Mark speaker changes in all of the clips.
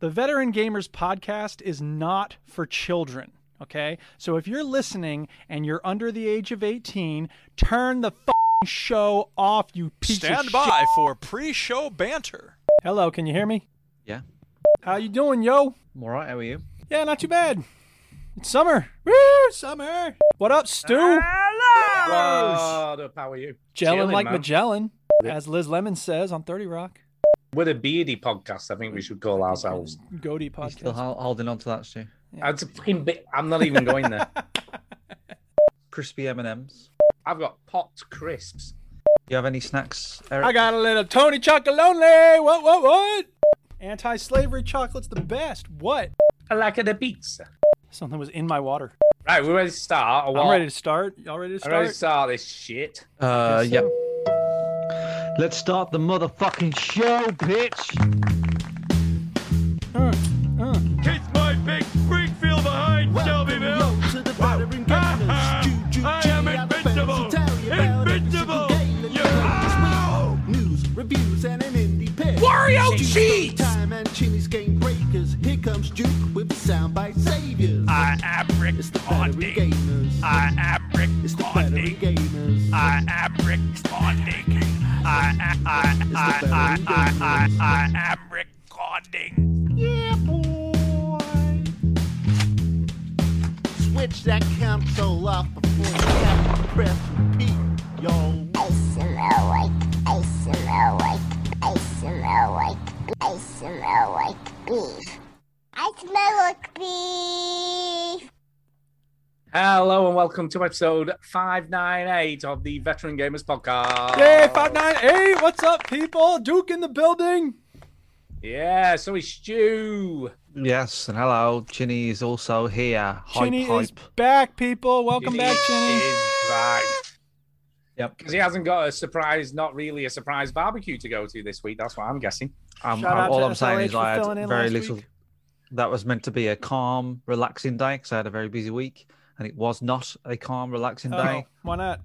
Speaker 1: The Veteran Gamers podcast is not for children. Okay, so if you're listening and you're under the age of 18, turn the f***ing show off, you piece of
Speaker 2: Stand
Speaker 1: shit.
Speaker 2: by for pre-show banter.
Speaker 1: Hello, can you hear me?
Speaker 3: Yeah.
Speaker 1: How you doing, yo?
Speaker 3: I'm all right. How are you?
Speaker 1: Yeah, not too bad. It's summer. Woo, summer. What up, Stu?
Speaker 4: What up? How are you?
Speaker 1: Gelling
Speaker 4: chilling,
Speaker 1: like
Speaker 4: man.
Speaker 1: Magellan, as Liz Lemon says on 30 Rock.
Speaker 4: We're the beardy podcast. I think we should call ourselves.
Speaker 1: Goatee
Speaker 3: You still
Speaker 1: podcast.
Speaker 3: hol- holding on to that, Stu?
Speaker 4: That's a fucking bit. I'm not even going there.
Speaker 3: Crispy M&Ms.
Speaker 4: I've got popped crisps.
Speaker 3: You have any snacks, Eric?
Speaker 1: I got a little Tony Chocolonely. What, what, what? Anti slavery chocolate's the best. What?
Speaker 4: I like a pizza.
Speaker 1: Something was in my water.
Speaker 4: Right, we're ready to start. or
Speaker 1: I'm
Speaker 4: what?
Speaker 1: ready to start. Y'all ready to
Speaker 4: I'm
Speaker 1: start?
Speaker 4: ready to start this shit.
Speaker 3: Uh,
Speaker 1: Yes,
Speaker 3: yeah. Let's start the motherfucking show, bitch.
Speaker 2: Kiss my big Springfield behind Shelbyville. I am invincible. Invincible. You- Ow!
Speaker 5: News, reviews, and an indie pick.
Speaker 2: Wario
Speaker 5: Juke's
Speaker 2: cheese!
Speaker 5: Time and Chinny's game breakers. Here comes Duke with the soundbite saviors.
Speaker 2: I am Rick
Speaker 5: it's the battery
Speaker 2: Sponding.
Speaker 5: gamers.
Speaker 2: I am Rick
Speaker 5: it's the battery
Speaker 2: Sponding.
Speaker 5: gamers.
Speaker 2: I am Rick Sponding. I am I
Speaker 5: the
Speaker 2: I
Speaker 5: battery
Speaker 2: I I I am Rick Sponding.
Speaker 5: yeah, boy. Switch that console off before you have to press repeat, yo.
Speaker 6: I smell like, I smell like, I smell like, I smell like beef. I smell like beef.
Speaker 4: Hello and welcome to episode 598 of the Veteran Gamers Podcast.
Speaker 1: Yay, 598. What's up, people? Duke in the building.
Speaker 4: Yeah, so it's Stu.
Speaker 3: Yes, and hello. Chinny is also here. Hype,
Speaker 1: Chinny
Speaker 3: hype.
Speaker 1: is back, people. Welcome back, Chinny.
Speaker 3: Yep.
Speaker 4: Because he hasn't got a surprise, not really a surprise barbecue to go to this week. That's what I'm guessing.
Speaker 3: I'm,
Speaker 1: Shout
Speaker 3: I'm-
Speaker 1: out
Speaker 3: Um, all
Speaker 1: to
Speaker 3: I'm saying
Speaker 1: SLH
Speaker 3: is
Speaker 1: for
Speaker 3: I
Speaker 1: filling in
Speaker 3: had very
Speaker 1: last
Speaker 3: little.
Speaker 1: week.
Speaker 3: That was meant to be a calm, relaxing day because I had a very busy week, and it was not a calm, relaxing
Speaker 1: Oh,
Speaker 3: day.
Speaker 1: why not?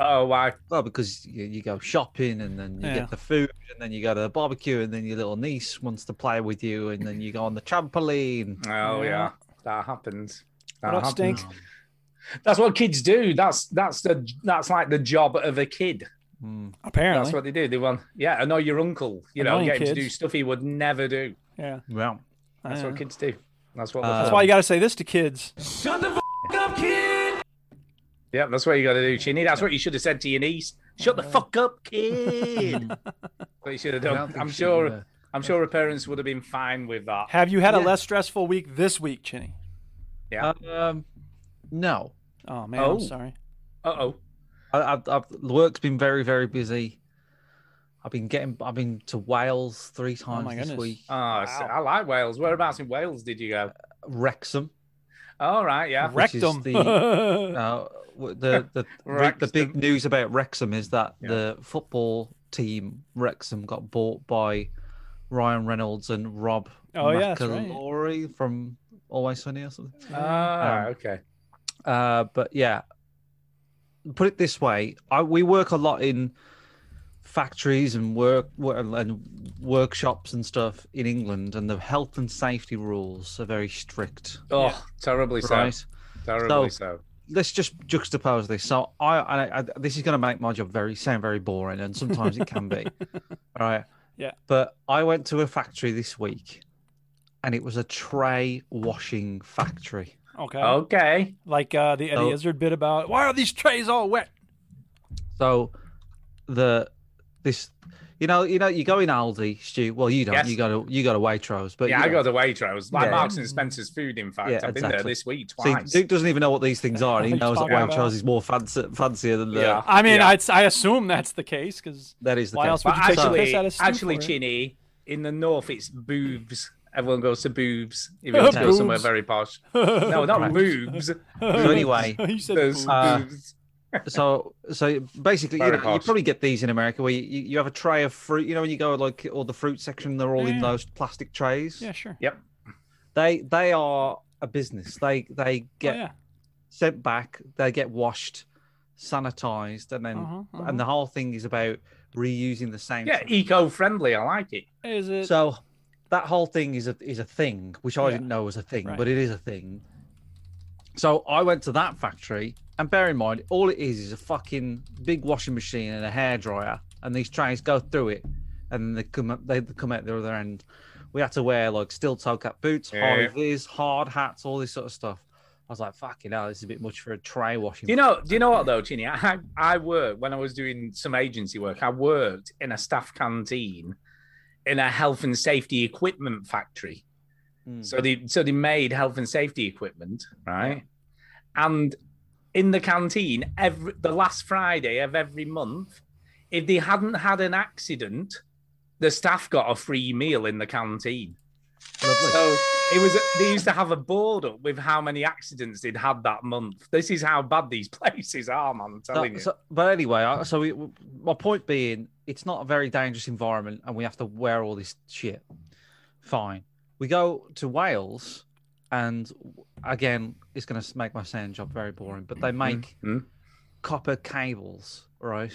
Speaker 4: Oh, why?
Speaker 3: Well, because you, you go shopping and then you
Speaker 1: Yeah.
Speaker 3: get the food and then you go to the barbecue and then your little niece wants to play with you and then you go on the trampoline.
Speaker 4: Oh yeah,
Speaker 1: Yeah.
Speaker 4: that happens. That
Speaker 1: What up,
Speaker 4: happens.
Speaker 1: Stink?
Speaker 4: That's what kids do. That's that's the that's like the job of a kid.
Speaker 3: Mm.
Speaker 1: Apparently.
Speaker 4: That's what they do. They want yeah, annoy your uncle. You know,
Speaker 1: Annoying
Speaker 4: get him to
Speaker 1: kids.
Speaker 4: do stuff he would never do.
Speaker 1: yeah.
Speaker 3: Well,
Speaker 4: That's
Speaker 1: I know.
Speaker 4: what kids do. That's what.
Speaker 3: Uh,
Speaker 1: That's why you got to say this to kids.
Speaker 4: yeah, that's what you got to do, Chinny. That's what you should have said to your niece. Shut the fuck up, kid. That's what you should have
Speaker 3: I
Speaker 4: done.
Speaker 3: don't think
Speaker 4: I'm
Speaker 3: she
Speaker 4: sure.
Speaker 3: would, uh,
Speaker 4: I'm sure her parents would have been fine with that.
Speaker 1: Have you had a less stressful week this week, Chinny?
Speaker 3: Um, no,
Speaker 1: Oh man,
Speaker 4: Oh.
Speaker 1: I'm sorry.
Speaker 4: Uh oh.
Speaker 3: I, I've, I've, the work's been very, very busy. I've been getting. I've been to Wales three times
Speaker 1: my
Speaker 3: this
Speaker 1: goodness.
Speaker 3: week.
Speaker 4: Oh, so- I like Wales. Whereabouts in Wales did you go?
Speaker 3: Wrexham,
Speaker 4: All right, yeah.
Speaker 3: Which is
Speaker 1: Rectum.
Speaker 3: uh, w- the the re- the big
Speaker 4: Wrexham.
Speaker 3: news about Wrexham is that
Speaker 4: Yeah.
Speaker 3: the football team Wrexham got bought by Ryan Reynolds and Rob
Speaker 1: Oh, yeah, that's right.
Speaker 3: McElroy from Always Sunny or something.
Speaker 4: Ah,
Speaker 3: Um,
Speaker 4: okay.
Speaker 3: Uh, but yeah, put it this way: I, we work a lot in factories and work wo- and workshops and stuff in England, and the health and safety rules are very strict.
Speaker 4: Oh, terribly so.
Speaker 3: Right?
Speaker 4: Terribly so.
Speaker 3: Let's just juxtapose this. So I, I, I this is going to make my job very sound very boring, and sometimes it can be. All right.
Speaker 1: Yeah.
Speaker 3: But I went to a factory this week, and it was a tray washing factory.
Speaker 1: okay.
Speaker 4: Oh. Okay.
Speaker 1: Like uh, the Eddie
Speaker 3: Oh.
Speaker 1: Izzard bit about why are these trays all wet?
Speaker 3: So the this you know, you know, you go in Aldi, Stu. Well, you don't.
Speaker 4: Yes.
Speaker 3: You go to you go to Waitrose, but
Speaker 4: Yeah,
Speaker 3: you
Speaker 4: I
Speaker 3: know.
Speaker 4: go to Waitrose. Like
Speaker 3: Yeah.
Speaker 4: Marks and Spencer's food, in fact.
Speaker 3: Yeah,
Speaker 4: I've been there
Speaker 3: exactly.
Speaker 4: this week
Speaker 3: See,
Speaker 4: twice.
Speaker 3: Duke doesn't even know what these things are. and He
Speaker 1: What are you
Speaker 3: knows that
Speaker 1: talking about?
Speaker 3: Waitrose is more fancy, fancier than the.
Speaker 4: Yeah.
Speaker 1: I mean,
Speaker 4: Yeah.
Speaker 1: I'd, I assume that's the case because
Speaker 3: That is the
Speaker 1: Why
Speaker 3: case.
Speaker 1: else would
Speaker 4: but
Speaker 1: you take the
Speaker 4: actually,
Speaker 1: piss out of Stu
Speaker 4: actually,
Speaker 1: for it?
Speaker 4: Chinny, in the north, it's boobs. Everyone goes to boobs if you want to go
Speaker 1: Boobs.
Speaker 4: somewhere very posh. No, not
Speaker 3: Right.
Speaker 4: boobs.
Speaker 3: So anyway,
Speaker 1: you said
Speaker 4: There's
Speaker 1: boob.
Speaker 3: Uh,
Speaker 4: boobs.
Speaker 3: so so basically, you,
Speaker 4: Very
Speaker 3: know, you
Speaker 4: posh.
Speaker 3: probably get these in America where you, you you have a tray of fruit. You know, when you go like all the fruit section, they're all in
Speaker 1: Yeah.
Speaker 3: those plastic trays.
Speaker 1: yeah, sure.
Speaker 4: Yep.
Speaker 3: They they are a business. They they get
Speaker 1: Oh, yeah.
Speaker 3: sent back, they get washed, sanitized, and then
Speaker 1: Uh-huh, uh-huh.
Speaker 3: and the whole thing is about reusing the same.
Speaker 4: Yeah,
Speaker 3: thing.
Speaker 4: eco friendly. I like it.
Speaker 1: Is it?
Speaker 3: So that whole thing is a is a thing, which I
Speaker 1: Yeah.
Speaker 3: didn't know was a thing,
Speaker 1: Right.
Speaker 3: but it is a thing. So I went to that factory, and bear in mind, all it is is a fucking big washing machine and a hairdryer, and these trays go through it, and they come up, they come out the other end. We had to wear like steel toe cap boots, high
Speaker 4: Yeah.
Speaker 3: vis, hard hats, all this sort of stuff. I was like, fucking hell, this is a bit much for a tray washing.
Speaker 4: Do you know? Do you know what though, Chini? I I worked when I was doing some agency work. I worked in a staff canteen in a health and safety equipment factory.
Speaker 3: Mm.
Speaker 4: So they so they made health and safety equipment, right? And in the canteen, every the last Friday of every month, if they hadn't had an accident, the staff got a free meal in the canteen.
Speaker 3: Lovely.
Speaker 4: So it was they used to have a board up with how many accidents they'd had that month. This is how bad these places are, man. I'm
Speaker 3: So-
Speaker 4: telling you.
Speaker 3: so- but anyway, I- so we, my point being, it's not a very dangerous environment, and we have to wear all this shit. Fine. We go to Wales, and again, it's going to make my sound job very boring, but they make
Speaker 4: mm.
Speaker 3: copper cables, right?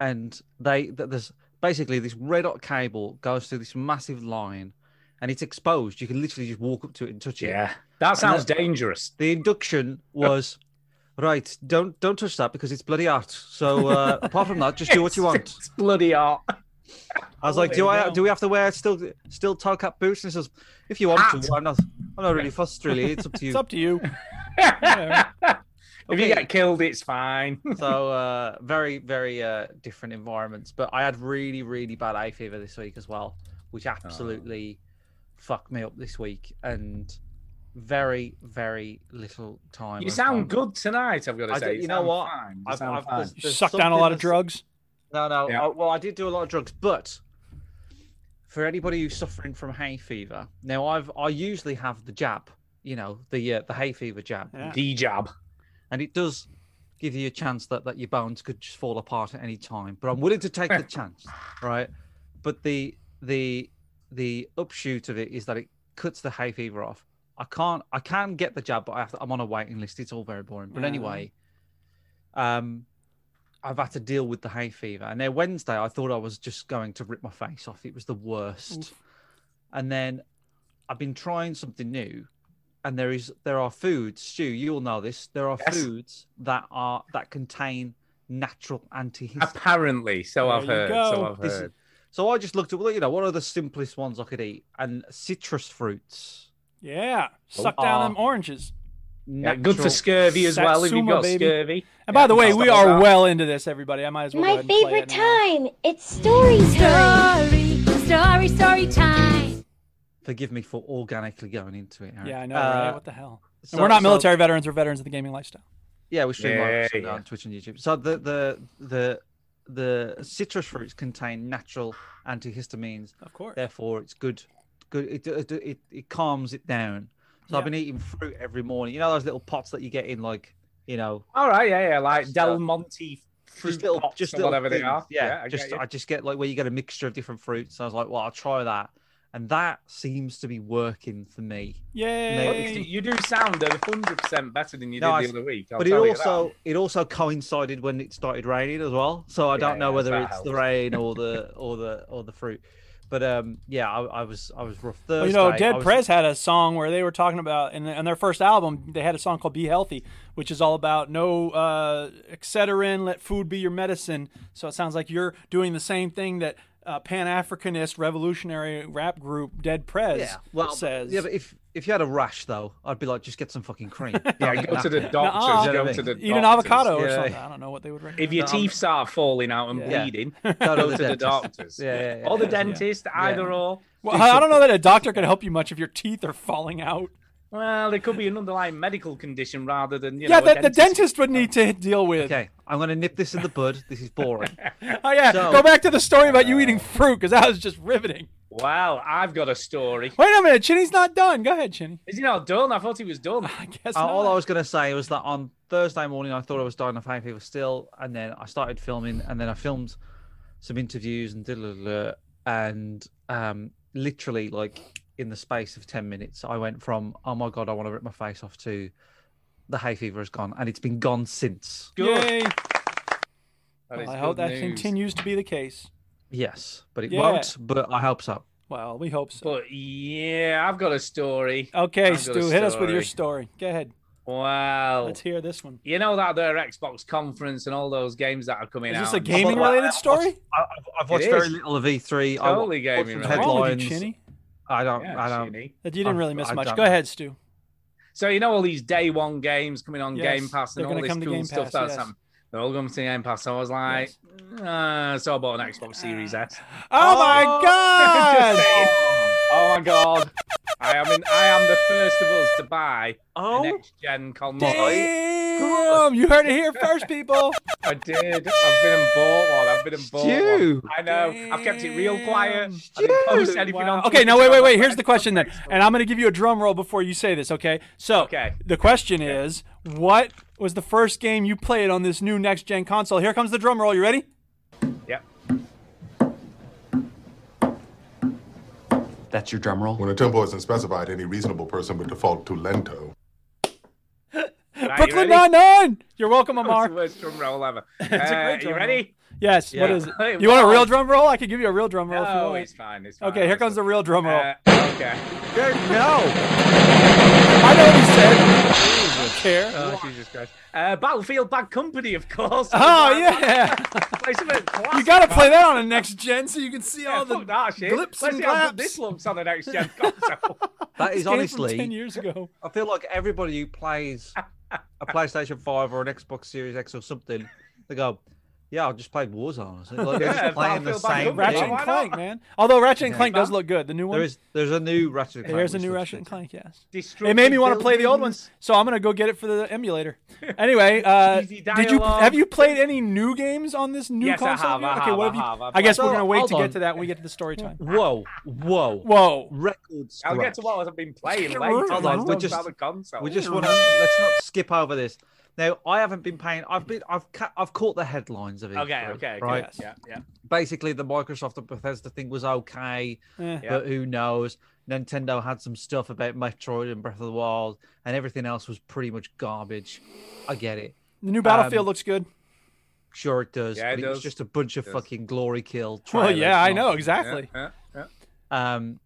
Speaker 3: And they th- there's basically this red hot cable goes through this massive line, and it's exposed. You can literally just walk up to it and touch it
Speaker 4: yeah, that sounds dangerous.
Speaker 3: the induction was right don't don't touch that because it's bloody art so uh, apart from that just do what you want
Speaker 4: It's bloody art.
Speaker 3: i was like do i do we have to wear still still toe cap boots and he says if you want
Speaker 4: Hat.
Speaker 3: to i'm not i'm not really fussed really it's up to you
Speaker 1: It's up to you.
Speaker 4: If you get killed, it's fine.
Speaker 3: so uh very very uh different environments but i had really really bad eye fever this week as well which
Speaker 1: Oh.
Speaker 3: absolutely fucked me up this week and very very little time
Speaker 4: You
Speaker 3: and
Speaker 4: sound
Speaker 3: fun.
Speaker 4: good tonight. I've got to
Speaker 3: I
Speaker 4: say.
Speaker 3: do- you know
Speaker 4: sound
Speaker 3: what?
Speaker 4: fine. You
Speaker 3: I've-
Speaker 4: sound
Speaker 3: I've-
Speaker 4: fine.
Speaker 3: there's-
Speaker 1: You
Speaker 3: there's
Speaker 1: suck down a lot
Speaker 3: something
Speaker 1: of
Speaker 3: that's-
Speaker 1: drugs.
Speaker 3: No, no.
Speaker 4: Yeah.
Speaker 3: I- well, I did do a lot of drugs, but for anybody who's suffering from hay fever, now I've I usually have the jab, you know, the uh, the hay fever jab,
Speaker 1: Yeah.
Speaker 4: D jab.
Speaker 3: and it does give you a chance that that your bones could just fall apart at any time. But I'm willing to take the chance, right? But the the the upshoot of it is that it cuts the hay fever off. I can't I can get the jab, but I have to, I'm on a waiting list. It's all very boring. But
Speaker 1: Yeah.
Speaker 3: anyway, um, I've had to deal with the hay fever. And then Wednesday, I thought I was just going to rip my face off. It was the worst. And then I've been trying something new, and there is there are foods, Stu. You'll know this. There are
Speaker 4: Yes.
Speaker 3: foods that are that contain natural antihistamines.
Speaker 4: Apparently, so
Speaker 1: There
Speaker 4: I've
Speaker 1: you
Speaker 4: heard.
Speaker 1: go.
Speaker 4: So I've
Speaker 3: This is-
Speaker 4: heard.
Speaker 3: So I just looked at well, you know, what are the simplest ones I could eat? And citrus fruits.
Speaker 1: Yeah. Suck down
Speaker 3: Ah.
Speaker 1: them oranges.
Speaker 4: Yeah, good for scurvy as well. If you've
Speaker 1: Satsuma,
Speaker 4: got
Speaker 1: baby.
Speaker 4: scurvy.
Speaker 1: And by the way,
Speaker 4: I'll
Speaker 1: we
Speaker 4: stop
Speaker 1: are
Speaker 4: that.
Speaker 1: well into this, everybody. I might as well go
Speaker 6: My
Speaker 1: ahead and play
Speaker 6: favorite
Speaker 1: it now.
Speaker 6: time. It's story time.
Speaker 7: Story, story, story time.
Speaker 3: Forgive me for organically going into it. Aaron.
Speaker 1: Yeah, I know,
Speaker 3: Uh,
Speaker 1: right? What the hell?
Speaker 3: so-
Speaker 1: And we're not
Speaker 3: so-
Speaker 1: military veterans. We're veterans of the gaming lifestyle.
Speaker 3: Yeah, we stream live
Speaker 4: Yeah, yeah.
Speaker 3: on Twitch and YouTube. So the the the the citrus fruits contain natural antihistamines.
Speaker 1: Of course.
Speaker 3: Therefore, it's good. Good. It it it, it calms it down. So I've
Speaker 1: Yeah.
Speaker 3: been eating fruit every morning. You know those little pots that you get in, like you know,
Speaker 4: All right. Yeah, yeah. Like
Speaker 3: Just,
Speaker 4: Del
Speaker 3: uh,
Speaker 4: Monte fruit
Speaker 3: just little,
Speaker 4: pots
Speaker 3: just
Speaker 4: or
Speaker 3: little
Speaker 4: whatever they
Speaker 3: things.
Speaker 4: are.
Speaker 3: Yeah,
Speaker 4: I get
Speaker 3: just
Speaker 4: you.
Speaker 3: I just get like where you get a mixture of different fruits. So I was like, well, I'll try that, and that seems to be working for me.
Speaker 1: Yay.
Speaker 4: You you do sound a hundred percent better than you
Speaker 3: No, I-
Speaker 4: did the other week. I'll
Speaker 3: but it
Speaker 4: tell you that.
Speaker 3: also it also coincided when it started raining as well. So I
Speaker 4: Yeah,
Speaker 3: don't know
Speaker 4: yeah,
Speaker 3: whether
Speaker 4: that
Speaker 3: it's the
Speaker 4: helps.
Speaker 3: rain or the or the or the fruit. But um, yeah, I, I was I was rough Thursday.
Speaker 1: Well, you know,
Speaker 3: I
Speaker 1: Dead
Speaker 3: was-
Speaker 1: Prez had a song where they were talking about, in, in their first album, they had a song called "Be Healthy," which is all about no uh, Excedrin, let food be your medicine. So it sounds like you're doing the same thing that uh, Pan Africanist revolutionary rap group Dead Prez
Speaker 3: Yeah, well,
Speaker 1: says.
Speaker 3: yeah, but if if you had a rash though, I'd be like, just get some fucking cream.
Speaker 4: Yeah, go to the
Speaker 1: Nuh-uh.
Speaker 4: doctors. Go to the
Speaker 1: Eat an
Speaker 4: doctors.
Speaker 1: avocado or
Speaker 3: yeah.
Speaker 1: something. I don't know what they would recommend.
Speaker 4: If your teeth start falling out and
Speaker 3: Yeah.
Speaker 4: bleeding,
Speaker 3: Go
Speaker 4: go to the
Speaker 3: dentist.
Speaker 4: doctors.
Speaker 3: Yeah, yeah, yeah,
Speaker 4: or the
Speaker 3: yeah.
Speaker 4: dentist, either or.
Speaker 1: well, I don't know that a doctor could help you much if your teeth are falling out.
Speaker 4: Well, there could be an underlying medical condition rather than you
Speaker 1: Yeah,
Speaker 4: know,
Speaker 1: that
Speaker 4: a
Speaker 1: the dentist would need to deal with.
Speaker 3: Oh. Okay, I'm gonna nip this in the bud. This is boring.
Speaker 1: Oh yeah,
Speaker 3: So- Uh,
Speaker 1: go back to the story about you eating fruit because that was just riveting.
Speaker 4: Well, I've got a story.
Speaker 1: Wait a minute, Chinny's not done. Go ahead, Chinny.
Speaker 4: Is he not done? I thought he was done.
Speaker 1: I guess
Speaker 3: Uh,
Speaker 1: not.
Speaker 3: all I was gonna say was that on Thursday morning, I thought I was dying of hay fever still, and then I started filming, and then I filmed some interviews and da and um, literally like in the space of ten minutes, I went from oh my god, I want to rip my face off to the hay fever is gone, and it's been gone since.
Speaker 1: Yay.
Speaker 4: That is
Speaker 1: Well, I hope
Speaker 4: good
Speaker 1: that
Speaker 4: news.
Speaker 1: continues to be the case.
Speaker 3: Yes, but it
Speaker 1: Yeah.
Speaker 3: won't. But I hope so.
Speaker 1: Well, we hope so.
Speaker 4: But yeah, I've got a story.
Speaker 1: Okay,
Speaker 4: I've got a
Speaker 1: Stu, hit us with your story. Go ahead.
Speaker 4: Wow.
Speaker 1: Let's hear this one.
Speaker 4: you know that their Xbox conference and all those games that are coming
Speaker 1: Is
Speaker 4: out.
Speaker 1: this a
Speaker 4: and-
Speaker 1: gaming related story?
Speaker 3: I, I've, I've watched
Speaker 4: It
Speaker 3: very
Speaker 4: is.
Speaker 3: little of E3. I
Speaker 4: Totally
Speaker 3: watched some
Speaker 4: gaming
Speaker 1: What's wrong with
Speaker 3: headlines.
Speaker 1: you, Chinny?
Speaker 3: I don't.
Speaker 4: Yeah,
Speaker 3: I don't.
Speaker 4: Shinny.
Speaker 1: That you didn't
Speaker 3: I've-
Speaker 1: really miss
Speaker 3: I've
Speaker 1: much.
Speaker 3: done
Speaker 1: Go
Speaker 3: that.
Speaker 1: ahead, Stu.
Speaker 4: So you know all these day one games coming on
Speaker 1: Yes,
Speaker 4: Game Pass
Speaker 1: they're
Speaker 4: and all
Speaker 1: gonna
Speaker 4: this
Speaker 1: come to
Speaker 4: cool
Speaker 1: Game
Speaker 4: stuff
Speaker 1: Pass,
Speaker 4: that's
Speaker 1: yes.
Speaker 4: happening. They're all going to Game Pass. So I was like, uh, so I bought an Xbox Series S.
Speaker 1: Oh, my God!
Speaker 4: Just saying. Oh my god. I am in, I am the first of us to buy
Speaker 3: Oh.
Speaker 4: a next gen console.
Speaker 1: Damn! You heard it here first, people.
Speaker 4: I did. I've been and bought one. I've been and bought
Speaker 3: Stu.
Speaker 4: one. I know. I've kept it real quiet. I didn't
Speaker 3: Stu.
Speaker 4: post anything
Speaker 1: Wow.
Speaker 4: on
Speaker 1: Okay,
Speaker 4: Twitter.
Speaker 1: now wait, wait, wait. Here's the question then, and I'm going to give you a drum roll before you say this. Okay, so
Speaker 4: Okay.
Speaker 1: the question is, what was the first game you played on this new next gen console? Here comes the drum roll. You ready?
Speaker 4: Yep.
Speaker 8: That's your drum roll.
Speaker 9: When a tempo isn't specified, any reasonable person would default to lento.
Speaker 4: Right, you
Speaker 1: Brooklyn
Speaker 4: ready?
Speaker 1: Nine Nine. You're welcome,
Speaker 4: That's the
Speaker 1: Amar.
Speaker 4: worst drum roll ever.
Speaker 1: It's a
Speaker 4: Uh,
Speaker 1: great drum
Speaker 4: you
Speaker 1: roll.
Speaker 4: ready?
Speaker 1: Yes. What
Speaker 3: Yeah.
Speaker 1: is it?
Speaker 4: Wait,
Speaker 1: You want a
Speaker 4: what?
Speaker 1: real drum roll? I could give you a real drum roll if you
Speaker 4: No,
Speaker 1: want.
Speaker 4: it's fine. It's fine.
Speaker 1: Okay, here comes the real drum roll.
Speaker 4: Uh, okay.
Speaker 3: No.
Speaker 1: I know what he said. Care.
Speaker 4: Oh, Jesus Christ. Uh, Battlefield Bad Company, of course.
Speaker 1: Oh yeah.
Speaker 4: Play some of it.
Speaker 1: You
Speaker 4: Classic,
Speaker 1: gotta play
Speaker 4: man.
Speaker 1: that on a next gen so you can see
Speaker 4: Yeah,
Speaker 1: all the
Speaker 4: fuck that shit.
Speaker 1: blips
Speaker 4: Let's
Speaker 1: and
Speaker 4: see how good
Speaker 1: glaps.
Speaker 4: this looks on the next gen console.
Speaker 3: That
Speaker 1: This game
Speaker 3: is
Speaker 1: from ten
Speaker 3: honestly.
Speaker 1: years ago.
Speaker 3: I feel like everybody who plays a PlayStation Five or an Xbox Series X or something, they go, "Yeah, I just played Warzone." or something. Like, they're
Speaker 4: Yeah,
Speaker 3: just playing the
Speaker 4: Battlefield Bad
Speaker 3: same
Speaker 4: Company.
Speaker 1: Ratchet
Speaker 3: thing.
Speaker 1: and
Speaker 4: why not?
Speaker 1: Clank, man. Although Ratchet and
Speaker 3: Yeah.
Speaker 1: Clank does look good, the new one.
Speaker 3: There is there's a new Ratchet. and Clank
Speaker 1: There's a
Speaker 3: which
Speaker 1: new
Speaker 3: looks
Speaker 1: Ratchet and
Speaker 3: sick.
Speaker 1: Clank. Yes.
Speaker 4: Destructive
Speaker 1: It made me want to play the old
Speaker 4: buildings.
Speaker 1: ones, so I'm gonna go get it for the emulator. Anyway, uh,
Speaker 4: Cheesy
Speaker 1: did you
Speaker 4: dialogue.
Speaker 1: have you played any new games on this new
Speaker 4: Yes, I
Speaker 1: console?
Speaker 4: have,
Speaker 1: yet?
Speaker 4: I
Speaker 1: okay,
Speaker 4: have,
Speaker 1: what
Speaker 4: I
Speaker 1: have you?
Speaker 4: have, I've
Speaker 1: I guess
Speaker 3: got-
Speaker 1: we're gonna wait
Speaker 3: Hold
Speaker 1: to
Speaker 3: on.
Speaker 1: get to that when we get to the story time.
Speaker 3: Whoa, whoa,
Speaker 1: Whoa.
Speaker 3: Record scratch.
Speaker 4: I'll get to what I've been playing
Speaker 1: Sure.
Speaker 4: later.
Speaker 1: Hold
Speaker 3: on,
Speaker 4: Let's
Speaker 3: we
Speaker 4: talk
Speaker 3: just-
Speaker 4: about the console.
Speaker 3: We just want to let's not skip over this. Now, I haven't been paying. I've been. I've. Ca- I've caught the headlines of it.
Speaker 4: Okay, okay, okay.
Speaker 3: Right.
Speaker 4: Yeah, yeah.
Speaker 3: Basically, the Microsoft and Bethesda thing was okay,
Speaker 1: Eh.
Speaker 4: Yeah.
Speaker 3: but who knows? Nintendo had some stuff about Metroid and Breath of the Wild, and everything else was pretty much garbage. I get it.
Speaker 1: The new Battlefield looks good.
Speaker 3: Sure, it does.
Speaker 4: Yeah, it
Speaker 3: but it was
Speaker 4: does.
Speaker 3: just a bunch of
Speaker 4: does.
Speaker 3: fucking glory kill.
Speaker 1: Well,
Speaker 3: trailers,
Speaker 1: yeah, I know
Speaker 3: not-
Speaker 1: exactly.
Speaker 4: Yeah, yeah,
Speaker 3: Um.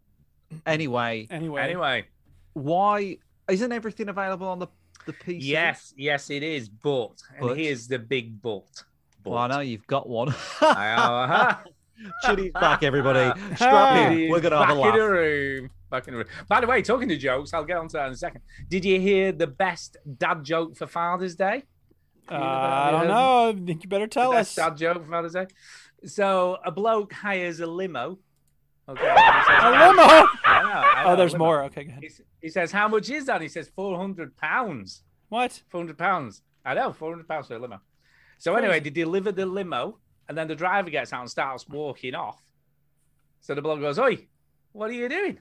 Speaker 3: Anyway,
Speaker 1: Anyway,
Speaker 4: yeah. Anyway,
Speaker 3: why isn't everything available on the the PC?
Speaker 4: yes, yes, it is. But,
Speaker 3: But?
Speaker 4: and here's the big but. but.
Speaker 3: Well, I know you've got one.
Speaker 4: I uh-huh. know.
Speaker 3: Chitty's back, everybody. Strap in.
Speaker 4: It
Speaker 3: We're
Speaker 4: is
Speaker 3: gonna have a
Speaker 4: back in the
Speaker 3: laugh.
Speaker 4: room. Back in the room. By the way, talking to jokes, I'll get on to that in a second. Did you hear the best dad joke for Father's Day?
Speaker 1: uh, I don't know. I think you better tell
Speaker 4: The
Speaker 1: us.
Speaker 4: best dad joke for Father's Day. So a bloke hires a limo. Okay. a limo.
Speaker 1: Oh, there's more. Okay, go ahead.
Speaker 4: He s- he says, "How much is that?" He says, 400 pounds."
Speaker 1: What?
Speaker 4: 400 pounds. I know, 400 pounds for a limo. So anyway, they deliver the limo, and then the driver gets out and starts walking off. So the bloke goes, "Oi, what are you doing?"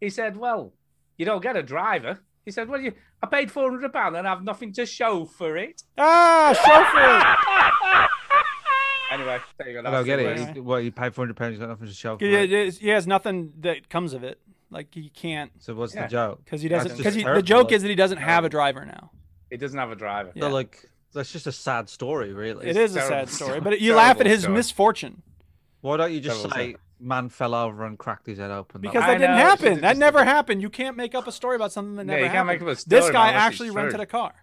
Speaker 4: He said, "Well, you don't get a driver." He said, "Well, you, I paid 400 pound and I have nothing to show for it."
Speaker 1: Ah, chauffeur.
Speaker 4: Anyway, there you go.
Speaker 3: I
Speaker 4: that's
Speaker 3: don't get
Speaker 4: the
Speaker 3: it.
Speaker 4: worst.
Speaker 1: Anyway.
Speaker 3: He's- Well, you paid four hundred pounds. You got nothing to show for
Speaker 1: Yeah,
Speaker 3: it.
Speaker 1: yeah, He has nothing that comes of it. Like he can't
Speaker 3: So what's
Speaker 4: Yeah.
Speaker 3: the joke?
Speaker 1: because he
Speaker 3: That's
Speaker 1: doesn't.
Speaker 3: just
Speaker 1: Because the
Speaker 3: terrible,
Speaker 1: joke
Speaker 3: though.
Speaker 1: is that he doesn't have a driver now.
Speaker 4: It doesn't have a driver.
Speaker 1: Yeah.
Speaker 3: So, like that's just a sad story, really.
Speaker 1: It is a
Speaker 4: terrible
Speaker 1: sad
Speaker 4: story.
Speaker 1: story, but you laugh at
Speaker 4: Terrible
Speaker 1: his
Speaker 4: story.
Speaker 1: misfortune
Speaker 3: Why don't you just
Speaker 4: Terrible
Speaker 3: say man fell over and cracked his head open? That
Speaker 1: because
Speaker 4: I
Speaker 1: that didn't
Speaker 4: know, it's
Speaker 1: happen.
Speaker 4: just-
Speaker 1: That never happened. You can't make up a story about something that
Speaker 4: No,
Speaker 1: never
Speaker 4: you can't
Speaker 1: happened.
Speaker 4: make up a
Speaker 1: this
Speaker 4: story
Speaker 1: guy
Speaker 4: unless it's
Speaker 1: actually rented
Speaker 4: true.
Speaker 1: a car.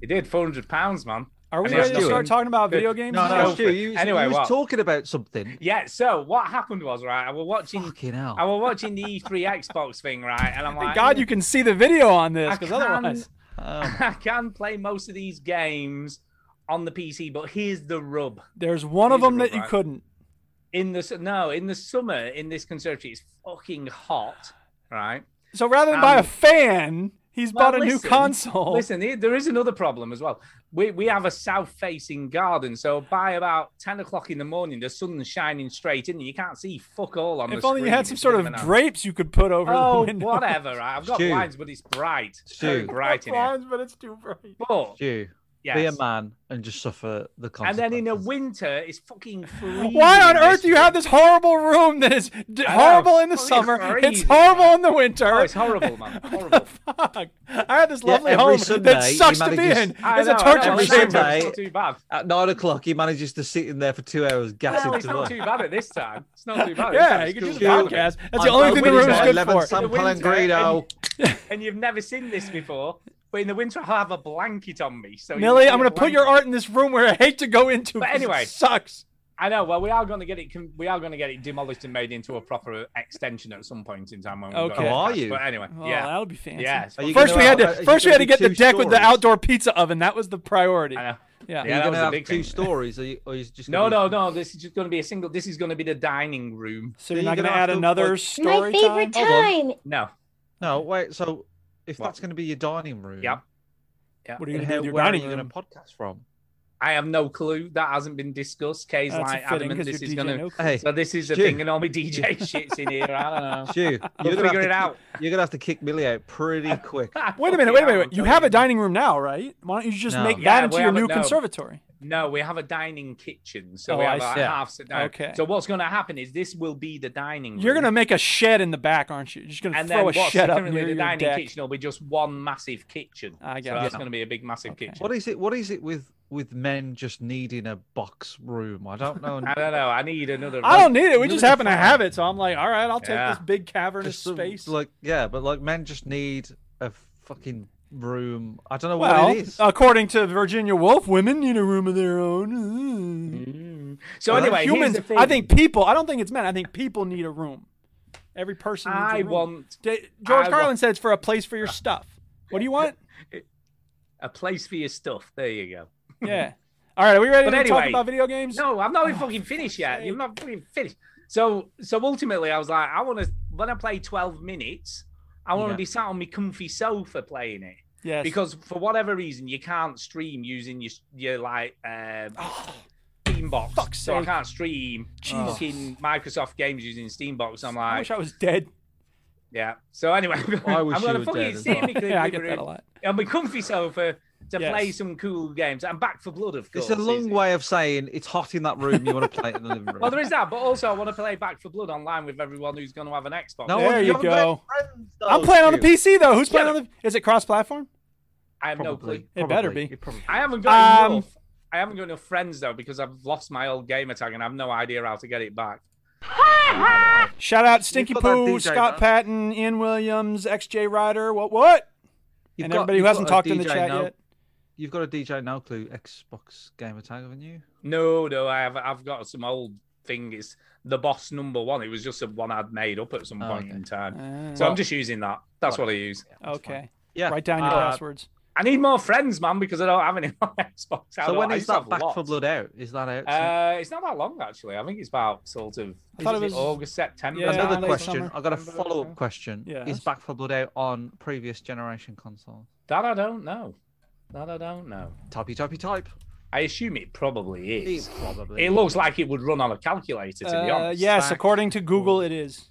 Speaker 4: He did 400 pounds, man.
Speaker 1: Are we
Speaker 4: And
Speaker 3: it's
Speaker 1: ready to
Speaker 3: true.
Speaker 1: start talking about video games?
Speaker 3: No,
Speaker 1: now?
Speaker 3: no, Stu, you,
Speaker 4: Anyway,
Speaker 3: anyway, was
Speaker 4: what?
Speaker 3: talking about something.
Speaker 4: Yeah. So what happened was right. I was watching.
Speaker 3: Fucking hell.
Speaker 4: I was watching the E3 Xbox thing, right? And I'm
Speaker 1: Thank
Speaker 4: like,
Speaker 1: God you can see the video on this
Speaker 4: I
Speaker 1: because
Speaker 4: can-
Speaker 1: otherwise, Um,
Speaker 4: I can play most of these games on the PC, but here's the rub.
Speaker 1: there's one of
Speaker 4: These are
Speaker 1: them that you
Speaker 4: right.
Speaker 1: couldn't.
Speaker 4: In the su- no, in the summer in this conservatory, it's fucking hot, right?
Speaker 1: So rather than buy a
Speaker 4: Um,
Speaker 1: fan, he's bought a
Speaker 4: Well,
Speaker 1: new
Speaker 4: listen,
Speaker 1: console.
Speaker 4: Listen, here- there is another problem as well. We we have a south-facing garden, so by about ten o'clock in the morning, the sun's shining straight in, and you can't see fuck all on the
Speaker 1: if only you
Speaker 4: screen.
Speaker 1: had some
Speaker 4: It's
Speaker 1: sort of
Speaker 4: illuminating.
Speaker 1: drapes you could put over
Speaker 4: Oh,
Speaker 1: the window.
Speaker 4: whatever. Right? I've got
Speaker 3: Stu.
Speaker 4: blinds, but it's bright. It's
Speaker 3: Stu.
Speaker 4: Very bright in here.
Speaker 1: but it's too bright.
Speaker 4: But
Speaker 3: Stu, Be a
Speaker 4: Yes.
Speaker 3: man and just suffer the
Speaker 4: And
Speaker 3: consequences.
Speaker 4: then in the winter, it's fucking freezing.
Speaker 1: Why on
Speaker 4: in
Speaker 1: earth do you
Speaker 4: this
Speaker 1: have this horrible room that is d-
Speaker 4: I know.
Speaker 1: horrible in the
Speaker 4: Well, it's
Speaker 1: summer? It's
Speaker 4: freezing.
Speaker 1: horrible in the winter.
Speaker 4: Oh, it's horrible, man. Horrible.
Speaker 1: Fuck. I had this
Speaker 3: Yeah,
Speaker 1: lovely
Speaker 3: every
Speaker 1: home that
Speaker 3: Sunday,
Speaker 1: sucks to
Speaker 3: he
Speaker 1: be in.
Speaker 3: manages-
Speaker 4: I
Speaker 1: It's
Speaker 4: know,
Speaker 1: a
Speaker 4: I know,
Speaker 1: torture
Speaker 4: it's
Speaker 3: every
Speaker 1: chamber.
Speaker 4: not-
Speaker 3: Sunday.
Speaker 4: It's not too bad.
Speaker 3: At nine o'clock, he manages to sit in there for two hours, gassing
Speaker 4: Well, it's
Speaker 3: to
Speaker 4: not
Speaker 3: work.
Speaker 4: too bad at this time. It's not too bad. at this time.
Speaker 1: Yeah, you
Speaker 4: It's
Speaker 1: can do
Speaker 4: cool.
Speaker 1: the podcast. That's the
Speaker 3: I'm
Speaker 1: only thing the
Speaker 3: going
Speaker 1: room
Speaker 3: with
Speaker 1: is
Speaker 3: his
Speaker 1: good
Speaker 3: Lemon
Speaker 1: for.
Speaker 3: San
Speaker 4: In the winter,
Speaker 3: Pellegrino.
Speaker 4: And you've never seen this before. But in the winter, I'll have a blanket on me. So you
Speaker 1: Millie,
Speaker 4: can
Speaker 1: I'm
Speaker 4: see a
Speaker 1: going to put
Speaker 4: blanket.
Speaker 1: your art in this room where I hate to go into.
Speaker 4: But
Speaker 1: 'cause
Speaker 4: anyway.
Speaker 1: it sucks.
Speaker 4: I know. Well, we are going to get it. con- We are going to get it demolished and made into a proper extension at some point in time. When we've got
Speaker 1: Okay.
Speaker 4: it
Speaker 1: Oh,
Speaker 3: are
Speaker 4: back.
Speaker 3: you?
Speaker 4: But anyway,
Speaker 1: Oh,
Speaker 4: yeah.
Speaker 1: that would be fancy.
Speaker 4: Yeah, it's
Speaker 3: Are you
Speaker 1: First
Speaker 3: gonna
Speaker 1: we had
Speaker 3: have-
Speaker 1: to
Speaker 3: are uh, you
Speaker 1: first we
Speaker 3: gonna
Speaker 1: had to
Speaker 3: do
Speaker 1: get the
Speaker 3: two
Speaker 1: deck with the
Speaker 3: stories?
Speaker 1: outdoor pizza oven. That was the priority.
Speaker 4: I know.
Speaker 1: Yeah.
Speaker 3: Are
Speaker 4: that
Speaker 3: you
Speaker 4: was
Speaker 3: gonna
Speaker 4: a
Speaker 3: have
Speaker 4: big
Speaker 3: two
Speaker 4: thing.
Speaker 3: stories? Are you, or is it just
Speaker 4: No,
Speaker 3: gonna
Speaker 4: no,
Speaker 3: be-
Speaker 4: no. This is just going to be a single. This is going to be the dining room.
Speaker 1: So you're
Speaker 3: Then
Speaker 1: not
Speaker 3: you're
Speaker 1: going to
Speaker 3: gonna
Speaker 1: add
Speaker 3: have to,
Speaker 1: another
Speaker 3: like-
Speaker 1: story
Speaker 6: My favorite
Speaker 1: time?
Speaker 6: time.
Speaker 4: No.
Speaker 3: no. Wait. So if
Speaker 4: What?
Speaker 3: that's going to be your dining room,
Speaker 4: Yep.
Speaker 1: Oh, What are you
Speaker 3: then
Speaker 1: going to do
Speaker 3: how,
Speaker 1: with your
Speaker 3: where are
Speaker 1: dining
Speaker 3: you going to
Speaker 1: room?
Speaker 3: podcast from?
Speaker 4: I have no clue. That hasn't been discussed. Kay's
Speaker 1: That's
Speaker 4: like
Speaker 1: a fitting
Speaker 4: adamant this
Speaker 1: because
Speaker 4: is
Speaker 1: you're
Speaker 4: going
Speaker 1: DJ
Speaker 4: to.
Speaker 1: Nope.
Speaker 3: Hey,
Speaker 4: So this is the
Speaker 3: Stu.
Speaker 4: thing, and all my DJ shits in here. I don't know.
Speaker 3: Stu, you're
Speaker 4: We'll
Speaker 3: gonna have
Speaker 4: figure
Speaker 3: to
Speaker 4: it out.
Speaker 3: Kick, you're gonna have to kick Millie out pretty quick.
Speaker 1: Wait a minute, wait a minute. You have a dining room now, right? Why don't you just
Speaker 3: No.
Speaker 1: make
Speaker 4: Yeah,
Speaker 1: that into
Speaker 4: we
Speaker 1: your
Speaker 4: have a-
Speaker 1: new
Speaker 4: no.
Speaker 1: conservatory?
Speaker 4: No, we have a dining kitchen, so
Speaker 1: Oh,
Speaker 4: we
Speaker 1: I
Speaker 4: have
Speaker 1: see.
Speaker 4: a half sit down.
Speaker 1: Okay.
Speaker 4: So what's going to happen is this will be the dining room.
Speaker 1: You're going to make a shed in the back, aren't you? You're just going to
Speaker 4: and
Speaker 1: throw
Speaker 4: then
Speaker 1: a
Speaker 4: what's
Speaker 1: shed up
Speaker 4: currently
Speaker 1: near
Speaker 4: the
Speaker 1: your
Speaker 4: dining
Speaker 1: deck.
Speaker 4: kitchen will be just one massive kitchen.
Speaker 1: I
Speaker 4: So
Speaker 1: got
Speaker 4: that's
Speaker 1: you.
Speaker 4: going to be a big massive kitchen.
Speaker 3: What is it? What is it with with men just needing a box room? I don't know.
Speaker 4: I don't know. I need another.
Speaker 1: I don't need it. We
Speaker 3: You're
Speaker 1: just
Speaker 3: gonna
Speaker 1: happen to
Speaker 3: find-
Speaker 1: have it, so I'm like, all right, I'll take
Speaker 4: Yeah.
Speaker 1: this big cavernous
Speaker 3: Just some-
Speaker 1: space.
Speaker 3: Like yeah, but like men just need a fucking room. I don't know what
Speaker 1: well,
Speaker 3: it is.
Speaker 1: according to Virginia Woolf, women need a room of their own. Mm.
Speaker 4: So
Speaker 3: Well,
Speaker 4: anyway, here's
Speaker 1: humans.
Speaker 4: the thing.
Speaker 1: I think people. I don't think it's men. I think people need a room. Every person. Needs a
Speaker 4: I
Speaker 1: room.
Speaker 4: want
Speaker 1: Da- George
Speaker 4: I
Speaker 1: Carlin
Speaker 4: want-
Speaker 1: said it's for a place for your stuff. What do you want?
Speaker 4: a place for your stuff. There you go.
Speaker 1: yeah. All right. Are we ready
Speaker 4: But
Speaker 1: to talk
Speaker 4: anyway-
Speaker 1: about video games?
Speaker 4: No, I'm not
Speaker 3: Oh,
Speaker 4: even fucking finished yet. You're not fucking finished. So, so ultimately, I was like, I want to when I play 12 minutes, I want to
Speaker 3: Yeah.
Speaker 4: be sat on my comfy sofa playing it
Speaker 1: Yes.
Speaker 4: because for whatever reason you can't stream using your your like um, Steambox.
Speaker 1: Ah, fuck's
Speaker 4: so I
Speaker 1: sake.
Speaker 4: can't stream
Speaker 1: Jesus.
Speaker 4: fucking Microsoft games using Steambox. I'm
Speaker 1: I
Speaker 4: like,
Speaker 1: wish I was dead.
Speaker 4: yeah. So anyway,
Speaker 3: I wish
Speaker 4: I'm
Speaker 3: you were
Speaker 4: gonna
Speaker 3: dead
Speaker 4: fucking
Speaker 3: as
Speaker 4: sit in
Speaker 3: well.
Speaker 4: my comfy
Speaker 1: yeah, I get
Speaker 4: room
Speaker 1: that a lot.
Speaker 4: on my comfy sofa to
Speaker 1: Yes.
Speaker 4: play some cool games. I'm back for blood, of course.
Speaker 3: It's a long
Speaker 4: is-
Speaker 3: way of saying it's hot in that room. You want to play it in the living room.
Speaker 4: Well, there is that, but also I want to play Back for Blood online with everyone who's going to have an Xbox.
Speaker 3: No,
Speaker 1: There
Speaker 3: one-
Speaker 1: you
Speaker 3: you're very
Speaker 1: go.
Speaker 3: friends,
Speaker 1: I'm
Speaker 3: though,
Speaker 1: playing on the
Speaker 3: Stu.
Speaker 1: PC though. Who's playing
Speaker 4: Oh, Yeah.
Speaker 1: on the? Is it cross-platform?
Speaker 4: I have no
Speaker 3: Probably.
Speaker 4: clue.
Speaker 1: It better
Speaker 3: Probably.
Speaker 1: be.
Speaker 3: It probably-
Speaker 4: I haven't got
Speaker 1: Um,
Speaker 4: enough. I haven't got enough friends though because I've lost my old gamer tag and I have no idea how to get it back.
Speaker 1: Shout out Stinky
Speaker 3: put that
Speaker 1: Poo,
Speaker 3: DJ
Speaker 1: Scott
Speaker 3: back.
Speaker 1: Patton, Ian Williams, XJ Ryder. What? What?
Speaker 3: You've
Speaker 1: and
Speaker 3: got-
Speaker 1: everybody who
Speaker 3: you've
Speaker 1: hasn't
Speaker 3: got a
Speaker 1: talked in the
Speaker 3: DJ
Speaker 1: chat
Speaker 3: now-
Speaker 1: yet.
Speaker 3: You've got a DJ No Clue Xbox gamer tag, haven't you?
Speaker 4: No, no, I have. I've got some old thing. It's the boss number one. It was just a one I'd made up at some
Speaker 3: Oh,
Speaker 4: point
Speaker 3: okay.
Speaker 4: in time.
Speaker 1: Ah.
Speaker 4: so I'm just using that. Uh, That's what I use.
Speaker 1: Okay.
Speaker 3: Yeah.
Speaker 1: Write down your
Speaker 3: Uh,
Speaker 1: passwords.
Speaker 4: I need more friends, man, because I don't have any on Xbox.
Speaker 3: So
Speaker 4: I don't-
Speaker 3: when
Speaker 4: I
Speaker 3: is
Speaker 4: used to
Speaker 3: that
Speaker 4: have
Speaker 3: Back for
Speaker 4: lots.
Speaker 3: Blood out? Is that out? soon?
Speaker 4: Uh, it's not that long actually. I think it's about sort of
Speaker 1: I thought
Speaker 4: is
Speaker 1: it was-
Speaker 4: August, September.
Speaker 1: Yeah,
Speaker 3: Another
Speaker 1: late
Speaker 3: question.
Speaker 1: summer.
Speaker 3: I got a follow up question.
Speaker 1: Yes.
Speaker 3: Is Back for Blood out on previous generation consoles?
Speaker 4: That I don't know. That I don't know.
Speaker 3: Typey typey type.
Speaker 4: I assume it probably is.
Speaker 3: It probably.
Speaker 4: It looks like it would run on a calculator, to be
Speaker 1: Uh,
Speaker 4: honest.
Speaker 1: yes,
Speaker 3: Stack.
Speaker 1: according to Google, it is.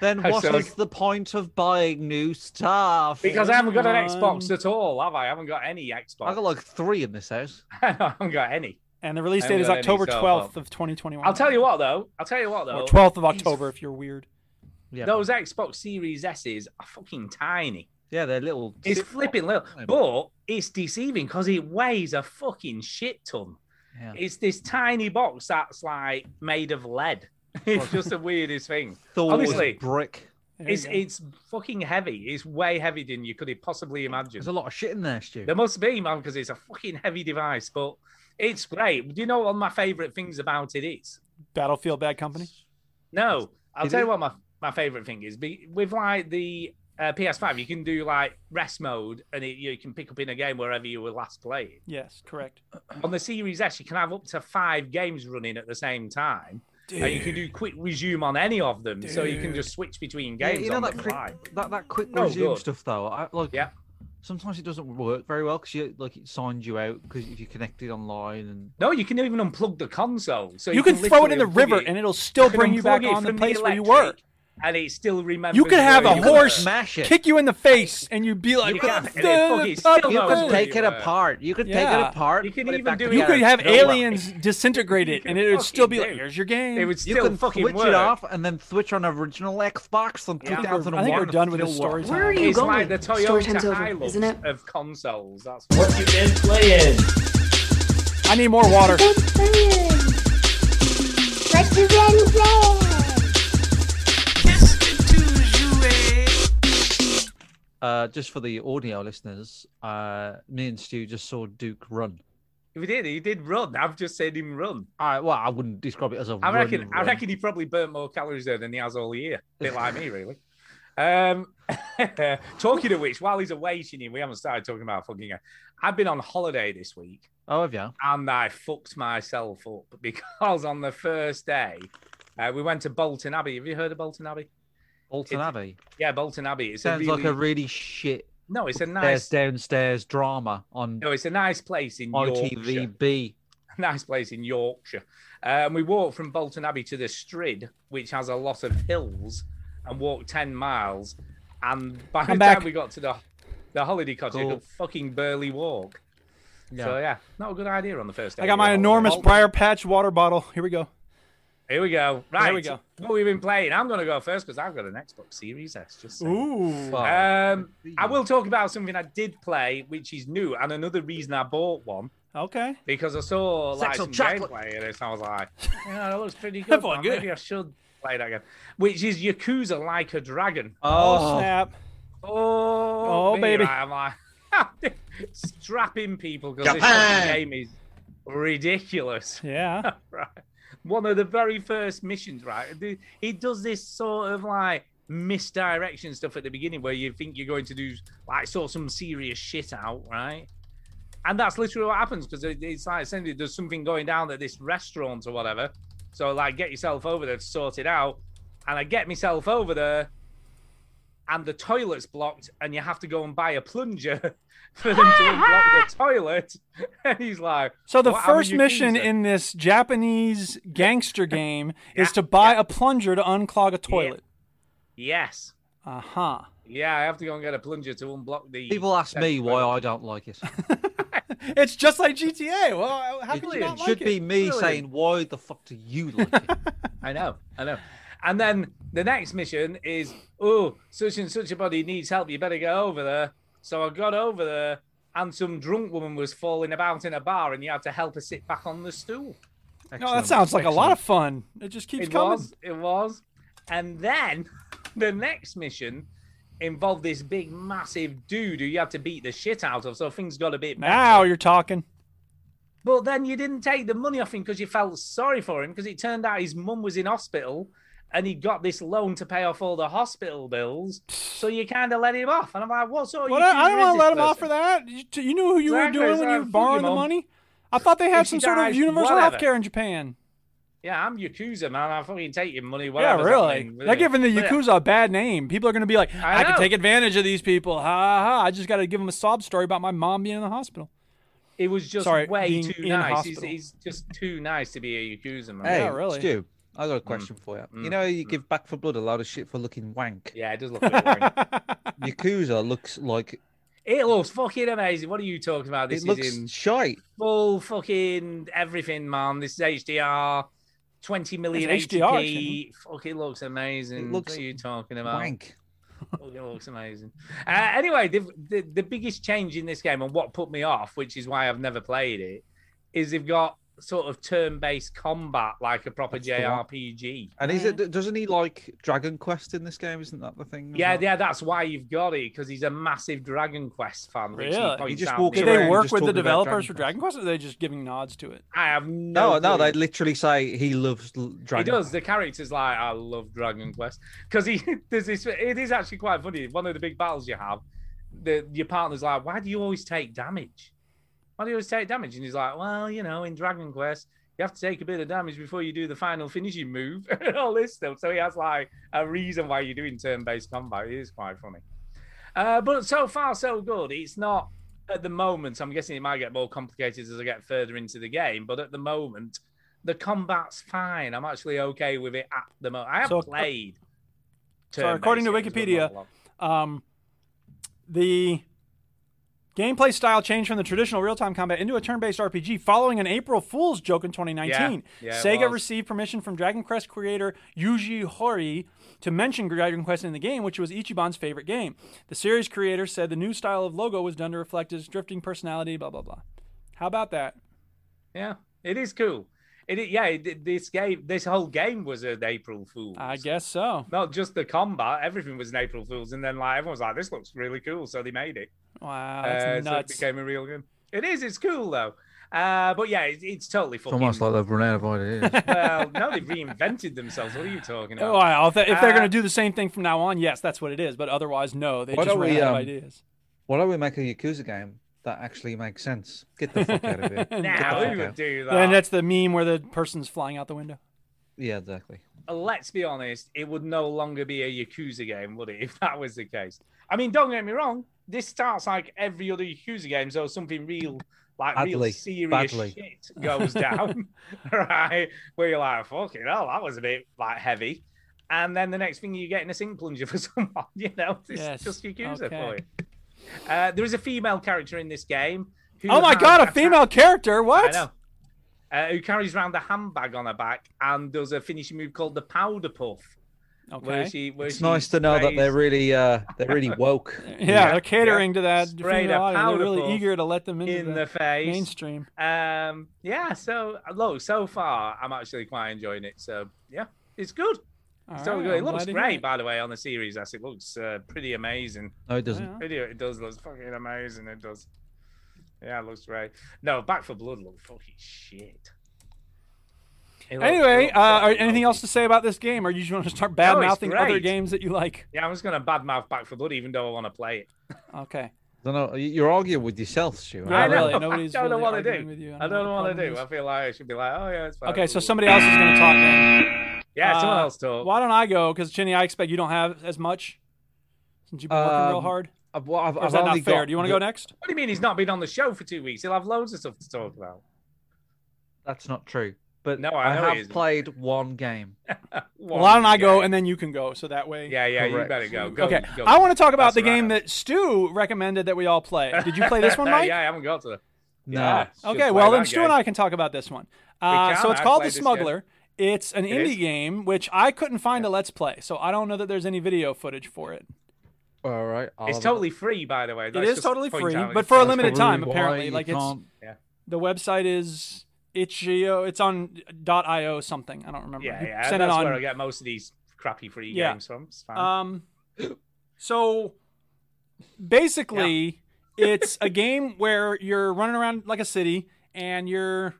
Speaker 3: Then what
Speaker 4: So-
Speaker 3: is the point of buying new stuff?
Speaker 4: Because I haven't got an Xbox
Speaker 1: Um,
Speaker 4: at all, have I? I haven't got any
Speaker 3: I got
Speaker 4: Xbox.
Speaker 3: like three in this house.
Speaker 4: I haven't got any.
Speaker 1: And the release
Speaker 4: I
Speaker 1: date
Speaker 4: haven't
Speaker 1: is
Speaker 4: got any
Speaker 1: October
Speaker 4: cell
Speaker 1: 12th of 2021.
Speaker 4: I'll tell you what, though. I'll tell you what,
Speaker 1: Or
Speaker 4: though.
Speaker 1: 12th of
Speaker 4: These-
Speaker 1: October if you're weird.
Speaker 3: Yeah.
Speaker 4: Those Xbox Series S's are fucking tiny.
Speaker 3: Yeah, they're little.
Speaker 4: It's
Speaker 3: zip-
Speaker 4: flipping little, but it's deceiving because it weighs a fucking shit ton.
Speaker 3: Yeah.
Speaker 4: It's this tiny box that's like made of lead. It's just the weirdest thing.
Speaker 3: Thor
Speaker 4: honestly.
Speaker 3: was brick.
Speaker 1: There you
Speaker 4: It's
Speaker 1: go.
Speaker 4: it's fucking heavy. It's way heavier than you could have possibly imagine.
Speaker 3: There's a lot of shit in there, Stu.
Speaker 4: There must be, man, because it's a fucking heavy device, but it's great. Do you know what one of my favorite things about it is?
Speaker 1: Battlefield Bad Company.
Speaker 4: No, I'll
Speaker 3: Is
Speaker 4: tell
Speaker 3: it?
Speaker 4: you what my, my favorite thing is. Be, with like the uh, PS5, you can do like rest mode and it, you can pick up in a game wherever you were last playing.
Speaker 1: Yes, correct.
Speaker 4: On the Series S, you can have up to five games running at the same time. And you can do quick resume on any of them, so you can just switch between
Speaker 3: Yeah,
Speaker 4: games
Speaker 3: you know
Speaker 4: on
Speaker 3: that
Speaker 4: the
Speaker 3: quick,
Speaker 4: fly.
Speaker 3: that that quick
Speaker 4: No
Speaker 3: resume
Speaker 4: good.
Speaker 3: stuff though. I, like,
Speaker 4: Yeah.
Speaker 3: Sometimes it doesn't work very well because you like it signs you out because if you connected online and
Speaker 4: No, you can even unplug the console. So
Speaker 1: you can, throw it in the
Speaker 4: literally unplug
Speaker 1: river and it'll still
Speaker 4: can
Speaker 1: bring you back
Speaker 4: unplug it
Speaker 1: on the
Speaker 4: from
Speaker 1: place where you were.
Speaker 4: electric and it still remembers.
Speaker 1: You could have
Speaker 4: where
Speaker 1: a
Speaker 4: you
Speaker 1: horse
Speaker 4: were.
Speaker 3: smash it.
Speaker 1: kick you in the face, and you'd be like,
Speaker 4: You can-
Speaker 1: "What
Speaker 4: it
Speaker 1: the
Speaker 4: fucking still
Speaker 1: fuck
Speaker 3: You
Speaker 4: No,
Speaker 1: is
Speaker 4: no,
Speaker 3: could
Speaker 1: this?"
Speaker 3: take it
Speaker 4: you, uh,
Speaker 3: apart. You could take
Speaker 1: Yeah.
Speaker 3: it apart.
Speaker 4: You can
Speaker 3: put it
Speaker 4: even
Speaker 3: back
Speaker 4: do it.
Speaker 1: You
Speaker 3: together,
Speaker 1: could have
Speaker 3: throw it.
Speaker 1: aliens disintegrate it, and it would still be like,
Speaker 4: fucking do.
Speaker 1: "Here's your game."
Speaker 4: It would
Speaker 3: You
Speaker 4: still
Speaker 3: can
Speaker 4: fucking
Speaker 3: switch
Speaker 4: work.
Speaker 3: it off and then switch on original Xbox from
Speaker 4: Yeah. I think we're- I think
Speaker 3: 2001.
Speaker 1: I think we're
Speaker 3: It
Speaker 1: done with this
Speaker 3: still works.
Speaker 1: story.
Speaker 8: Where are
Speaker 1: time.
Speaker 8: you
Speaker 4: It's
Speaker 8: going?
Speaker 4: like the
Speaker 8: Story time's
Speaker 4: Toyota
Speaker 8: over,
Speaker 4: Hilux
Speaker 8: isn't it?
Speaker 4: of consoles. That's
Speaker 10: What you been playing?
Speaker 1: I need more water.
Speaker 6: What you been playing?
Speaker 3: Uh, just for the audio listeners, uh, me and Stu just saw Duke run.
Speaker 4: If he did, he did run. I've just seen him run.
Speaker 3: I well, I wouldn't describe it as a
Speaker 4: I reckon.
Speaker 3: run,
Speaker 4: I
Speaker 3: run.
Speaker 4: reckon he probably burnt more calories there than he has all year. bit like me, really. Um, talking of which, while he's away, Shinny, we haven't started talking about fucking. uh, I've been on holiday this week.
Speaker 3: Oh, have you?
Speaker 4: and I fucked myself up because on the first day, uh, we went to Bolton Abbey. Have you heard of Bolton Abbey?
Speaker 3: Alton
Speaker 4: It's-
Speaker 3: Abbey
Speaker 4: Yeah, Bolton Abbey. It's
Speaker 3: sounds
Speaker 4: a really,
Speaker 3: like a really shit
Speaker 4: no. It's a
Speaker 3: upstairs
Speaker 4: nice
Speaker 3: downstairs drama on
Speaker 4: no. It's a nice place in
Speaker 3: on
Speaker 4: Yorkshire.
Speaker 3: TVB.
Speaker 4: Nice place in Yorkshire. Uh, and we walked from Bolton Abbey to the Strid, which has a lot of hills, and walked ten miles. And by the
Speaker 1: I'm back.
Speaker 4: time we got to the the holiday cottage,
Speaker 3: Cool.
Speaker 4: I could fucking barely walk. So yeah, not a good idea on the first day.
Speaker 1: I
Speaker 4: of
Speaker 1: got my
Speaker 4: your holiday.
Speaker 1: enormous
Speaker 4: Bolton-
Speaker 1: briar patch water bottle. Here we go.
Speaker 4: Here we go. Right.
Speaker 1: we go.
Speaker 4: What we've been playing. I'm going to go first because I've got an Xbox Series S. Just saying.
Speaker 1: Ooh.
Speaker 3: Fuck.
Speaker 4: Um, I will talk about something I did play, which is new, and another reason I bought one
Speaker 1: Okay.
Speaker 4: because I saw like
Speaker 3: Sex or
Speaker 4: some
Speaker 3: chocolate?
Speaker 4: gameplay of this, and I was like, "Yeah, that looks pretty good.
Speaker 1: Fun,
Speaker 4: man.
Speaker 1: good.
Speaker 4: Maybe I should play that game." Which is Yakuza Like a Dragon.
Speaker 1: Oh,
Speaker 3: oh,
Speaker 1: snap.
Speaker 4: Oh,
Speaker 1: Oh,
Speaker 4: me,
Speaker 1: baby.
Speaker 4: right, I'm like strapping people because this
Speaker 10: Japan.
Speaker 4: fucking game is ridiculous.
Speaker 1: Yeah.
Speaker 4: right. One of the very first missions, right? the- He does this sort of like misdirection stuff at the beginning where you think you're going to do like sort some serious shit out, right? And that's literally what happens because it's like suddenly there's something going down at this restaurant or whatever. So like get yourself over there to sort it out. And I get myself over there and the toilet's blocked and you have to go and buy a plunger for them to unblock the toilet. and he's like,
Speaker 1: So the
Speaker 4: "What, I'm a
Speaker 1: first mission
Speaker 4: Yakuza."
Speaker 1: in this Japanese gangster game is to buy a plunger to unclog a toilet.
Speaker 4: Yes.
Speaker 1: Uh huh.
Speaker 4: Yeah, I have to go and get a plunger to unblock the.
Speaker 3: people ask me why I don't like it.
Speaker 1: It's just like GTA. Well, how can you
Speaker 3: It,
Speaker 1: not like
Speaker 3: should
Speaker 1: it?
Speaker 3: be me
Speaker 4: Brilliant.
Speaker 3: saying, "Why the fuck do you like it?"
Speaker 4: I know, I know. And then the next mission is, oh, such and such a body needs help. You better go over there. So I got over there, and some drunk woman was falling about in a bar, and you had to help her sit back on the stool.
Speaker 1: No, that sounds like a lot of fun. It just keeps
Speaker 4: it
Speaker 1: coming.
Speaker 4: was, it was. And then the next mission involved this big, massive dude who you had to beat the shit out of. So things got a bit better.
Speaker 1: Now you're talking.
Speaker 4: But then you didn't take the money off him because you felt sorry for him because it turned out his mum was in hospital and he got this loan to pay off all the hospital bills. So you kind of let him off. And I'm like, what sort of
Speaker 1: Well, I, I
Speaker 4: Yakuza
Speaker 1: don't
Speaker 4: is
Speaker 1: want to
Speaker 4: this
Speaker 1: let him off
Speaker 4: person?
Speaker 1: for that. You, t- you knew who you
Speaker 4: Exactly,
Speaker 1: were doing
Speaker 4: so
Speaker 1: when you were
Speaker 4: fuck you,
Speaker 1: borrowing the
Speaker 4: Mom.
Speaker 1: money. I thought they had
Speaker 4: If she
Speaker 1: some sort of
Speaker 4: dies,
Speaker 1: universal
Speaker 4: whatever.
Speaker 1: healthcare in Japan.
Speaker 4: Yeah, I'm Yakuza, man. I fucking take your money. Whatever.
Speaker 1: yeah, really. They're giving the Yakuza a bad name. People are going to be like,
Speaker 4: I
Speaker 1: I, can
Speaker 4: know.
Speaker 1: take advantage of these people. Ha ha. I just got to give them a sob story about my mom being in the hospital.
Speaker 4: It was just
Speaker 1: Sorry,
Speaker 4: way
Speaker 1: being
Speaker 4: too
Speaker 1: in
Speaker 4: nice. He's,
Speaker 1: hospital.
Speaker 4: he's just too nice to be a Yakuza, man.
Speaker 3: Hey,
Speaker 1: Yeah, really.
Speaker 3: Stu, I
Speaker 4: Mm.
Speaker 3: got a question for you. You know, you give Back for Blood a lot of shit for looking wank.
Speaker 4: Yeah, it does look a bit boring.
Speaker 3: Yakuza looks like
Speaker 4: It looks fucking amazing. What are you talking about?
Speaker 3: it
Speaker 4: This is
Speaker 3: looks
Speaker 4: in
Speaker 3: shite.
Speaker 4: full fucking everything, man. This is HDR, 20 million
Speaker 1: It's HDR,
Speaker 4: HDR, Fucking looks amazing.
Speaker 3: It looks
Speaker 4: what are you talking about?
Speaker 3: Wank.
Speaker 4: Fucking looks amazing. Uh, anyway, the, the the biggest change in this game and what put me off, which is why I've never played it, is they've got sort of turn-based combat like a proper
Speaker 3: the one.
Speaker 4: JRPG.
Speaker 3: And is it? Doesn't he like Dragon Quest in this game? Isn't that the thing? as
Speaker 4: Yeah,
Speaker 3: well?
Speaker 4: yeah, that's why you've got it because he's a massive Dragon Quest fan. Which
Speaker 1: Really?
Speaker 4: he
Speaker 1: He
Speaker 4: points
Speaker 3: just
Speaker 4: out
Speaker 3: walks
Speaker 4: in
Speaker 1: Did
Speaker 4: the-
Speaker 1: they
Speaker 3: around
Speaker 1: work
Speaker 3: just
Speaker 1: with the
Speaker 3: talking about
Speaker 1: developers
Speaker 3: Dragon
Speaker 1: for Dragon Quest, or are they just giving nods to it?
Speaker 4: I have no.
Speaker 3: No, no,
Speaker 4: clue.
Speaker 3: they literally say he loves l-
Speaker 4: He
Speaker 3: Dragon.
Speaker 4: does. The character's like, I love Dragon Quest because he there's this. It is actually quite funny. One of the big battles you have, the your partner's like, why do you always take damage? Why do you always take damage? And he's like, well, you know, in Dragon Quest, you have to take a bit of damage before you do the final finishing move and all this stuff. So he has like a reason why you're doing turn-based combat. It is quite funny. Uh, but so far, so good. It's not at the moment. I'm guessing it might get more complicated as I get further into the game. But at the moment, the combat's fine. I'm actually okay with it at the moment. I have
Speaker 1: So-
Speaker 4: played
Speaker 1: So according to
Speaker 4: turn-based games, but
Speaker 1: Wikipedia,
Speaker 4: not a lot.
Speaker 1: Um, the gameplay style changed from the traditional real-time combat into a turn-based RPG following an April Fool's joke in 2019.
Speaker 4: Yeah, yeah, it
Speaker 1: Sega
Speaker 4: was.
Speaker 1: received permission from Dragon Quest creator Yuji Horii to mention Dragon Quest in the game, which was Ichiban's favorite game. The series creator said the new style of logo was done to reflect his drifting personality, blah blah blah. How about that?
Speaker 4: Yeah, it is cool. It, i- yeah, it, this game, this whole game was an April Fool's.
Speaker 1: I guess so.
Speaker 4: Not just the combat, everything was an April Fool's, and then like everyone was like, "This looks really cool," so they made it.
Speaker 1: Wow, that's
Speaker 4: Uh, so it
Speaker 1: nuts.
Speaker 4: became a real game. It is. It's cool though. Uh, but yeah, it's, it's totally
Speaker 3: It's
Speaker 4: fucking.
Speaker 3: almost like they've run out of ideas.
Speaker 4: well, no, they've reinvented themselves. What are you talking
Speaker 1: Oh,
Speaker 4: about?
Speaker 1: wow. If, they- if they're
Speaker 4: Uh,
Speaker 1: going to do the same thing from now on, yes, that's what it is. But otherwise, no. They
Speaker 3: Why
Speaker 1: just
Speaker 3: don't
Speaker 1: ran
Speaker 3: we,
Speaker 1: out of
Speaker 3: um,
Speaker 1: ideas.
Speaker 3: Why don't we make a Yakuza game that actually makes sense? Get the fuck out of here. Get the
Speaker 4: Nah,
Speaker 3: fuck
Speaker 4: we
Speaker 3: out.
Speaker 4: would do that.
Speaker 1: And that's the meme where the person's flying out the window.
Speaker 3: Yeah, exactly.
Speaker 4: let's be honest, it would no longer be a Yakuza game, would it, if that was the case? I mean, don't get me wrong, this starts like every other Yakuza game, so something real, like
Speaker 3: Badly,
Speaker 4: real serious
Speaker 3: badly.
Speaker 4: shit goes down, right? Where you're like, fucking hell, that was a bit like heavy. And then the next thing you get in a sink plunger for someone, you know, it's
Speaker 1: Yes,
Speaker 4: just Yakuza for
Speaker 1: okay.
Speaker 4: you. Uh, there is a female character in this game. who
Speaker 1: Oh my
Speaker 4: has
Speaker 1: god, a
Speaker 4: ta-
Speaker 1: female character?
Speaker 4: I
Speaker 1: What?
Speaker 4: know. Uh, who carries around a handbag on her back and does a finishing move called the powder puff. Where
Speaker 1: Okay.
Speaker 4: she, where
Speaker 3: It's
Speaker 4: she
Speaker 3: nice to know that
Speaker 4: sprays-
Speaker 3: they're really uh they're really woke.
Speaker 1: Yeah, they're catering to that
Speaker 4: Straight
Speaker 1: female
Speaker 4: up
Speaker 1: audience. They're really
Speaker 4: powerful
Speaker 1: eager to let them into
Speaker 4: in the face.
Speaker 1: mainstream.
Speaker 4: Um, yeah. So look, so far I'm actually quite enjoying it. So yeah, it's good.
Speaker 1: All
Speaker 4: So
Speaker 1: right,
Speaker 4: good.
Speaker 1: I'm
Speaker 4: It looks
Speaker 1: glad to hear
Speaker 4: great,
Speaker 1: it.
Speaker 4: by the way, on the series. As it looks uh, pretty amazing.
Speaker 3: No, it doesn't.
Speaker 4: Video, it does look fucking amazing. It does. Yeah, it looks great. No, Back for Blood looked fucking shit. It looked- it
Speaker 1: Anyway,
Speaker 4: looked
Speaker 1: uh, are,
Speaker 4: fucking
Speaker 1: anything
Speaker 4: awful.
Speaker 1: else to say about this game, or you just want to start bad
Speaker 4: No, it's
Speaker 1: mouthing other
Speaker 4: great.
Speaker 1: games that you like?
Speaker 4: Yeah, I'm just gonna badmouth Back for Blood, even though I want to play it.
Speaker 1: Okay.
Speaker 3: I don't know. you- You're arguing with yourself, Stu. uh,
Speaker 1: Yeah,
Speaker 4: I know.
Speaker 1: really,
Speaker 4: I
Speaker 1: nobody's
Speaker 4: don't know
Speaker 1: really
Speaker 4: what to
Speaker 1: arguing
Speaker 4: do.
Speaker 1: with you. I
Speaker 4: I
Speaker 1: don't
Speaker 4: don't,
Speaker 1: know what
Speaker 4: know
Speaker 1: the
Speaker 4: what to
Speaker 1: problem
Speaker 4: do.
Speaker 1: is.
Speaker 4: I feel like I should be like, oh yeah, it's fine.
Speaker 1: Okay, so
Speaker 4: Ooh.
Speaker 1: somebody else is going to talk then.
Speaker 4: Yeah, someone
Speaker 1: uh,
Speaker 4: else talk.
Speaker 1: Why don't I go? Because, Chinny, I expect you don't have as much since you've been working real
Speaker 3: Um,
Speaker 1: hard.
Speaker 3: I've, well, I've,
Speaker 1: Or is
Speaker 3: I've
Speaker 1: that
Speaker 3: only
Speaker 1: not fair?
Speaker 3: got
Speaker 1: Do you want to
Speaker 3: the-
Speaker 1: go next?
Speaker 4: What do you mean he's not been on the show for two weeks? He'll have loads of stuff to talk about.
Speaker 3: That's not true. But
Speaker 4: No, I
Speaker 3: I,
Speaker 4: know it
Speaker 3: have
Speaker 4: isn't.
Speaker 3: played one game.
Speaker 1: Well, why don't I
Speaker 4: One
Speaker 1: go
Speaker 4: game.
Speaker 1: and then you can go? So that way.
Speaker 4: Yeah, yeah, you
Speaker 3: Correct.
Speaker 4: better go. go
Speaker 1: okay.
Speaker 4: go.
Speaker 1: I want to talk about
Speaker 4: That's
Speaker 1: the
Speaker 4: right.
Speaker 1: game that Stu recommended that we all play. Did you play this one, Mike?
Speaker 4: yeah, I haven't got to.
Speaker 3: No.
Speaker 4: Yeah, should
Speaker 1: Okay,
Speaker 4: play
Speaker 1: well then
Speaker 4: that
Speaker 1: Stu
Speaker 4: game.
Speaker 1: and I can talk about this one. Uh,
Speaker 4: can.
Speaker 1: so it's
Speaker 4: I
Speaker 1: called The
Speaker 4: played this game.
Speaker 1: Smuggler. It's an indie
Speaker 4: is?
Speaker 1: game which I couldn't find a let's play, so I don't know that there's any video footage for it.
Speaker 3: All right. I'll
Speaker 4: It's
Speaker 3: have
Speaker 4: totally free, by the way.
Speaker 1: it
Speaker 4: Let's
Speaker 1: is
Speaker 4: just
Speaker 1: totally
Speaker 4: point
Speaker 1: free,
Speaker 4: out
Speaker 1: but
Speaker 4: it's
Speaker 1: for a
Speaker 4: free.
Speaker 1: limited time
Speaker 3: Probably why
Speaker 1: apparently.
Speaker 3: you
Speaker 1: Like it's
Speaker 3: can't-
Speaker 1: the website is itch.io. It's on .io something. I don't remember.
Speaker 4: Yeah,
Speaker 1: You
Speaker 4: yeah.
Speaker 1: sent it
Speaker 4: that's
Speaker 1: on-
Speaker 4: where I get most of these crappy free
Speaker 1: Yeah.
Speaker 4: games from. It's fine.
Speaker 1: Um, so basically, it's a game where you're running around like a city and you're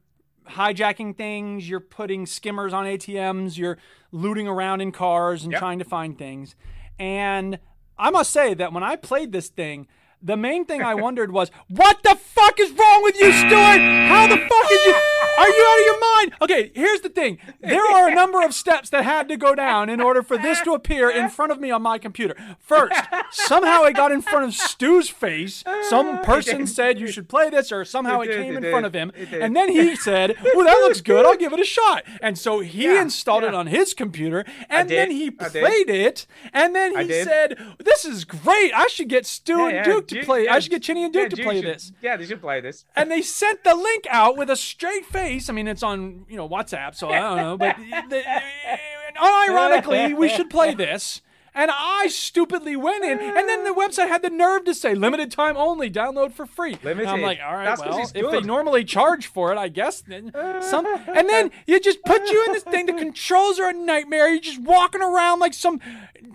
Speaker 1: hijacking things, you're putting skimmers on ATMs, you're looting around in cars and
Speaker 4: Yeah.
Speaker 1: trying to find things. And I must say that when I played this thing, the main thing I wondered was, what the fuck is wrong with you, Stuart? How the fuck is you? Are you out of your mind? Okay, here's the thing. There are a number of steps that had to go down in order for this to appear in front of me on my computer. First, somehow it got in front of Stu's face. Some person said you should play this, or somehow it,
Speaker 4: It did,
Speaker 1: came
Speaker 4: it
Speaker 1: in
Speaker 4: did,
Speaker 1: front of him.
Speaker 4: it did.
Speaker 1: And then he said, "Well, that looks good. I'll give it a shot." And so he installed it
Speaker 4: yeah.
Speaker 1: on his computer, and
Speaker 4: did,
Speaker 1: then he
Speaker 4: I did.
Speaker 1: played it, and then
Speaker 4: I
Speaker 1: he
Speaker 4: did.
Speaker 1: said, "This is great. I should get Stu
Speaker 4: Yeah,
Speaker 1: and
Speaker 4: yeah,
Speaker 1: Duke
Speaker 4: Ju-
Speaker 1: to play.
Speaker 4: yeah,
Speaker 1: I should get Chinny and Duke
Speaker 4: yeah,
Speaker 1: to
Speaker 4: Ju
Speaker 1: play
Speaker 4: should-
Speaker 1: this."
Speaker 4: Yeah, they should play this.
Speaker 1: and they sent the link out with a straight face. I mean, it's on you know WhatsApp, so I don't know. But the, unironically, we should play this. And I stupidly went in, and then the website had the nerve to say limited time only, download for free. And I'm
Speaker 4: Limited.
Speaker 1: like, all right,
Speaker 4: That's 'cause
Speaker 1: well,
Speaker 4: it's
Speaker 1: if they
Speaker 4: good.
Speaker 1: normally charge for it, I guess then some. And then you just put you in this thing. The controls are a nightmare. You're just walking around like some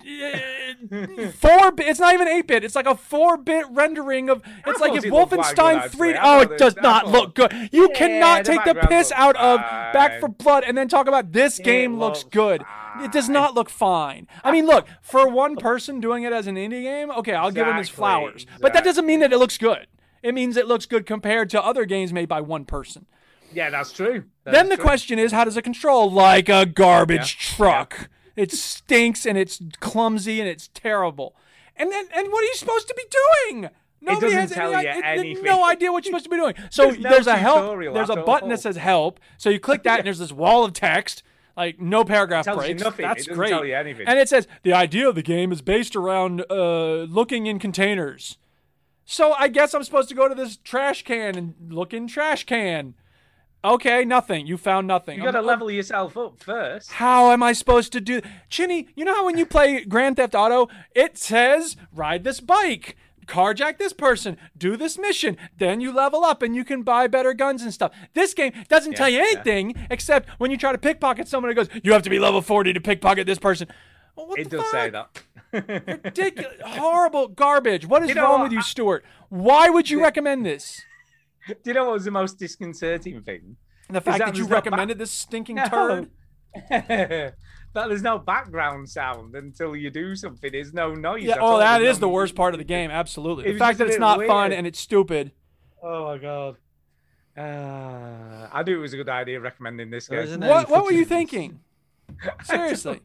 Speaker 1: uh, four. bit It's not even eight bit. It's like a four bit rendering of. It's like
Speaker 4: thought
Speaker 1: if
Speaker 4: it looked like good,
Speaker 1: Wolfenstein
Speaker 4: actually.
Speaker 1: three.
Speaker 4: I
Speaker 1: Oh,
Speaker 4: thought
Speaker 1: it
Speaker 4: it-
Speaker 1: does
Speaker 4: I
Speaker 1: not
Speaker 4: thought-
Speaker 1: look good. You
Speaker 4: Yeah,
Speaker 1: cannot
Speaker 4: the
Speaker 1: take the
Speaker 4: background
Speaker 1: piss
Speaker 4: looks
Speaker 1: out of Back for
Speaker 4: fine.
Speaker 1: Blood and then talk about this game looks,
Speaker 4: looks
Speaker 1: good. It does not look fine. I mean, look, for one person doing it as an indie game, okay, I'll give him his
Speaker 4: Exactly,
Speaker 1: flowers. But that doesn't mean that it looks good. It means it looks good compared to other games made by one person.
Speaker 4: Yeah, that's true. That
Speaker 1: then
Speaker 4: is
Speaker 1: the
Speaker 4: true.
Speaker 1: question is how does it control like a garbage truck? It stinks and it's clumsy and it's terrible. And then and what are you supposed to be doing? Nobody
Speaker 4: doesn't
Speaker 1: has any,
Speaker 4: tell
Speaker 1: i-
Speaker 4: you
Speaker 1: it- it-
Speaker 4: anything.
Speaker 1: no idea what you're supposed to be doing. So
Speaker 4: There's
Speaker 1: there's,
Speaker 4: no
Speaker 1: a help.
Speaker 4: tutorial
Speaker 1: There's
Speaker 4: at
Speaker 1: a button
Speaker 4: all.
Speaker 1: that says help. So you click that and there's this wall of text. Like no paragraph
Speaker 4: tells you
Speaker 1: breaks.
Speaker 4: nothing. It
Speaker 1: That's
Speaker 4: doesn't
Speaker 1: great.
Speaker 4: tell you anything.
Speaker 1: And it says the idea of the game is based around uh, looking in containers. So I guess I'm supposed to go to this trash can and look in trash can. Okay, nothing. You found nothing.
Speaker 4: You got to
Speaker 1: I'm-
Speaker 4: level yourself up first.
Speaker 1: how am I supposed to do? Chinny, you know how when you play Grand Theft Auto, it says ride this bike, carjack this person, do this mission, then you level up and you can buy better guns and stuff. This game doesn't tell you
Speaker 4: yeah.
Speaker 1: anything except when you try to pickpocket someone, it goes, you have to be level 40 to pickpocket this person. Well, What
Speaker 4: It
Speaker 1: the
Speaker 4: does say
Speaker 1: fuck?
Speaker 4: that.
Speaker 1: Ridiculous, horrible garbage. What is
Speaker 4: You know,
Speaker 1: wrong with you,
Speaker 4: I-
Speaker 1: Stuart? Why would you recommend this?
Speaker 4: Do you know what was the most disconcerting thing?
Speaker 1: The fact that, you
Speaker 4: that there's no back-
Speaker 1: recommended this stinking
Speaker 4: No.
Speaker 1: turd.
Speaker 4: that there's no background sound until you do something. There's no noise.
Speaker 1: Yeah,
Speaker 4: at all.
Speaker 1: oh, that
Speaker 4: There's
Speaker 1: is the
Speaker 4: no
Speaker 1: worst
Speaker 4: music.
Speaker 1: part of the game. Absolutely.
Speaker 4: It
Speaker 1: The
Speaker 4: was
Speaker 1: fact
Speaker 4: just a
Speaker 1: that it's
Speaker 4: bit
Speaker 1: not fun
Speaker 4: weird.
Speaker 1: and it's stupid.
Speaker 4: Oh my god. Uh, I knew it was a good idea recommending this
Speaker 1: Oh,
Speaker 3: There
Speaker 4: game.
Speaker 3: isn't
Speaker 1: What,
Speaker 3: any
Speaker 1: what were you
Speaker 3: footage.
Speaker 1: thinking? Seriously,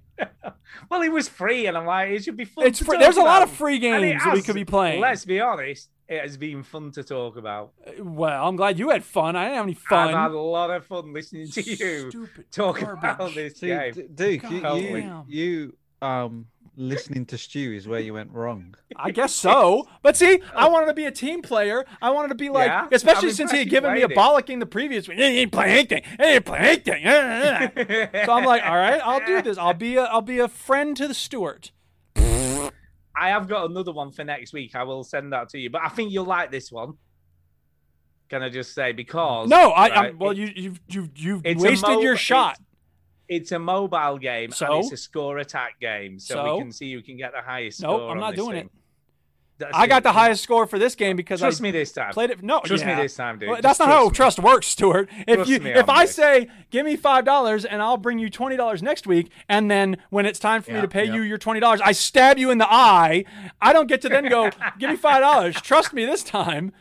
Speaker 4: well, it was free, and I'm like, it should be fun.
Speaker 1: it's
Speaker 4: to
Speaker 1: free.
Speaker 4: talk
Speaker 1: There's a lot of
Speaker 4: about.
Speaker 1: free
Speaker 4: And it
Speaker 1: games that we
Speaker 4: has-
Speaker 1: could be playing.
Speaker 4: Let's be honest, it has been fun to talk about.
Speaker 1: Uh, Well, I'm glad you had fun. I didn't have any
Speaker 4: I've had
Speaker 1: fun.
Speaker 4: a lot of fun listening to you
Speaker 1: Stupid
Speaker 4: talk
Speaker 1: garbage.
Speaker 4: about this
Speaker 3: See,
Speaker 4: game.
Speaker 3: D- Duke, you,
Speaker 4: God.
Speaker 3: you,
Speaker 1: Damn.
Speaker 3: you, um, listening to Stew is where you went wrong.
Speaker 1: I guess so. But see, I wanted to be a team player. I wanted to be like,
Speaker 4: Yeah?
Speaker 1: especially
Speaker 4: I'm
Speaker 1: since he had
Speaker 4: impressed you
Speaker 1: given me a
Speaker 4: played it.
Speaker 1: bollocking the previous week. You ain't playing anything. You ain't playing anything. so I'm like, all right, I'll do this. I'll be a, I'll be a friend to the Stuart.
Speaker 4: I have got another one for next week. I will send that to you, but I think you'll like this one. Can I just say because
Speaker 1: No, I, I'm,
Speaker 4: right,
Speaker 1: well,
Speaker 4: it-
Speaker 1: you, you've, you've, you've
Speaker 4: it's a
Speaker 1: wasted
Speaker 4: mo-
Speaker 1: your
Speaker 4: it's-
Speaker 1: shot.
Speaker 4: it's a mobile game
Speaker 1: So?
Speaker 4: and it's a score attack game, so,
Speaker 1: So?
Speaker 4: we can see who can get the highest.
Speaker 1: Nope,
Speaker 4: score
Speaker 1: I'm
Speaker 4: on
Speaker 1: not
Speaker 4: this
Speaker 1: doing
Speaker 4: thing.
Speaker 1: it.
Speaker 4: That's
Speaker 1: I got
Speaker 4: it.
Speaker 1: the highest score for this game because
Speaker 4: Trust
Speaker 1: I
Speaker 4: me this time.
Speaker 1: played it. No,
Speaker 4: Trust me
Speaker 1: yeah.
Speaker 4: this time, dude.
Speaker 1: Well,
Speaker 4: Just
Speaker 1: that's not how
Speaker 4: trust
Speaker 1: trust
Speaker 4: me.
Speaker 1: works, Stuart. If
Speaker 4: Trust
Speaker 1: you,
Speaker 4: me
Speaker 1: if
Speaker 4: on
Speaker 1: I
Speaker 4: this.
Speaker 1: say, give me five dollars and I'll bring you twenty dollars next week, and then when it's time for me
Speaker 3: Yeah,
Speaker 1: to pay
Speaker 3: yeah.
Speaker 1: you your twenty dollars, I stab you in the eye. I don't get to then go, give me five dollars. Trust me this time,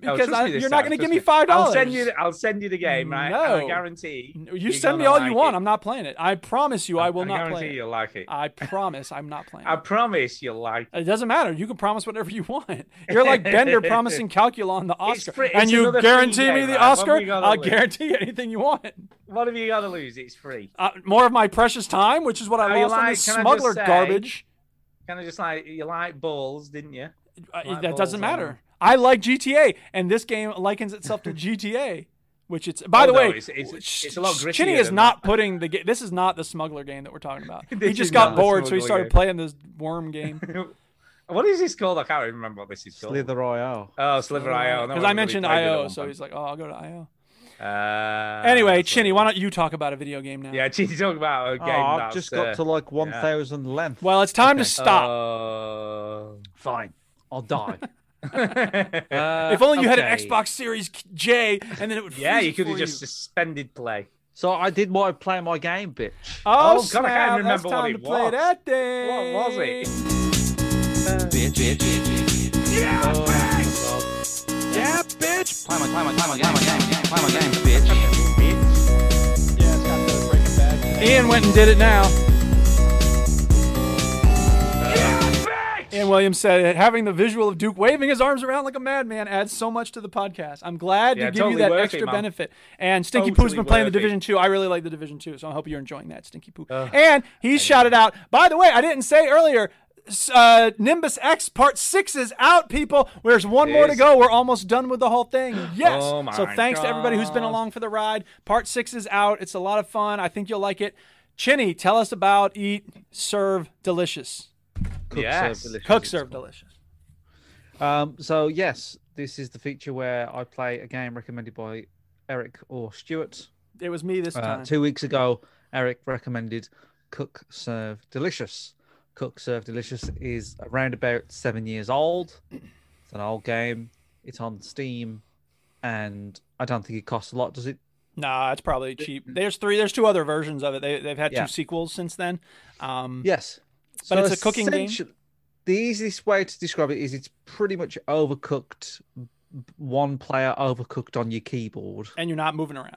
Speaker 4: No,
Speaker 1: because
Speaker 4: Oh, trust
Speaker 1: I,
Speaker 4: me this
Speaker 1: you're not
Speaker 4: time,
Speaker 1: going to give
Speaker 4: trust
Speaker 1: me five dollars.
Speaker 4: I'll send you. The, I'll send you the game, right? And
Speaker 1: No.
Speaker 4: I guarantee.
Speaker 1: You
Speaker 4: you're
Speaker 1: send me
Speaker 4: gonna
Speaker 1: all
Speaker 4: like
Speaker 1: you want.
Speaker 4: it.
Speaker 1: I'm not playing it. I promise you, I will not
Speaker 4: guarantee
Speaker 1: play it.
Speaker 4: you'll like it. I,
Speaker 1: I promise, I'm not playing. it.
Speaker 4: promise you'll like it.
Speaker 1: It doesn't matter. You can promise whatever you want. You're like Bender promising Calcula on the Oscar,
Speaker 4: free-
Speaker 1: and
Speaker 4: it's
Speaker 1: you
Speaker 4: another free
Speaker 1: guarantee
Speaker 4: game,
Speaker 1: me the
Speaker 4: right? What
Speaker 1: Oscar.
Speaker 4: we gotta
Speaker 1: I'll
Speaker 4: lose?
Speaker 1: guarantee you anything you want.
Speaker 4: What have you got to lose? It's free.
Speaker 1: Uh, more of my precious time, which is what I
Speaker 4: Now, you
Speaker 1: lost on
Speaker 4: like-
Speaker 1: this
Speaker 4: can I
Speaker 1: smuggler
Speaker 4: just say-
Speaker 1: garbage.
Speaker 4: Kind of just like you like balls, didn't you?
Speaker 1: Uh,
Speaker 4: my
Speaker 1: that doesn't
Speaker 4: balls on-
Speaker 1: matter. I like GTA, and this game likens itself to GTA, which it's. By
Speaker 4: Oh,
Speaker 1: the
Speaker 4: no,
Speaker 1: way,
Speaker 4: it's- it's-
Speaker 1: Ch-
Speaker 4: it's a lot
Speaker 1: Ch-
Speaker 4: grittier
Speaker 1: Chinny is
Speaker 4: than
Speaker 1: not putting the. Ga- this is not the smuggler game that we're talking about. he
Speaker 4: This
Speaker 1: just
Speaker 4: is
Speaker 1: got
Speaker 4: not the
Speaker 1: bored, so he
Speaker 4: smuggler
Speaker 1: started
Speaker 4: game.
Speaker 1: playing this worm game.
Speaker 4: what is this called? I can't even remember what this is called.
Speaker 3: Slither IR.
Speaker 4: Oh, Sliver IO.
Speaker 1: Because I mentioned IO, so he's like, "Oh, I'll go to IO."
Speaker 4: Uh,
Speaker 1: Anyway,
Speaker 4: that's what
Speaker 1: Chinny,
Speaker 4: it
Speaker 1: why
Speaker 4: was.
Speaker 1: don't you talk about a video game now?
Speaker 4: Yeah, Chinny, talk about a game.
Speaker 3: Oh, I've
Speaker 4: that's,
Speaker 3: just got
Speaker 4: uh,
Speaker 3: to like 1,000 length.
Speaker 1: Well, it's time to stop.
Speaker 4: Oh.
Speaker 3: fine. I'll die.
Speaker 1: if only you had an
Speaker 3: Uh, okay.
Speaker 1: Xbox Series J, and then it would.
Speaker 4: uh, yeah,
Speaker 1: freeze
Speaker 4: you
Speaker 1: it
Speaker 4: could have
Speaker 1: for
Speaker 4: just suspended play.
Speaker 3: So I did my play my game, bitch.
Speaker 1: Oh,
Speaker 4: Oh, God, I
Speaker 1: snap,
Speaker 4: can't
Speaker 1: that's
Speaker 4: remember what
Speaker 1: time
Speaker 4: it
Speaker 1: to play
Speaker 4: was.
Speaker 1: that thing.
Speaker 4: What was it?
Speaker 3: Oh.
Speaker 1: Ian went and did it now. Ian Williams said, having the visual of Duke waving his arms around like a madman adds so much to the podcast. I'm glad
Speaker 4: Yeah,
Speaker 1: to give
Speaker 4: totally
Speaker 1: you that
Speaker 4: worth it,
Speaker 1: extra
Speaker 4: man.
Speaker 1: benefit. And Stinky
Speaker 4: Totally
Speaker 1: Pooh's been playing the
Speaker 4: worth it.
Speaker 1: Division 2. I really like the Division 2, so I hope you're enjoying that, Stinky Pooh. and he shouted out, by the way, I didn't say earlier, s- uh, Nimbus X Part 6 is out, people. There's one more to
Speaker 4: Is-
Speaker 1: go. We're almost done with the whole thing. Yes.
Speaker 4: Oh my
Speaker 1: so thanks to everybody who's been
Speaker 4: God.
Speaker 1: along along for the ride. Part six is out. It's a lot of fun. I think you'll like it. Chinny, tell us about Eat, Serve, Delicious.
Speaker 3: Cook
Speaker 4: Yes.
Speaker 3: serve delicious.
Speaker 1: Cook, Serve, Delicious.
Speaker 3: Um, so yes, this is the feature where I play a game recommended by Eric or Stuart.
Speaker 1: It was me this
Speaker 3: Uh,
Speaker 1: time.
Speaker 3: two weeks ago, Eric recommended Cook Serve Delicious. Cook Serve Delicious is around about seven years old. It's an old game. It's on Steam, and I don't think it costs a lot, does it?
Speaker 1: Nah, it's probably cheap. There's three. There's two other versions of it. They, they've had
Speaker 3: Yeah.
Speaker 1: two sequels since then. Um,
Speaker 3: Yes,
Speaker 1: But it's a cooking game?
Speaker 3: essentially- The easiest way to describe it is it's pretty much overcooked. b- One player overcooked on your keyboard.
Speaker 1: And you're not moving around.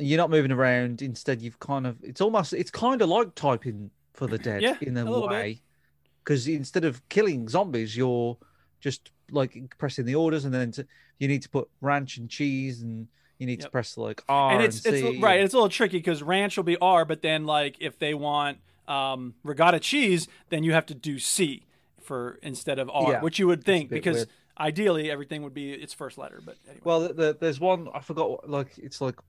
Speaker 3: you're not moving around instead you've kind of it's almost it's kind of like typing for the dead
Speaker 1: Yeah,
Speaker 3: in
Speaker 1: a
Speaker 3: a,
Speaker 1: little bit.
Speaker 3: way because instead of killing zombies you're just like pressing the orders and then to, you need to put ranch and cheese and You need to
Speaker 1: Yep.
Speaker 3: press like R
Speaker 1: and
Speaker 3: and,
Speaker 1: it's it's
Speaker 3: C.
Speaker 1: right. It's a little tricky because ranch will be R, but then like if they want um, regatta cheese, then you have to do C for instead of R,
Speaker 3: Yeah,
Speaker 1: which you would think
Speaker 3: bit
Speaker 1: because
Speaker 3: weird.
Speaker 1: ideally everything would be its first letter. But anyway.
Speaker 3: Well, th th there's one I forgot. what- Like it's like,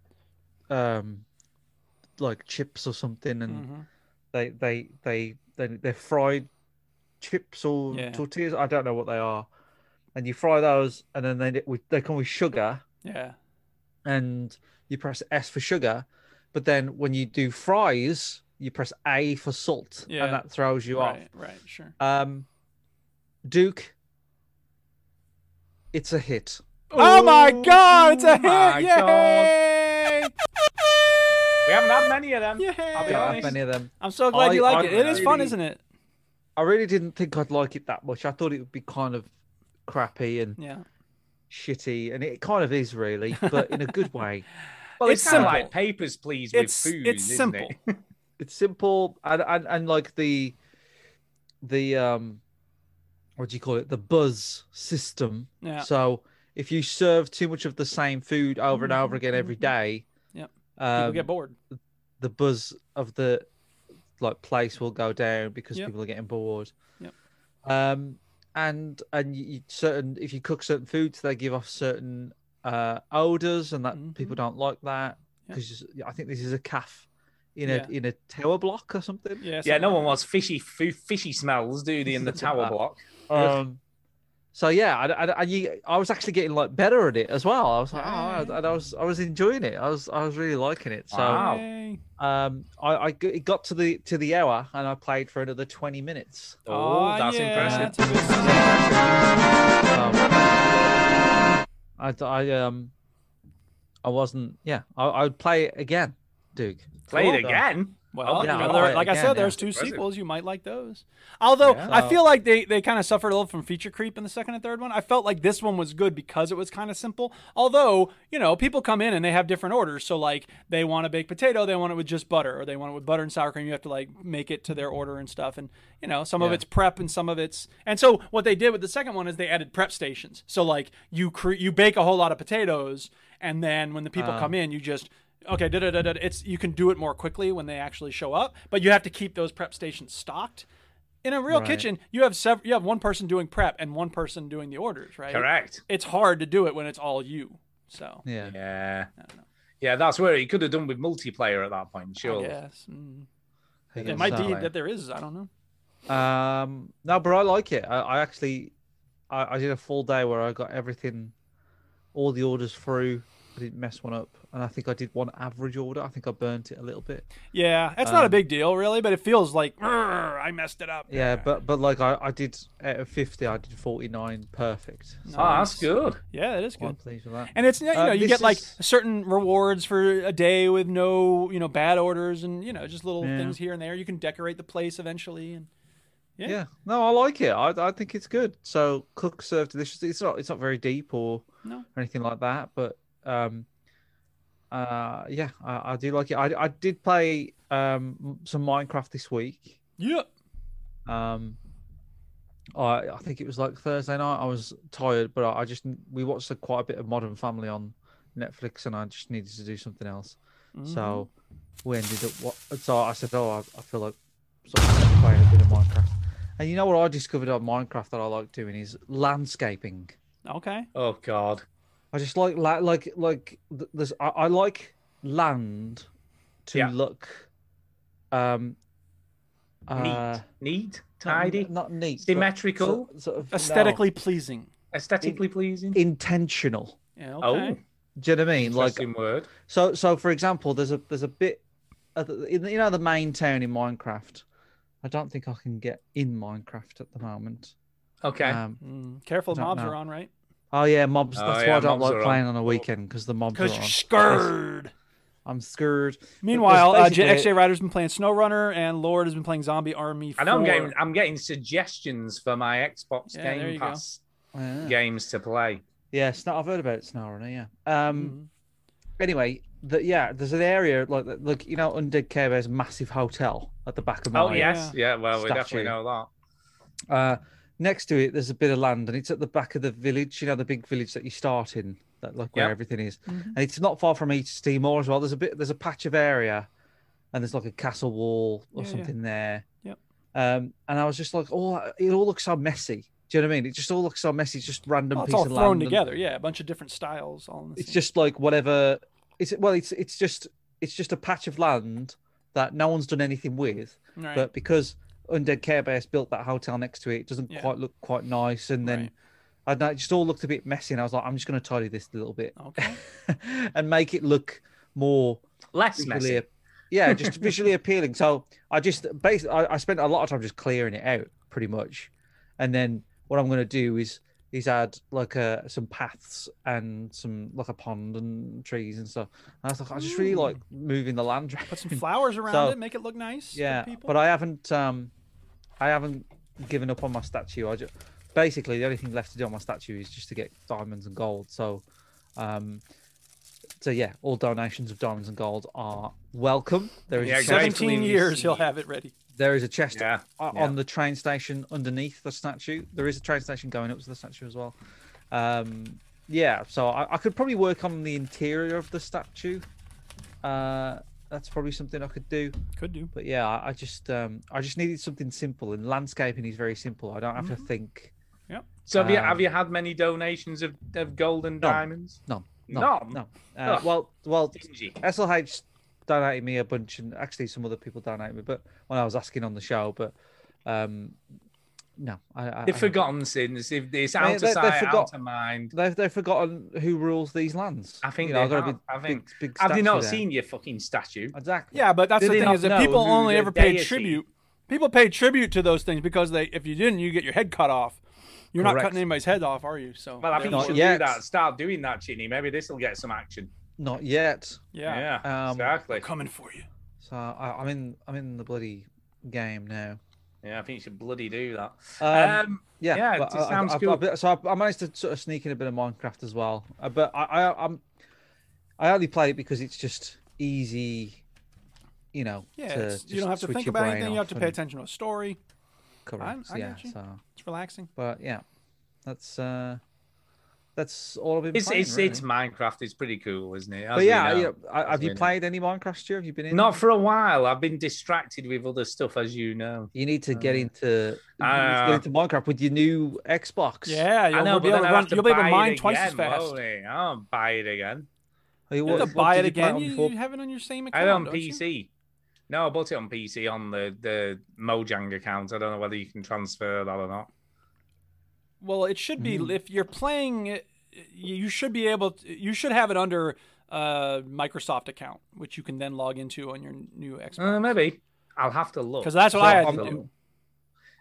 Speaker 3: um, like chips or something, and
Speaker 1: Mm-hmm.
Speaker 3: they, they they they they're fried chips or
Speaker 1: Yeah.
Speaker 3: tortillas. I don't know what they are, and you fry those, and then they with- they come with sugar,
Speaker 1: yeah,
Speaker 3: and you press S for sugar, but then when you do fries, you press A for salt,
Speaker 1: Yeah.
Speaker 3: and that throws you off.
Speaker 1: right, right, sure.
Speaker 3: Um, Duke, it's a hit.
Speaker 1: Oh, my God,
Speaker 3: oh
Speaker 1: it's a hit!
Speaker 4: my
Speaker 1: Yay!
Speaker 4: We haven't had many of them.
Speaker 1: Yay!
Speaker 4: I'll be
Speaker 3: Don't have
Speaker 4: honest.
Speaker 3: many of them.
Speaker 1: I'm so glad
Speaker 3: I-
Speaker 1: you like
Speaker 3: I
Speaker 1: it. It is fun,
Speaker 3: really-
Speaker 1: isn't it?
Speaker 3: I really didn't think I'd like it that much. I thought it would be kind of crappy and
Speaker 1: Yeah.
Speaker 3: shitty, and it kind of is really, but in a good way.
Speaker 4: Well, it's,
Speaker 1: It's
Speaker 4: kind of
Speaker 1: simple.
Speaker 4: like papers, please,
Speaker 1: It's
Speaker 4: with food.
Speaker 1: it's
Speaker 4: isn't
Speaker 1: simple.
Speaker 4: It?
Speaker 3: It's simple and and, and like the the um what do you call it? The buzz system.
Speaker 1: Yeah.
Speaker 3: So if you serve too much of the same food over and over again every day,
Speaker 1: Yep. People
Speaker 3: um,
Speaker 1: get bored.
Speaker 3: the buzz of the like place will go down because
Speaker 1: Yep.
Speaker 3: people are getting bored.
Speaker 1: Yep.
Speaker 3: Um, and and you, you certain if you cook certain foods, they give off certain uh odors, and that people don't like that
Speaker 1: Mm-hmm. Yep.
Speaker 3: because I think this is a calf in a
Speaker 1: Yeah.
Speaker 3: in a tower block or something.
Speaker 1: Yeah.
Speaker 4: Yeah,
Speaker 1: something
Speaker 4: no
Speaker 1: like
Speaker 4: one wants fishy food, fishy smells, do they, in the tower block?
Speaker 3: Um, so yeah, I, I, I, you, I was actually getting like better at it as well. I was like,
Speaker 1: Ah.
Speaker 3: oh, and I was I was enjoying it. I was I was really liking it. So.
Speaker 1: that.
Speaker 4: Wow.
Speaker 1: Yay.
Speaker 3: um I, I g- it got to the to the hour and i played for another 20 minutes
Speaker 4: Oh,
Speaker 1: Aw,
Speaker 4: that's
Speaker 1: yeah,
Speaker 4: impressive.
Speaker 1: that's a good sign.
Speaker 3: um, I, d- I, um i wasn't yeah i, I would play it again duke
Speaker 4: Play
Speaker 1: Cool.
Speaker 4: it again.
Speaker 1: Well,
Speaker 4: Oh,
Speaker 1: you
Speaker 3: yeah,
Speaker 1: know,
Speaker 3: I'll
Speaker 1: there-
Speaker 3: buy it
Speaker 1: like I
Speaker 3: again,
Speaker 1: said,
Speaker 3: yeah.
Speaker 1: there's two
Speaker 4: Impressive.
Speaker 1: sequels. You might like those. Although
Speaker 4: Yeah.
Speaker 1: I feel like they, they kind of suffered a little from feature creep in the second and third one. I felt like this one was good because it was kind of simple. Although you know people come in and they have different orders, so like they want a baked potato, they want it with just butter, or they want it with butter and sour cream. You have to like make it to their order and stuff. And you know some of
Speaker 3: Yeah.
Speaker 1: it's prep and some of it's and so what they did with the second one is they added prep stations. So like you cre- you bake a whole lot of potatoes, and then when the
Speaker 3: Uh.
Speaker 1: people come in, you just okay da, da, da, da, it's you can do it more quickly when they actually show up but you have to keep those prep stations stocked in a real
Speaker 3: Right.
Speaker 1: kitchen you have several you have one person doing prep and one person doing the orders right
Speaker 4: Correct.
Speaker 1: it's hard to do it when it's all you so
Speaker 3: yeah
Speaker 4: Yeah. Yeah, that's where he could have done with multiplayer at that point,
Speaker 1: I
Speaker 4: sure.
Speaker 1: guess. Mm.
Speaker 3: I
Speaker 1: it
Speaker 3: guess
Speaker 1: might
Speaker 3: that
Speaker 1: be
Speaker 3: way.
Speaker 1: that there is i don't know
Speaker 3: um no but i like it i, I actually I, I did a full day where i got everything all the orders through i didn't mess one up and i think i did one average order i think i burnt it a little bit
Speaker 1: yeah it's
Speaker 3: Um,
Speaker 1: not a big deal really but it feels like "Grr, i messed it up
Speaker 3: yeah but but like i i did out of 50 i did 49 perfect so
Speaker 4: Oh, that's good.
Speaker 1: yeah it is
Speaker 3: i'm
Speaker 1: good
Speaker 3: pleased with that
Speaker 1: and it's you know
Speaker 3: Uh,
Speaker 1: you
Speaker 3: this
Speaker 1: get like
Speaker 3: is-
Speaker 1: certain rewards for a day with no you know bad orders and you know just little
Speaker 3: Yeah.
Speaker 1: things here and there you can decorate the place eventually and Yeah.
Speaker 3: Yeah, no, I like it. I, I think it's good. So cook, serve, delicious. It's not it's not very deep or
Speaker 1: No.
Speaker 3: or anything like that, but um, uh, yeah, I, I do like it. I I did play um m- some Minecraft this week.
Speaker 1: yeah
Speaker 3: Um, I I think it was like Thursday night. I was tired, but I, I just we watched a, quite a bit of Modern Family on Netflix, and I just needed to do something else. So
Speaker 4: Mm-hmm.
Speaker 3: we ended up. What, so I said, "Oh, I, I feel like sort of playing a bit of Minecraft." And you know what I discovered on Minecraft that I like doing is landscaping.
Speaker 1: okay
Speaker 4: Oh God.
Speaker 3: I just like la- like like th- there's I, I like land to
Speaker 4: Yeah.
Speaker 3: look um
Speaker 4: Neat.
Speaker 3: uh,
Speaker 4: Neat.
Speaker 3: not-
Speaker 4: Tidy.
Speaker 3: not neat, but
Speaker 4: Symmetrical?
Speaker 3: sort- sort of- no.
Speaker 1: aesthetically pleasing.
Speaker 4: Aesthetically pleasing.
Speaker 3: intentional.
Speaker 1: Yeah,
Speaker 4: Oh,
Speaker 1: okay.
Speaker 3: Do you know what I mean? Like
Speaker 4: interesting word.
Speaker 3: so so for example, there's a there's a bit at the- in the- you know the main town in Minecraft. I don't think I can get in Minecraft at the moment.
Speaker 4: Okay.
Speaker 3: Um,
Speaker 1: Mm, careful,
Speaker 3: don't
Speaker 1: mobs
Speaker 3: know.
Speaker 1: are on, right?
Speaker 3: oh yeah, mobs.
Speaker 4: Oh,
Speaker 3: that's
Speaker 4: yeah,
Speaker 3: why I don't
Speaker 4: mobs
Speaker 3: like
Speaker 4: are
Speaker 3: playing on a weekend because the mobs.
Speaker 1: Because
Speaker 3: are
Speaker 1: you're
Speaker 3: on.
Speaker 1: scared.
Speaker 3: I'm scared.
Speaker 1: Meanwhile, uh, J-
Speaker 3: basically-
Speaker 1: XJ Ryder's been playing SnowRunner, and Lord has been playing Zombie Army. 4.
Speaker 4: I know I'm getting I'm getting suggestions for my Xbox
Speaker 1: Yeah, there you
Speaker 4: Game
Speaker 1: go.
Speaker 4: Pass
Speaker 3: Yeah.
Speaker 4: games to play.
Speaker 3: Yeah, Snow, I've heard about Snarana, yeah.
Speaker 1: Mm-hmm.
Speaker 4: Mm-hmm.
Speaker 3: Um anyway, the, yeah, there's an area like that- like you know, Undead Care Bear's massive hotel at the back of my
Speaker 4: Oh yes, yeah. Well, we
Speaker 3: Statue.
Speaker 4: definitely know that.
Speaker 3: uh next to it there's a bit of land and it's at the back of the village, you know, the big village that you start in. that like where
Speaker 4: Yep.
Speaker 3: everything is,
Speaker 1: Mm-hmm.
Speaker 3: and it's not far from each steamer as well. There's a bit, there's a patch of area, and there's like a castle wall or
Speaker 1: Yeah, yeah.
Speaker 3: something there.
Speaker 1: Yep.
Speaker 3: Um, and I was just like, oh, it all looks so messy. Do you know what I mean? It just all looks so messy. It's just random
Speaker 1: Oh, it's
Speaker 3: piece
Speaker 1: all
Speaker 3: of
Speaker 1: thrown
Speaker 3: land and-
Speaker 1: together. Yeah, a bunch of different styles. All in the
Speaker 3: it's
Speaker 1: same-
Speaker 3: just like whatever it's well it's it's just it's just a patch of land that no one's done anything with
Speaker 1: Right.
Speaker 3: but because undead care bears built that hotel next to it it doesn't
Speaker 1: Yeah.
Speaker 3: quite look quite nice and then
Speaker 1: Right.
Speaker 3: I don't know, it just all looked a bit messy and i was like i'm just going to tidy this a little bit
Speaker 1: Oh, okay.
Speaker 3: and make it look more
Speaker 4: Less
Speaker 3: visually
Speaker 4: messy.
Speaker 3: ap- yeah just visually appealing so i just basically I, I spent a lot of time just clearing it out pretty much and then what i'm going to do is is add like uh some paths and some like a pond and trees and stuff and i was like i just really like moving the land around.
Speaker 1: Put some flowers around
Speaker 3: So-
Speaker 1: it, make it look nice. for
Speaker 3: yeah
Speaker 1: people.
Speaker 3: but i haven't um i haven't given up on my statue i just basically the only thing left to do on my statue is just to get diamonds and gold so um so yeah all donations of diamonds and gold are welcome there is
Speaker 4: Yeah,
Speaker 3: a
Speaker 4: exactly.
Speaker 3: chest,
Speaker 1: seventeen
Speaker 4: Rightfully
Speaker 1: years, he'll
Speaker 4: received.
Speaker 1: have it ready.
Speaker 3: there is a chest
Speaker 4: Yeah,
Speaker 3: o-
Speaker 4: yeah.
Speaker 3: on the train station underneath the statue there is a train station going up to the statue as well um yeah so i, I could probably work on the interior of the statue uh that's probably something i could do
Speaker 1: Could do.
Speaker 3: but yeah, I I just um, I just needed something simple, and landscaping is very simple. I don't have
Speaker 4: Mm-hmm.
Speaker 3: to think.
Speaker 4: So have you
Speaker 3: Um,
Speaker 4: have you had many donations of, of gold and
Speaker 3: No.
Speaker 4: diamonds?
Speaker 3: No, no,
Speaker 4: None?
Speaker 3: no. Uh,
Speaker 4: Ugh.
Speaker 3: well, well,
Speaker 4: Dingy.
Speaker 3: SLH donated me a bunch, and actually some other people donated me, but when I was asking on the show, but um, no, I, I
Speaker 4: They've
Speaker 3: I-
Speaker 4: forgotten sins. They've, it's
Speaker 3: They-
Speaker 4: out of
Speaker 3: they- they've
Speaker 4: sight, out
Speaker 3: forgot-
Speaker 4: of mind.
Speaker 3: They've, they've forgotten who rules these lands.
Speaker 4: I think
Speaker 3: You know,
Speaker 4: they
Speaker 3: I've got a
Speaker 4: have.
Speaker 3: big-
Speaker 4: I think.
Speaker 3: big, big
Speaker 4: have they
Speaker 3: statue
Speaker 4: not
Speaker 3: there.
Speaker 4: seen your fucking statue?
Speaker 3: Exactly.
Speaker 1: Yeah, but that's
Speaker 3: Did
Speaker 1: the
Speaker 3: they
Speaker 1: thing
Speaker 3: not
Speaker 1: is that
Speaker 3: know
Speaker 1: people
Speaker 4: who
Speaker 1: only
Speaker 4: the
Speaker 1: ever paid
Speaker 4: deity-
Speaker 1: tribute. People paid tribute to those things because they, if you didn't, you get your head cut off. You're not
Speaker 3: Correct.
Speaker 1: cutting anybody's head off, are you? So
Speaker 4: Well, I think you
Speaker 3: Not
Speaker 4: should
Speaker 3: yet.
Speaker 4: do that. Start doing that, Chinny. Maybe this will get some action.
Speaker 3: Not yet.
Speaker 1: yeah,
Speaker 4: Yeah,
Speaker 3: Um,
Speaker 4: exactly.
Speaker 1: coming for you.
Speaker 3: So I, I'm in. I'm in the bloody game now.
Speaker 4: Yeah, I think you should bloody do that.
Speaker 3: Um,
Speaker 4: Um,
Speaker 3: Yeah,
Speaker 4: Yeah,
Speaker 3: but
Speaker 4: it just
Speaker 3: I-
Speaker 4: sounds
Speaker 3: I, I,
Speaker 4: cool.
Speaker 3: I, so I, I managed to sort of sneak in a bit of Minecraft as well, Uh, but I, I I'm I only play it because it's just easy, you know.
Speaker 1: Yeah,
Speaker 3: to
Speaker 1: it's,
Speaker 3: just
Speaker 1: you don't have to
Speaker 3: switch
Speaker 1: think
Speaker 3: your
Speaker 1: about
Speaker 3: brain
Speaker 1: anything. You
Speaker 3: off
Speaker 1: have to pay
Speaker 3: and-
Speaker 1: attention to a story.
Speaker 3: Correct.
Speaker 1: I
Speaker 3: yeah.
Speaker 1: get you.
Speaker 3: So,
Speaker 1: It's relaxing.
Speaker 3: but yeah, that's uh, that's all I've been
Speaker 4: it's
Speaker 3: playing.
Speaker 4: it's,
Speaker 3: really.
Speaker 4: it's Minecraft. It's pretty cool, isn't it? As
Speaker 3: but
Speaker 4: we
Speaker 3: yeah,
Speaker 4: know.
Speaker 3: you know, I, have
Speaker 4: we
Speaker 3: you
Speaker 4: know.
Speaker 3: played any Minecraft? Stu? Have you been in?
Speaker 4: Not for a while. I've been distracted with other stuff, as you know.
Speaker 3: You need to get into you need to
Speaker 4: Mm. Uh,
Speaker 3: get into Minecraft with your new Xbox.
Speaker 1: Yeah,
Speaker 4: I
Speaker 1: you'll
Speaker 4: know,
Speaker 1: be
Speaker 4: but
Speaker 1: able
Speaker 4: then
Speaker 1: to run.
Speaker 4: I'll have to
Speaker 1: You'll be able to
Speaker 4: buy
Speaker 1: mine
Speaker 4: it
Speaker 1: twice as
Speaker 4: again,
Speaker 1: fast.
Speaker 4: won't I? I'll buy it again.
Speaker 3: Hey,
Speaker 1: You
Speaker 3: what-
Speaker 1: have to
Speaker 3: what
Speaker 1: buy
Speaker 3: did
Speaker 1: it
Speaker 3: you play
Speaker 1: again.
Speaker 3: on
Speaker 1: You,
Speaker 3: before?
Speaker 1: you have it on your same
Speaker 4: I
Speaker 1: account.
Speaker 4: had it on
Speaker 1: don't you?
Speaker 4: PC. No, I bought it on PC on the the Mojang account. I don't know whether you can transfer that or not.
Speaker 1: Well, it should be if you're playing. it, You you should be able. To, you should have it under uh, Microsoft account, which you can then log into on your new Xbox.
Speaker 4: Uh, maybe I'll have to look.
Speaker 1: 'Cause that's what
Speaker 4: I'll
Speaker 1: I had
Speaker 4: have
Speaker 1: to
Speaker 4: look.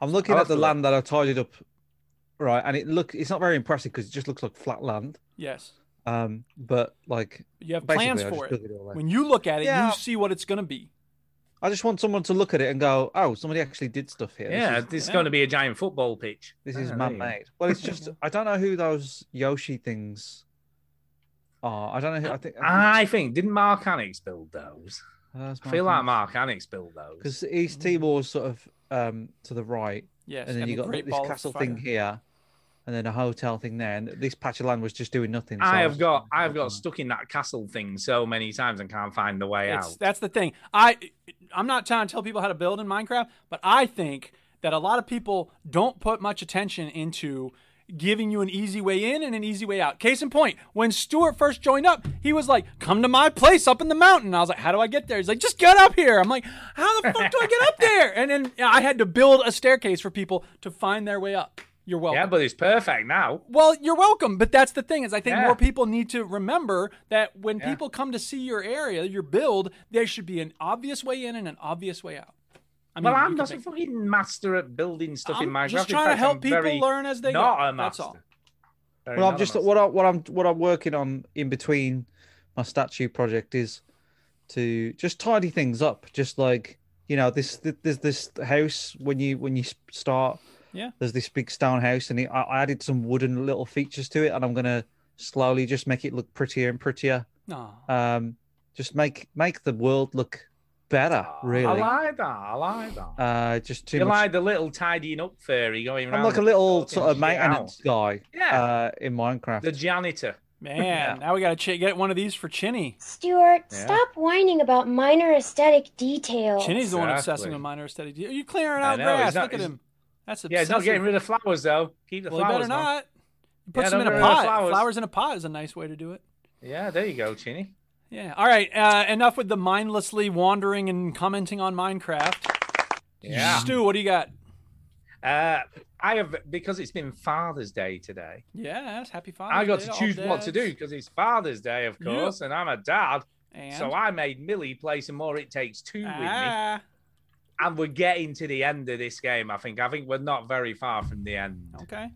Speaker 3: I'm looking
Speaker 4: I'll
Speaker 3: at
Speaker 4: have
Speaker 3: the
Speaker 4: to look.
Speaker 3: land that I tidied up, right? And it look it's not very impressive because it just looks like flat land.
Speaker 1: Yes,
Speaker 3: Um, but like
Speaker 1: you have
Speaker 3: basically,
Speaker 1: plans
Speaker 3: I
Speaker 1: for
Speaker 3: just
Speaker 1: it.
Speaker 3: dug all out.
Speaker 1: When you look at it,
Speaker 3: Yeah.
Speaker 1: you see what it's going to be.
Speaker 3: I just want someone to look at it and go, "Oh, somebody actually did stuff here." This
Speaker 4: Yeah,
Speaker 3: is-
Speaker 4: it's going to be a giant football pitch.
Speaker 3: this
Speaker 4: Ah,
Speaker 3: is,
Speaker 4: there you go.
Speaker 3: man-made. Well, it's just I don't know who those Yoshi things are. I don't know. Who, I think
Speaker 4: I think didn't Mark Annex build those? Ah, I feel like Mark Annex built those.
Speaker 3: because East
Speaker 1: Mm.
Speaker 3: Timor's sort of um to the right,
Speaker 1: Yes,
Speaker 3: and then you got
Speaker 1: great
Speaker 3: this
Speaker 1: ball of
Speaker 3: castle
Speaker 1: fire.
Speaker 3: thing here, and then a hotel thing there, and this patch of land was just doing nothing. so
Speaker 4: I
Speaker 3: was
Speaker 4: have
Speaker 3: just
Speaker 4: got
Speaker 3: like,
Speaker 4: I have
Speaker 3: "Oh,
Speaker 4: got stuck in that castle thing so many times and can't find the way
Speaker 1: It's,
Speaker 4: out.
Speaker 1: that's the thing. I I'm not trying to tell people how to build in Minecraft, but I think that a lot of people don't put much attention into giving you an easy way in and an easy way out. Case in point, when Stuart first joined up, he was like, "Come to my place up in the mountain." I was like, "How do I get there?" He's like, "Just get up here." I'm like, "How the fuck do I get up there?" And then I had to build a staircase for people to find their way up. You're welcome.
Speaker 4: Yeah, but it's perfect now.
Speaker 1: Well, you're welcome, but that's the thing is I think
Speaker 4: Yeah.
Speaker 1: more people need to remember that when people come to see your area, your build, there should be an obvious way in and an obvious way out. I mean,
Speaker 4: Well,
Speaker 1: you
Speaker 4: I'm
Speaker 1: can
Speaker 4: not a
Speaker 1: think-
Speaker 4: fucking master at building stuff in
Speaker 1: I'm
Speaker 4: Minecraft.
Speaker 1: just
Speaker 4: In
Speaker 1: trying to
Speaker 4: fact,
Speaker 1: help
Speaker 4: I'm
Speaker 1: people
Speaker 4: very
Speaker 1: learn as they go.
Speaker 4: not a
Speaker 1: That's
Speaker 4: master.
Speaker 1: all.
Speaker 4: Very
Speaker 3: Well,
Speaker 4: not
Speaker 3: I'm
Speaker 4: a
Speaker 3: just
Speaker 4: master.
Speaker 3: what I what I'm what I'm working on in between my statue project is to just tidy things up. Just like you know, this th- there's this house when you when you s- start.
Speaker 1: Yeah.
Speaker 3: There's this big stone house, and it, I, I added some wooden little features to it, and I'm gonna slowly just make it look prettier and prettier.
Speaker 1: No.
Speaker 3: Um, just make make the world look better, really.
Speaker 4: Oh, Ah. I like that. I like that.
Speaker 3: Uh, just too
Speaker 4: you
Speaker 3: much.
Speaker 4: like the little tidying up fairy going around.
Speaker 3: I'm like a little
Speaker 4: sorting
Speaker 3: sort of
Speaker 4: shit out.
Speaker 1: uh,
Speaker 3: maintenance guy.
Speaker 4: Yeah.
Speaker 3: Uh, in Minecraft.
Speaker 4: The janitor.
Speaker 1: Man, now we got to ch- get one of these for Chinny.
Speaker 8: Stuart,
Speaker 4: Yeah.
Speaker 8: stop whining about minor aesthetic details.
Speaker 1: Chinny's the one obsessing
Speaker 4: Exactly.
Speaker 1: with minor aesthetic. de- You clearing
Speaker 4: I
Speaker 1: out
Speaker 4: know, he's
Speaker 1: grass?
Speaker 4: not-
Speaker 1: Look at
Speaker 4: he's-
Speaker 1: him. That's obsessive.
Speaker 4: Yeah, he's not getting rid of flowers though. Keep the
Speaker 1: Well, he
Speaker 4: flowers.
Speaker 1: better
Speaker 4: on.
Speaker 1: not. He puts
Speaker 4: Yeah,
Speaker 1: them
Speaker 4: don't
Speaker 1: in a
Speaker 4: get rid of
Speaker 1: pot.
Speaker 4: flowers.
Speaker 1: Flowers in a pot is a nice way to do it.
Speaker 4: Yeah, there you go, Chinny.
Speaker 1: Yeah. All right. Uh, enough with the mindlessly wandering and commenting on Minecraft.
Speaker 4: Yeah.
Speaker 1: Stu, what do you got?
Speaker 4: Uh, I have because it's been Father's Day today.
Speaker 1: Yes. Happy Father's
Speaker 4: I got
Speaker 1: Day
Speaker 4: to
Speaker 1: all
Speaker 4: choose what to do
Speaker 1: dads.
Speaker 4: because it's Father's Day, of
Speaker 1: Yeah.
Speaker 4: course, and I'm a dad.
Speaker 1: And
Speaker 4: So I made Millie play some more It Takes Two with me.
Speaker 1: ah,
Speaker 4: And we're getting to the end of this game, I think. I think we're not very far from the end.
Speaker 1: okay.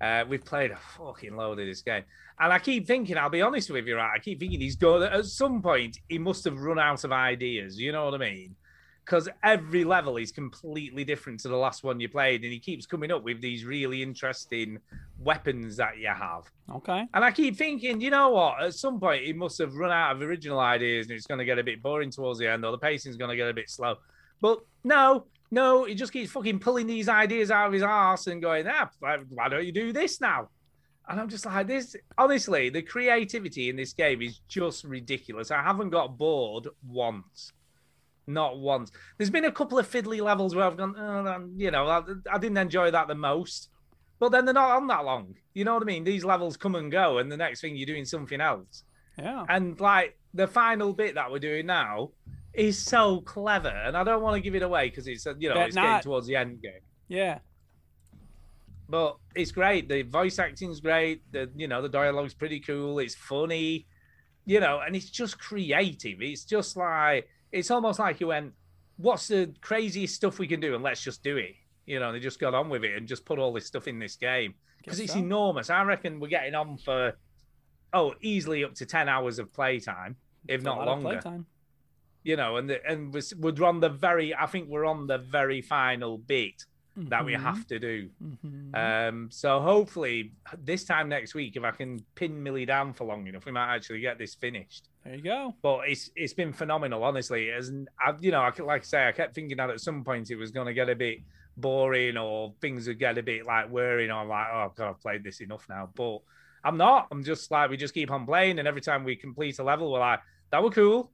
Speaker 4: Uh, we've played a fucking load of this game. And I keep thinking, I'll be honest with you, right? I keep thinking he's going, at some point, he must have run out of ideas. You know what I mean? Because every level is completely different to the last one you played. And he keeps coming up with these really interesting weapons that you have.
Speaker 1: Okay.
Speaker 4: And I keep thinking, you know what? At some point, he must have run out of original ideas and it's going to get a bit boring towards the end or the pacing's going to get a bit slow. But no, no, he just keeps fucking pulling these ideas out of his arse and going, ah, why- why don't you do this now? And I'm just like, this, honestly, the creativity in this game is just ridiculous. I haven't got bored once. Not once. There's been a couple of fiddly levels where I've gone, oh, you know, I, I didn't enjoy that the most but then they're not on that long. You know what I mean? These levels come and go, and the next thing you're doing something else.
Speaker 1: Yeah.
Speaker 4: And like the final bit that we're doing now is so clever, and I don't want to give it away because it's uh, you know
Speaker 1: Bet
Speaker 4: it's
Speaker 1: not.
Speaker 4: getting towards the end game.
Speaker 1: Yeah.
Speaker 4: But it's great. The voice acting's great. The you know the dialogue's pretty cool. It's funny, you know, and it's just creative. It's just like it's almost like you went, "What's the craziest stuff we can do?" And let's just do it. You know, they just got on with it and just put all this stuff in this game because
Speaker 1: Guess
Speaker 4: it's
Speaker 1: so.
Speaker 4: enormous. I reckon we're getting on for oh, easily up to ten hours of playtime, if
Speaker 1: A
Speaker 4: not
Speaker 1: lot of
Speaker 4: longer
Speaker 1: playtime.
Speaker 4: you know, and the, and we're, s- we're on the very, I think we're on the very final bit that we
Speaker 1: Mm-hmm.
Speaker 4: have to do. Um, so hopefully this time next week, if I can pin Millie down for long enough, we might actually get this finished.
Speaker 1: There you go.
Speaker 4: But it's it's been phenomenal, honestly. As I, you know, I, ke- like I say, I kept thinking that at some point it was going to get a bit boring or things would get a bit like worrying or like, oh god, I've played this enough now. But I'm not. I'm just like we just keep on playing, and every time we complete a level, we're like, that were cool,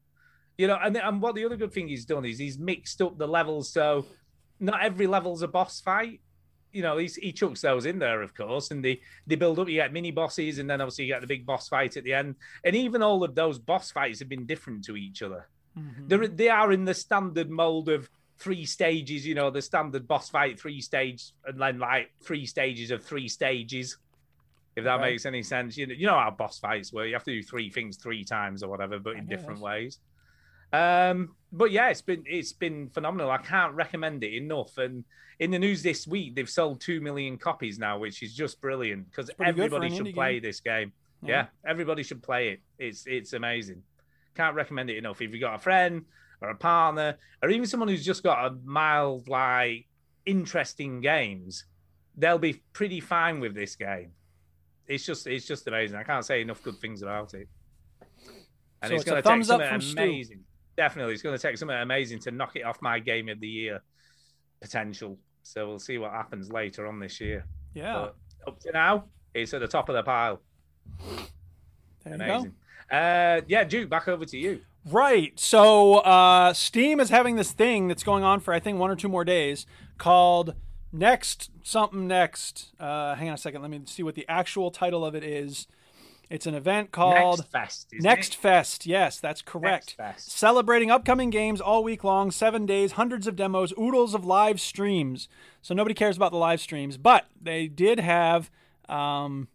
Speaker 4: you know. And and what the other good thing he's done is he's mixed up the levels, so not every level's a boss fight. You know, he's, he chucks those in there, of course, and they they build up. You get mini bosses, and then obviously you get the big boss fight at the end. And even all of those boss fights have been different to each other.
Speaker 1: Mm-hmm.
Speaker 4: They're, they are in the standard mold of three stages, you know, the standard boss fight, three stage, and then like three stages of three stages. If that
Speaker 1: Right.
Speaker 4: makes any sense, you know, you know how boss fights were. You have to do three things three times or whatever, but in
Speaker 1: guess.
Speaker 4: different ways. Um, but yeah, it's been it's been phenomenal. I can't recommend it enough. And in the news this week, they've sold two million copies now, which is just brilliant because
Speaker 1: pretty good for
Speaker 4: everybody
Speaker 1: an
Speaker 4: should
Speaker 1: indie
Speaker 4: play
Speaker 1: game.
Speaker 4: this game.
Speaker 1: Yeah.
Speaker 4: Yeah. everybody should play it. It's it's amazing. Can't recommend it enough. If you've got a friend or a partner or even someone who's just got a mild like interest in games, they'll be pretty fine with this game. It's just it's just amazing. I can't say enough good things about it. And
Speaker 1: So it's
Speaker 4: it's
Speaker 1: a
Speaker 4: going to take
Speaker 1: thumbs up
Speaker 4: something
Speaker 1: from Stu.
Speaker 4: amazing. Definitely, it's going to take something amazing to knock it off my game of the year potential. So we'll see what happens later on this year.
Speaker 1: Yeah.
Speaker 4: But up to now, it's at the top of the pile.
Speaker 1: There you go.
Speaker 4: Amazing. Uh, yeah, Duke, back over to you.
Speaker 1: Right. So uh, Steam is having this thing that's going on for I think one or two more days called Next Something Next. Uh, hang on a second. Let me see what the actual title of it is. It's an event called
Speaker 4: Next Fest. isn't
Speaker 1: Next
Speaker 4: it?
Speaker 1: Fest. Yes, that's correct.
Speaker 4: Next Fest.
Speaker 1: Celebrating upcoming games all week long, seven days, hundreds of demos, oodles of live streams. So nobody cares about the live streams, but they did have um,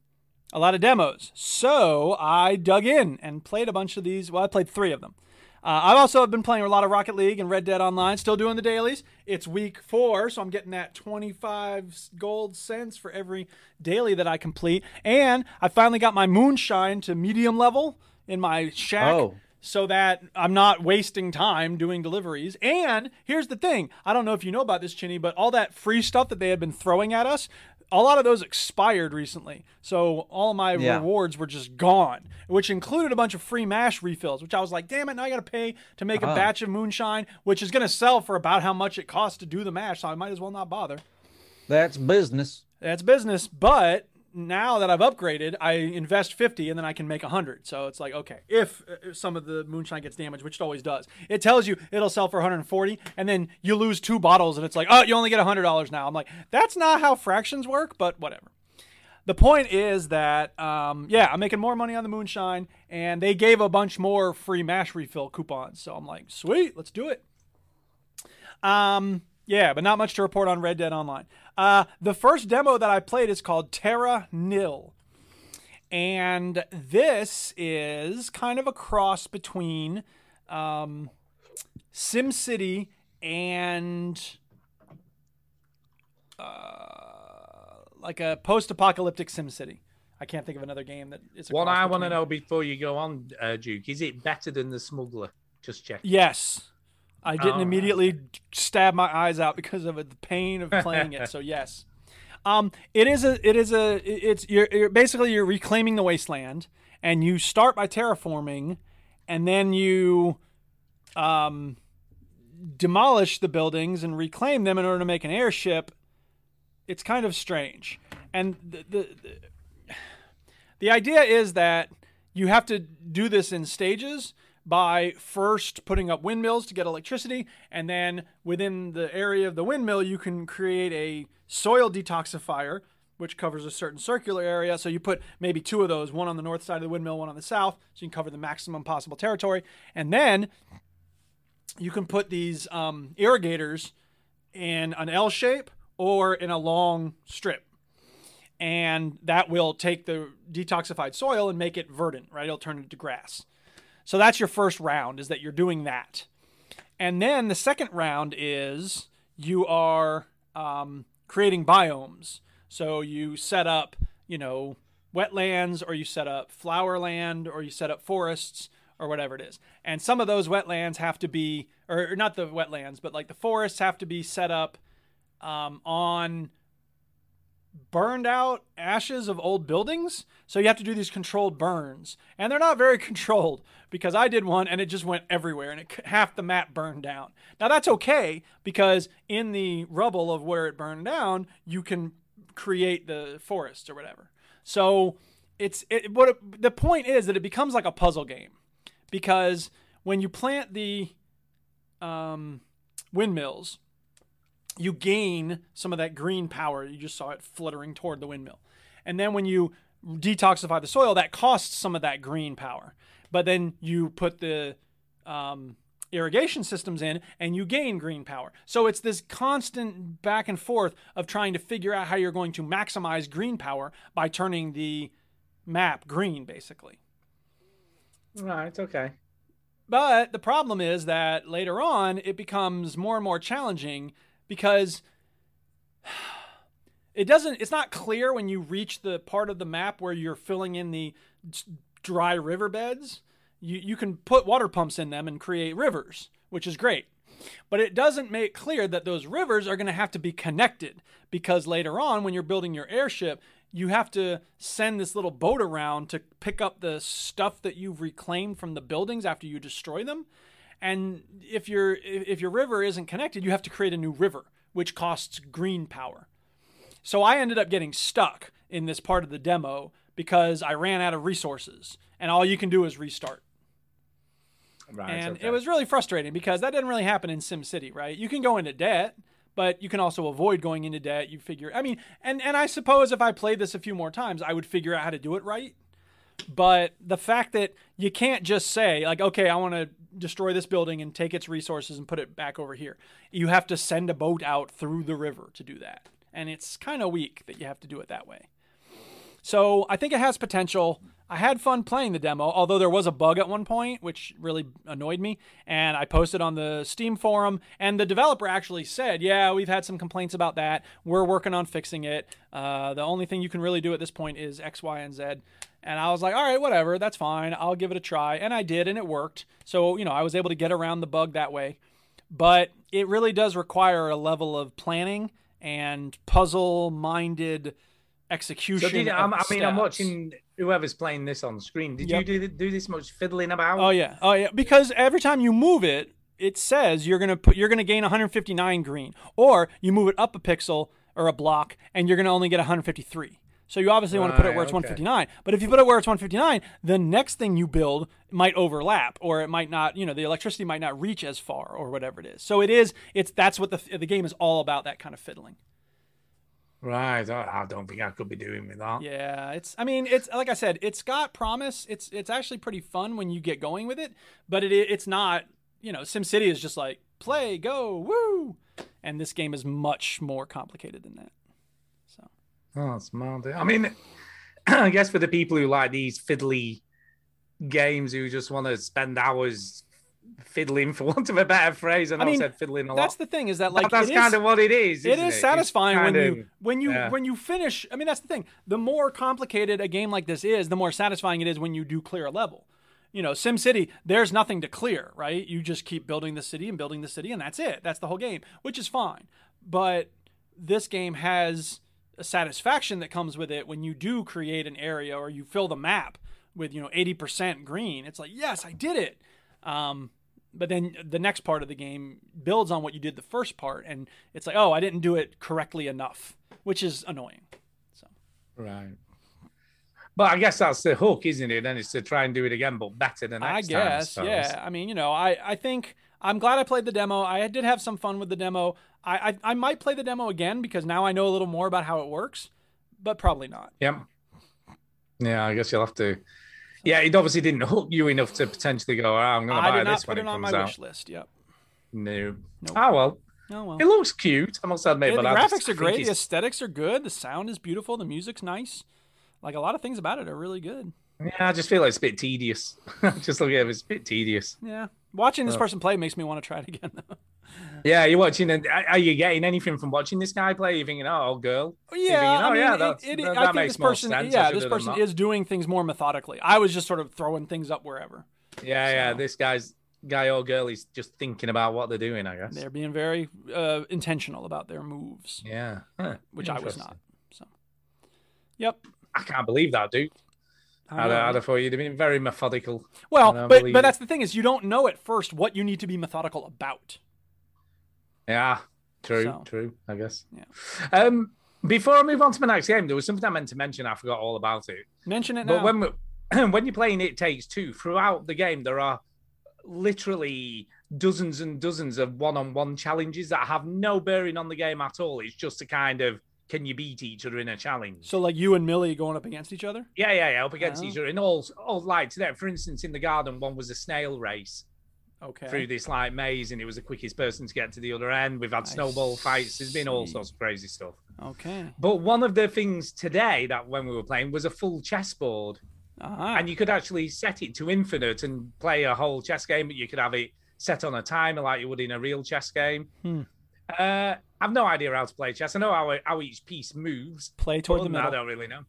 Speaker 1: a lot of demos. So I dug in and played a bunch of these. Well, I played three of them. Uh, I've also been playing a lot of Rocket League and Red Dead Online, still doing the dailies. It's week four, so I'm getting that 25 gold cents for every daily that I complete. And I finally got my moonshine to medium level in my shack
Speaker 3: Oh.
Speaker 1: so that I'm not wasting time doing deliveries. And here's the thing I don't know if you know about this, Chinny, but all that free stuff that they had been throwing at us, a lot of those expired recently. So all my
Speaker 3: Yeah.
Speaker 1: rewards were just gone, which included a bunch of free mash refills, which I was like, damn it, now I got to pay to make a batch of moonshine, which is going to sell for about how much it costs to do the mash. So I might as well not bother.
Speaker 3: That's business.
Speaker 1: That's business, but now that I've upgraded, I invest 50 and then I can make 100. So it's like, okay, if uh, some of the moonshine gets damaged, which it always does, it tells you it'll sell for 140 and then you lose two bottles and it's like, oh, you only get $100 now. I'm like, that's not how fractions work, but whatever. The point is that, um, yeah, I'm making more money on the moonshine and they gave a bunch more free mash refill coupons. So I'm like, sweet, let's do it. Um, yeah, but not much to report on Red Dead Online. Uh, the first demo that I played is called Terra Nil. And this is kind of a cross between um, SimCity and uh, like a post apocalyptic SimCity. I can't think of another game that is a
Speaker 4: What
Speaker 1: cross
Speaker 4: I want
Speaker 1: between.
Speaker 4: to know before you go on, uh, Duke, is it better than the smuggler? Just check.
Speaker 1: Yes. I didn't
Speaker 4: Oh,
Speaker 1: immediately stab my eyes out because of the pain of playing it. So yes. Um, it is a it is a it's you're, you're basically you're reclaiming the wasteland and you start by terraforming and then you um demolish the buildings and reclaim them in order to make an airship. It's kind of strange. And the the, the, the idea is that you have to do this in stages by first putting up windmills to get electricity and then within the area of the windmill you can create a soil detoxifier which covers a certain circular area so you put maybe two of those one on the north side of the windmill one on the south so you can cover the maximum possible territory and then you can put these um, irrigators in an L shape or in a long strip and that will take the detoxified soil and make it verdant, right? It'll turn it to grass. So that's your first round is that you're doing that. And then the second round is you are um, creating biomes. So you set up, you know, wetlands or you set up flower land or you set up forests or whatever it is. And some of those wetlands have to be, or or not the wetlands, but like the forests have to be set up um, on burned out ashes of old buildings. So you have to do these controlled burns. And they're not very controlled because I did one and it just went everywhere and it, c- half the map burned down. Now that's okay because in the rubble of where it burned down, you can create the forest or whatever. So it's it, what it, the point is that it becomes like a puzzle game because when you plant the um, windmills, you gain some of that green power. You just saw it fluttering toward the windmill. And then when you detoxify the soil, that costs some of that green power. But then you put the um, irrigation systems in and you gain green power. So it's this constant back and forth of trying to figure out how you're going to maximize green power by turning the map green, basically.
Speaker 4: Right. Okay.
Speaker 1: But the problem is that later on it becomes more and more challenging because it doesn't it's not clear when you reach the part of the map where you're filling in the s- dry riverbeds. You you can put water pumps in them and create rivers, which is great. But it doesn't make clear that those rivers are going to have to be connected because later on, when you're building your airship, you have to send this little boat around to pick up the stuff that you've reclaimed from the buildings after you destroy them. And if your if if your river isn't connected, you have to create a new river, which costs green power. So I ended up getting stuck in this part of the demo because I ran out of resources, and all you can do is restart
Speaker 4: Right.
Speaker 1: and
Speaker 4: okay.
Speaker 1: it was really frustrating because that didn't really happen in SimCity, right? You can go into debt, but you can also avoid going into debt. You figure, I mean, and and I suppose if I played this a few more times, I would figure out how to do it right. But the fact that you can't just say like, okay, I want to destroy this building and take its resources and put it back over here. You have to send a boat out through the river to do that, and it's kind of weak that you have to do it that way. So I think it has potential. I had fun playing the demo, although there was a bug at one point, which really annoyed me. And I posted on the Steam forum, and the developer actually said, "Yeah, we've had some complaints about that. We're working on fixing it. Uh, the only thing you can really do at this point is X, Y, and Z." And I was like, "All right, whatever. That's fine. I'll give it a try." And I did, and it worked. So you know, I was able to get around the bug that way but it really does require a level of planning and puzzle minded
Speaker 4: So
Speaker 1: execution.
Speaker 4: did,
Speaker 1: of
Speaker 4: I'm, I mean, I'm
Speaker 1: steps.
Speaker 4: watching whoever's playing this on screen. Did
Speaker 1: Yep.
Speaker 4: you do, do this much fiddling about?
Speaker 1: Oh yeah, oh yeah, because every time you move it, it says you're gonna put you're gonna gain 159 green, or you move it up a pixel or a block, and you're gonna only get 153. So you obviously want to put it where it's
Speaker 4: Right, okay.
Speaker 1: 159. But if you put it where it's 159, the next thing you build might overlap, or it might not. You know, the electricity might not reach as far, or whatever it is. So it is. It's that's what the the game is all about. That kind of fiddling.
Speaker 4: Right. I I don't think I could be doing with that.
Speaker 1: Yeah, it's. I mean, it's like I said, it's got promise. It's it's actually pretty fun when you get going with it, but it it's not. You know, SimCity is just like play, go, woo, and this game is much more complicated than that.
Speaker 4: Oh, that's mad. I mean, I guess for the people who like these fiddly games who just want to spend hours fiddling, for want of a better phrase, I know I,
Speaker 1: mean,
Speaker 4: said fiddling a lot.
Speaker 1: That's the thing is that like
Speaker 4: But that's
Speaker 1: it is-
Speaker 4: kind of what it is.
Speaker 1: it
Speaker 4: isn't
Speaker 1: is
Speaker 4: It's
Speaker 1: satisfying when
Speaker 4: kind
Speaker 1: you
Speaker 4: of-
Speaker 1: when you
Speaker 4: yeah.
Speaker 1: when you finish i mean that's the thing the more complicated a game like this is the more satisfying it is when you do clear a level you know simcity there's nothing to clear right you just keep building the city and building the city and that's it that's the whole game which is fine but this game has a satisfaction that comes with it when you do create an area or you fill the map with you know 80% green it's like yes i did it um, but then the next part of the game builds on what you did the first part, and it's like, oh, I didn't do it correctly enough, which is annoying.
Speaker 4: Right. But I guess that's the hook, isn't it? Then it's to try and do it again, but better than
Speaker 1: I
Speaker 4: next time,
Speaker 1: guess,
Speaker 4: suppose.
Speaker 1: yeah. I mean, you know, I, I think I'm glad I played the demo. I did have some fun with the demo. I, I I might play the demo again because now I know a little more about how it works, but probably not.
Speaker 4: Yep. Yeah, I guess you'll have to. Yeah, it obviously didn't hook you enough to potentially go. Oh, I'm going to
Speaker 1: I
Speaker 4: buy
Speaker 1: did not
Speaker 4: this when
Speaker 1: put
Speaker 4: it
Speaker 1: it on
Speaker 4: comes
Speaker 1: my
Speaker 4: out.
Speaker 1: wish list. Yep.
Speaker 4: No.
Speaker 1: Nope.
Speaker 4: Oh well,
Speaker 1: Oh well.
Speaker 4: it looks cute. I must admit,
Speaker 1: Yeah,
Speaker 4: but
Speaker 1: the
Speaker 4: I just
Speaker 1: graphics are
Speaker 4: think
Speaker 1: great. The
Speaker 4: it's-
Speaker 1: aesthetics are good. The sound is beautiful. The music's nice. Like a lot of things about it are really good.
Speaker 4: Yeah, I just feel like it's a bit tedious. just look at it, it's a bit tedious.
Speaker 1: Yeah. Watching this person play makes me want to try it again though.
Speaker 4: Yeah, you're watching, and are are you getting anything from watching this guy play? You're thinking, oh, girl.
Speaker 1: Well,
Speaker 4: You're
Speaker 1: Yeah,
Speaker 4: thinking, oh,
Speaker 1: I mean,
Speaker 4: yeah,
Speaker 1: it-
Speaker 4: that's-
Speaker 1: it-
Speaker 4: that-
Speaker 1: I
Speaker 4: that
Speaker 1: think
Speaker 4: makes
Speaker 1: this
Speaker 4: more
Speaker 1: person,
Speaker 4: sense. I
Speaker 1: yeah,
Speaker 4: should
Speaker 1: this
Speaker 4: have done
Speaker 1: person
Speaker 4: that.
Speaker 1: is doing things more methodically. I was just sort of throwing things up wherever.
Speaker 4: Yeah, yeah.
Speaker 1: So-
Speaker 4: This guy's guy or girl is just thinking about what they're doing. I guess.
Speaker 1: They're being very uh, intentional about their moves,
Speaker 4: Yeah. Huh,
Speaker 1: which I was
Speaker 4: interesting.
Speaker 1: not. So, yep.
Speaker 4: I can't believe that, dude.
Speaker 1: I
Speaker 4: I'd,
Speaker 1: know,
Speaker 4: I'd
Speaker 1: right?
Speaker 4: have thought you'd have been very methodical.
Speaker 1: well,
Speaker 4: I don't
Speaker 1: but
Speaker 4: believe
Speaker 1: but
Speaker 4: it.
Speaker 1: that's the thing is you don't know at first what you need to be methodical about.
Speaker 4: Yeah, true,
Speaker 1: So-
Speaker 4: true. I guess.
Speaker 1: Yeah.
Speaker 4: Um, before I move on to my next game, there was something I meant to mention. I forgot all about it.
Speaker 1: Mention it now.
Speaker 4: But when we- when you're playing It Takes Two, throughout the game, there are literally dozens and dozens of one-on-one challenges that have no bearing on the game at all. It's just a kind of can you beat each other in a challenge?
Speaker 1: so like you and Millie going up against each other.
Speaker 4: Yeah, yeah, yeah. Up against
Speaker 1: Oh.
Speaker 4: each other in all all like today. For instance, in the garden, one was a snail race
Speaker 1: Okay.
Speaker 4: through this like maze, and it was the quickest person to get to the other end. We've had
Speaker 1: I
Speaker 4: snowball fights. There's been all
Speaker 1: see.
Speaker 4: sorts of crazy stuff.
Speaker 1: Okay.
Speaker 4: But one of the things today that when we were playing was a full chessboard,
Speaker 1: Uh-huh.
Speaker 4: and you could actually set it to infinite and play a whole chess game. But you could have it set on a timer like you would in a real chess game.
Speaker 1: Hmm.
Speaker 4: Uh, I've no idea how to play chess. I know how how each piece moves.
Speaker 1: Play toward
Speaker 4: Other
Speaker 1: the
Speaker 4: than that, I
Speaker 1: middle.
Speaker 4: don't really know.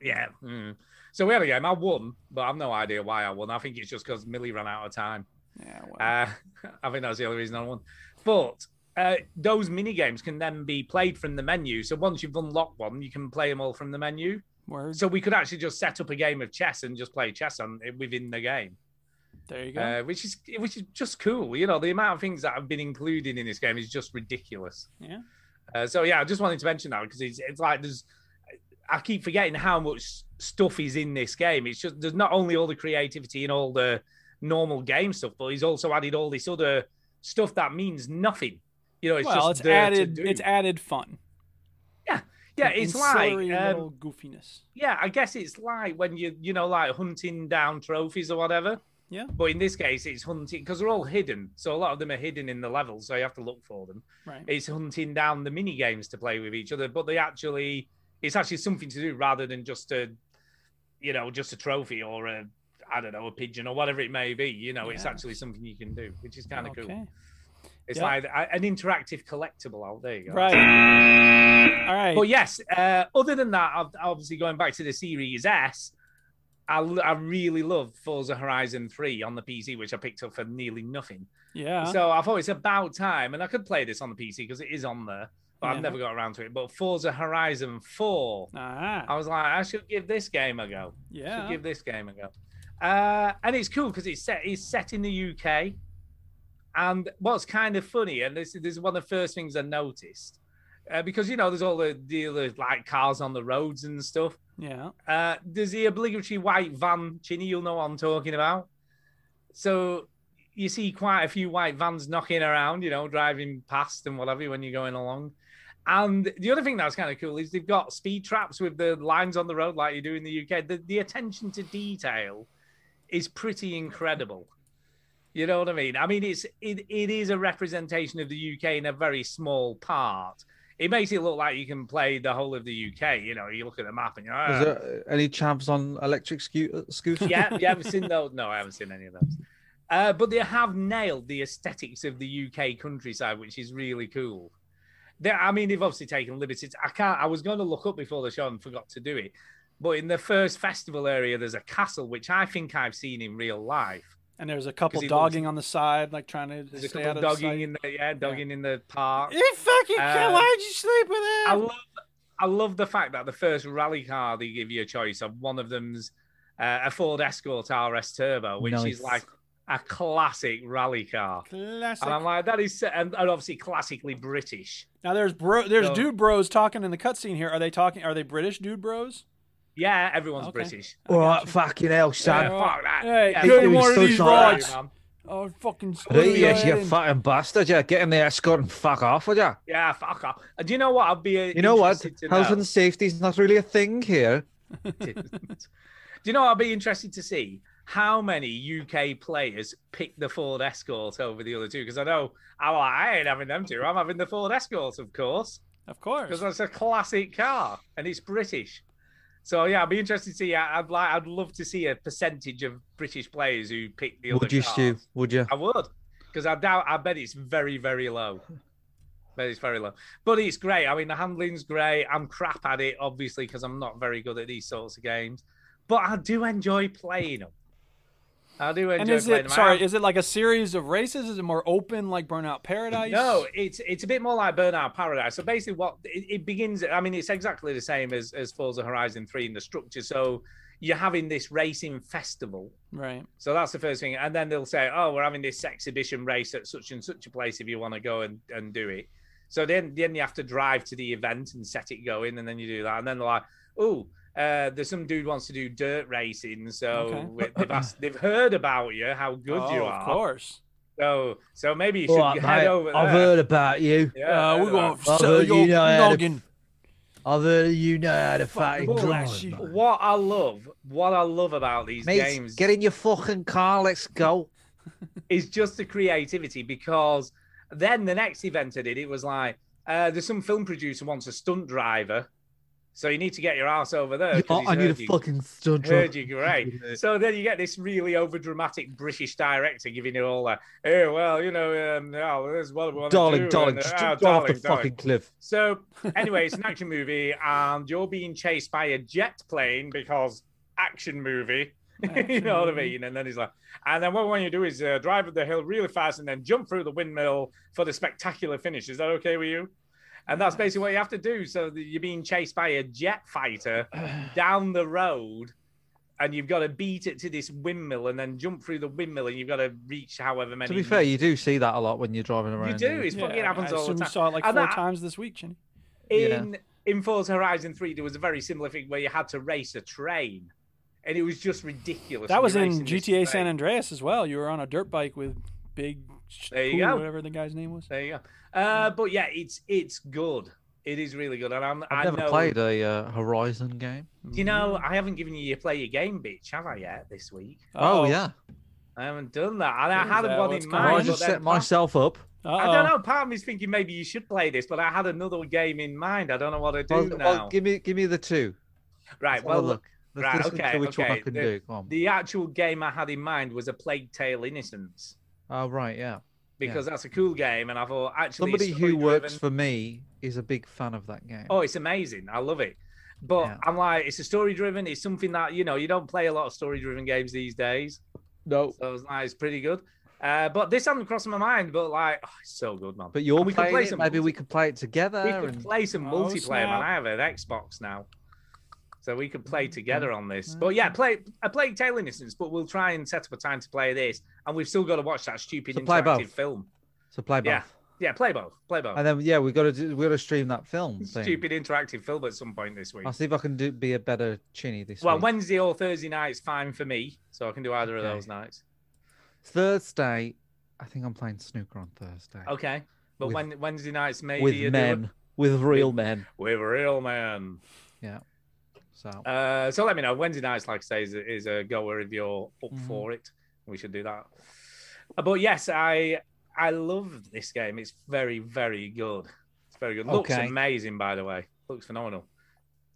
Speaker 4: Yeah. mm. So we had a game. I won, but I've no idea why I won. I think it's just because Millie ran out of time.
Speaker 1: Yeah. Well.
Speaker 4: Uh, I think that's the only reason I won. But uh, those mini games can then be played from the menu. So once you've unlocked one, you can play them all from the menu.
Speaker 1: Word.
Speaker 4: So we could actually just set up a game of chess and just play chess on within the game,
Speaker 1: There you go.
Speaker 4: uh, which is which is just cool. You know, the amount of things that have been included in this game is just ridiculous.
Speaker 1: Yeah.
Speaker 4: Uh, so yeah, I just wanted to mention that because it's, it's like there's. I keep forgetting how much stuff is in this game. It's just there's not only all the creativity and all the normal game stuff, but he's also added all this other stuff that means nothing. You know, it's
Speaker 1: well,
Speaker 4: just
Speaker 1: it's
Speaker 4: there to
Speaker 1: added.
Speaker 4: do.
Speaker 1: It's added fun.
Speaker 4: yeah,
Speaker 1: and
Speaker 4: it's like
Speaker 1: ancillary
Speaker 4: um,
Speaker 1: little goofiness.
Speaker 4: yeah, I guess it's like when you you know like hunting down trophies or whatever.
Speaker 1: Yeah.
Speaker 4: But in this case, it's hunting because they're all hidden. So a lot of them are hidden in the levels, so you have to look for them.
Speaker 1: Right.
Speaker 4: It's hunting down the mini games to play with each other, but they actually it's actually something to do rather than just a you know just a trophy or a I don't know a pigeon or whatever it may be. You know, it's
Speaker 1: Yeah.
Speaker 4: actually something you can do, which is kind of cool.
Speaker 1: Okay.
Speaker 4: It's
Speaker 1: Yeah.
Speaker 4: like a- an interactive collectible out there. You go.
Speaker 1: Right. All right.
Speaker 4: But yes, uh, other than that, ob- obviously going back to the Series S, I, l- I really love Forza Horizon 3 on the PC, which I picked up for nearly nothing.
Speaker 1: yeah.
Speaker 4: So I thought it's about time, and I could play this on the PC because it is on there, but
Speaker 1: Yeah.
Speaker 4: I've never got around to it. But Forza Horizon 4, I
Speaker 1: ah.
Speaker 4: was like, I should give this game a go. Should
Speaker 1: Yeah.
Speaker 4: give this game a go. Uh, and it's cool because it's set it's set in the UK. And what's kind of funny, and this, this is one of the first things I noticed, uh, because you know there's all the deal of like cars on the roads and stuff.
Speaker 1: Yeah.
Speaker 4: Uh, there's the obligatory white van, Chinny. You'll know what I'm talking about. So you see quite a few white vans knocking around, you know, driving past and whatever when you're going along. And the other thing that's kind of cool is they've got speed traps with the lines on the road like you do in the UK. The, the attention to detail is pretty incredible. You know what I mean? I mean, it's it, it is a representation of the UK in a very small part. It makes it look like you can play the whole of the UK. You know, you look at the map and you're
Speaker 3: Is
Speaker 4: "Ah."
Speaker 3: there any chavs on electric scooter? scooters?
Speaker 4: yeah, you haven't seen those? No, I haven't seen any of those. Uh, but they have nailed the aesthetics of the UK countryside, which is really cool. They, I mean, they've obviously taken liberties. I can't. I was going to look up before the show and forgot to do it. But in the first festival area, there's a castle which I think I've seen in real life.
Speaker 1: And there's a couple
Speaker 4: 'Cause he
Speaker 1: dogging on the side, like trying to
Speaker 4: There's a
Speaker 1: stay
Speaker 4: couple
Speaker 1: out of
Speaker 4: dogging
Speaker 1: sight.
Speaker 4: in the yeah, dogging in the park.
Speaker 1: You fucking
Speaker 4: Uh,
Speaker 1: why'd you sleep with
Speaker 4: I
Speaker 1: him?
Speaker 4: love I love the fact that the first rally car they give you a choice of one of them's uh, a Ford Escort RS Turbo, which
Speaker 3: Nice.
Speaker 4: is like a classic rally car.
Speaker 1: Classic.
Speaker 4: And I'm like, that is, and, and obviously classically British.
Speaker 1: now there's bro, there's
Speaker 4: No.
Speaker 1: dude bros talking in the cutscene here. Are they talking? Are they British dude bros?
Speaker 4: Yeah, everyone's
Speaker 1: Okay.
Speaker 4: British.
Speaker 3: All right, Oh, fucking hell, son.
Speaker 4: Yeah, fuck that.
Speaker 1: Hey,
Speaker 4: Yeah,
Speaker 1: give
Speaker 4: fuck
Speaker 1: me one of
Speaker 3: so
Speaker 1: these
Speaker 3: sorry,
Speaker 1: rods.
Speaker 4: man.
Speaker 1: Oh, fucking.
Speaker 3: Hey, yes,
Speaker 1: yeah,
Speaker 3: you fucking bastard. Yeah, get in the escort and fuck off, would ya?
Speaker 4: Yeah, fuck off. And do you know what? I'd be. uh,
Speaker 3: You know what?
Speaker 4: interested to
Speaker 3: Health
Speaker 4: know.
Speaker 3: and safety is not really a thing here.
Speaker 4: didn't. Do you know? I'll be interested to see how many UK players pick the Ford Escort over the other two because I know I'm like, I ain't having them two. I'm having the Ford Escort, of course,
Speaker 1: Of course.
Speaker 4: because that's a classic car and it's British. So yeah, I'd be interested to see. I- I'd like, I'd love to see a percentage of British players who pick the Oh,
Speaker 3: Would
Speaker 4: other
Speaker 3: you,
Speaker 4: cars.
Speaker 3: Stu? Would you?
Speaker 4: I would, because I doubt. I bet it's very, very low. Bet it's very low, but it's great. I mean, the handling's great. I'm crap at it, obviously, because I'm not very good at these sorts of games. But I do enjoy playing them. I do enjoy
Speaker 1: And is
Speaker 4: playing
Speaker 1: it
Speaker 4: them.
Speaker 1: sorry?
Speaker 4: I-
Speaker 1: Is it like a series of races? Is it more open like Burnout Paradise?
Speaker 4: no, it's it's a bit more like Burnout Paradise. So basically, what it, it begins. I mean, it's exactly the same as as Forza Horizon Three in the structure. So you're having this racing festival
Speaker 1: Right.
Speaker 4: So that's the first thing. And then they'll say, oh, we're having this exhibition race at such and such a place if you want to go and, and do it. So then, then you have to drive to the event and set it going. And then you do that. And then they're like, oh, uh, there's some dude wants to do dirt racing.
Speaker 1: Okay.
Speaker 4: So we- they've, asked, they've heard about you, how good
Speaker 1: oh,
Speaker 4: you
Speaker 1: Of
Speaker 4: are.
Speaker 1: course.
Speaker 4: So, so maybe you should
Speaker 3: All right,
Speaker 4: head
Speaker 3: mate,
Speaker 4: over there.
Speaker 3: I've heard about you.
Speaker 4: Yeah,
Speaker 1: uh,
Speaker 4: head
Speaker 1: we're going
Speaker 4: over.
Speaker 1: to
Speaker 3: Well,
Speaker 1: sell
Speaker 3: you
Speaker 1: your
Speaker 3: know how to
Speaker 1: noggin.
Speaker 3: I've heard you know how to fucking
Speaker 1: Fucking
Speaker 3: drive,
Speaker 1: classy.
Speaker 3: mate.
Speaker 4: What I love, what I love about these
Speaker 3: Mate,
Speaker 4: games,
Speaker 3: get in your fucking car. Let's go.
Speaker 4: is just the creativity because then the next event I did, it was like, uh, there's some film producer wants a stunt driver. So you need to get your ass over there. 'cause he's
Speaker 3: I need
Speaker 4: heard
Speaker 3: a
Speaker 4: you-
Speaker 3: fucking stunt
Speaker 4: Heard
Speaker 3: driver.
Speaker 4: you great. So then you get this really over dramatic British director giving you all that. Oh well, you know, um, oh, there's what we wanna
Speaker 3: Darling,
Speaker 4: do,"
Speaker 3: darling,
Speaker 4: and,
Speaker 3: just
Speaker 4: "Oh,
Speaker 3: drive off
Speaker 4: darling,
Speaker 3: the
Speaker 4: darling."
Speaker 3: fucking cliff.
Speaker 4: So anyway, it's an action movie, and you're being chased by a jet plane because action movie. you know what I mean? And then he's like, and then what we want you to do is uh, drive up the hill really fast and then jump through the windmill for the spectacular finish. Is that okay with you? And that's basically what you have to do. So that you're being chased by a jet fighter down the road, and you've got to beat it to this windmill and then jump through the windmill, and you've got to reach however many.
Speaker 3: To be fair, you do see that a lot when you're driving around.
Speaker 4: you
Speaker 3: don't
Speaker 4: do. It's
Speaker 1: Yeah,
Speaker 4: fucking happens
Speaker 1: I
Speaker 4: all the
Speaker 1: assume you
Speaker 4: time.
Speaker 1: saw it like
Speaker 4: And
Speaker 1: four
Speaker 4: that-
Speaker 1: times this week, Chinny.
Speaker 3: Yeah.
Speaker 4: in in Forza Horizon Three, there was a very similar thing where you had to race a train, and it was just ridiculous.
Speaker 1: That
Speaker 4: You're
Speaker 1: was in
Speaker 4: racing this
Speaker 1: GTA San
Speaker 4: train.
Speaker 1: Andreas as well. You were on a dirt bike with Big
Speaker 4: There you
Speaker 1: Pooh,
Speaker 4: go.
Speaker 1: whatever the guy's name was.
Speaker 4: There you go. Uh, but yeah, it's it's good. It is really good, and I'm,
Speaker 3: I've
Speaker 4: I
Speaker 3: never
Speaker 4: know,
Speaker 3: played a uh, Horizon game.
Speaker 4: You know, I haven't given you your play your game, bitch, have I yet this week?
Speaker 1: Uh-oh.
Speaker 3: Oh, yeah.
Speaker 4: I haven't done that, and I
Speaker 1: What is
Speaker 4: had
Speaker 1: that?
Speaker 4: one
Speaker 1: What's
Speaker 4: in
Speaker 1: going
Speaker 4: mind.
Speaker 1: on?
Speaker 3: I
Speaker 1: but
Speaker 3: just
Speaker 4: then
Speaker 3: set
Speaker 4: part-
Speaker 3: myself up.
Speaker 1: Uh-oh.
Speaker 4: I don't know. Part of me's thinking maybe you should play this, but I had another game in mind. I don't know what to do
Speaker 3: Well,
Speaker 4: now.
Speaker 3: well, give me, give me the two. Let's have
Speaker 4: right.
Speaker 3: a
Speaker 4: Well,
Speaker 3: look. Let's
Speaker 4: right,
Speaker 3: listen
Speaker 4: okay,
Speaker 3: to which one I
Speaker 4: okay.
Speaker 3: can
Speaker 4: The-
Speaker 3: do. Come on.
Speaker 4: the actual game I had in mind was a Plague Tale Innocence.
Speaker 3: Oh, right, yeah.
Speaker 4: because that's a cool game. And I thought actually, it's
Speaker 3: Somebody who works
Speaker 4: story-driven.
Speaker 3: for me is a big fan of that game.
Speaker 4: oh, it's amazing. I love it. But
Speaker 3: Yeah.
Speaker 4: I'm like, it's a story driven. It's something that you know you don't play a lot of story driven games these days.
Speaker 3: no.
Speaker 4: So it's like it's pretty good. Uh, but this hadn't crossed my mind. But like, oh, it's so good, man.
Speaker 3: But you're
Speaker 4: And we could
Speaker 3: playing
Speaker 4: play
Speaker 3: it.
Speaker 4: some
Speaker 3: Maybe we
Speaker 4: multi-
Speaker 3: could play it together.
Speaker 4: we could
Speaker 3: and...
Speaker 4: play some
Speaker 1: Oh,
Speaker 4: multiplayer, man.
Speaker 1: snap.
Speaker 4: I have an Xbox now, so we could
Speaker 3: Mm-hmm.
Speaker 4: play together on this. But yeah, play I play Tail Innocence, but we'll try and set up a time to play this, and we've still got to watch that stupid
Speaker 3: So play both.
Speaker 4: interactive film.
Speaker 3: So play both.
Speaker 4: Yeah. Yeah, play both. Play both.
Speaker 3: And then yeah, we gotta do, we gotta stream that film thing.
Speaker 4: Stupid interactive film at some point this week.
Speaker 3: I'll see if I can do be a better chinny this
Speaker 4: Well,
Speaker 3: week.
Speaker 4: Wednesday or Thursday night is fine for me, so I can do either
Speaker 3: Okay.
Speaker 4: of those nights.
Speaker 3: Thursday, I think I'm playing snooker on Thursday.
Speaker 4: Okay, but
Speaker 3: With-
Speaker 4: when Wednesday nights maybe
Speaker 3: with
Speaker 4: you do
Speaker 3: men,
Speaker 4: it
Speaker 3: with real men.
Speaker 4: with real man.
Speaker 3: Yeah. So
Speaker 4: Uh, so let me know. Wednesday nights, like I say, is, is a goer if you're up
Speaker 3: Mm-hmm.
Speaker 4: for it. We should do that. Uh, But yes, I I love this game. It's very very good. It's very good. Looks
Speaker 3: Okay.
Speaker 4: amazing, by the way. Looks phenomenal.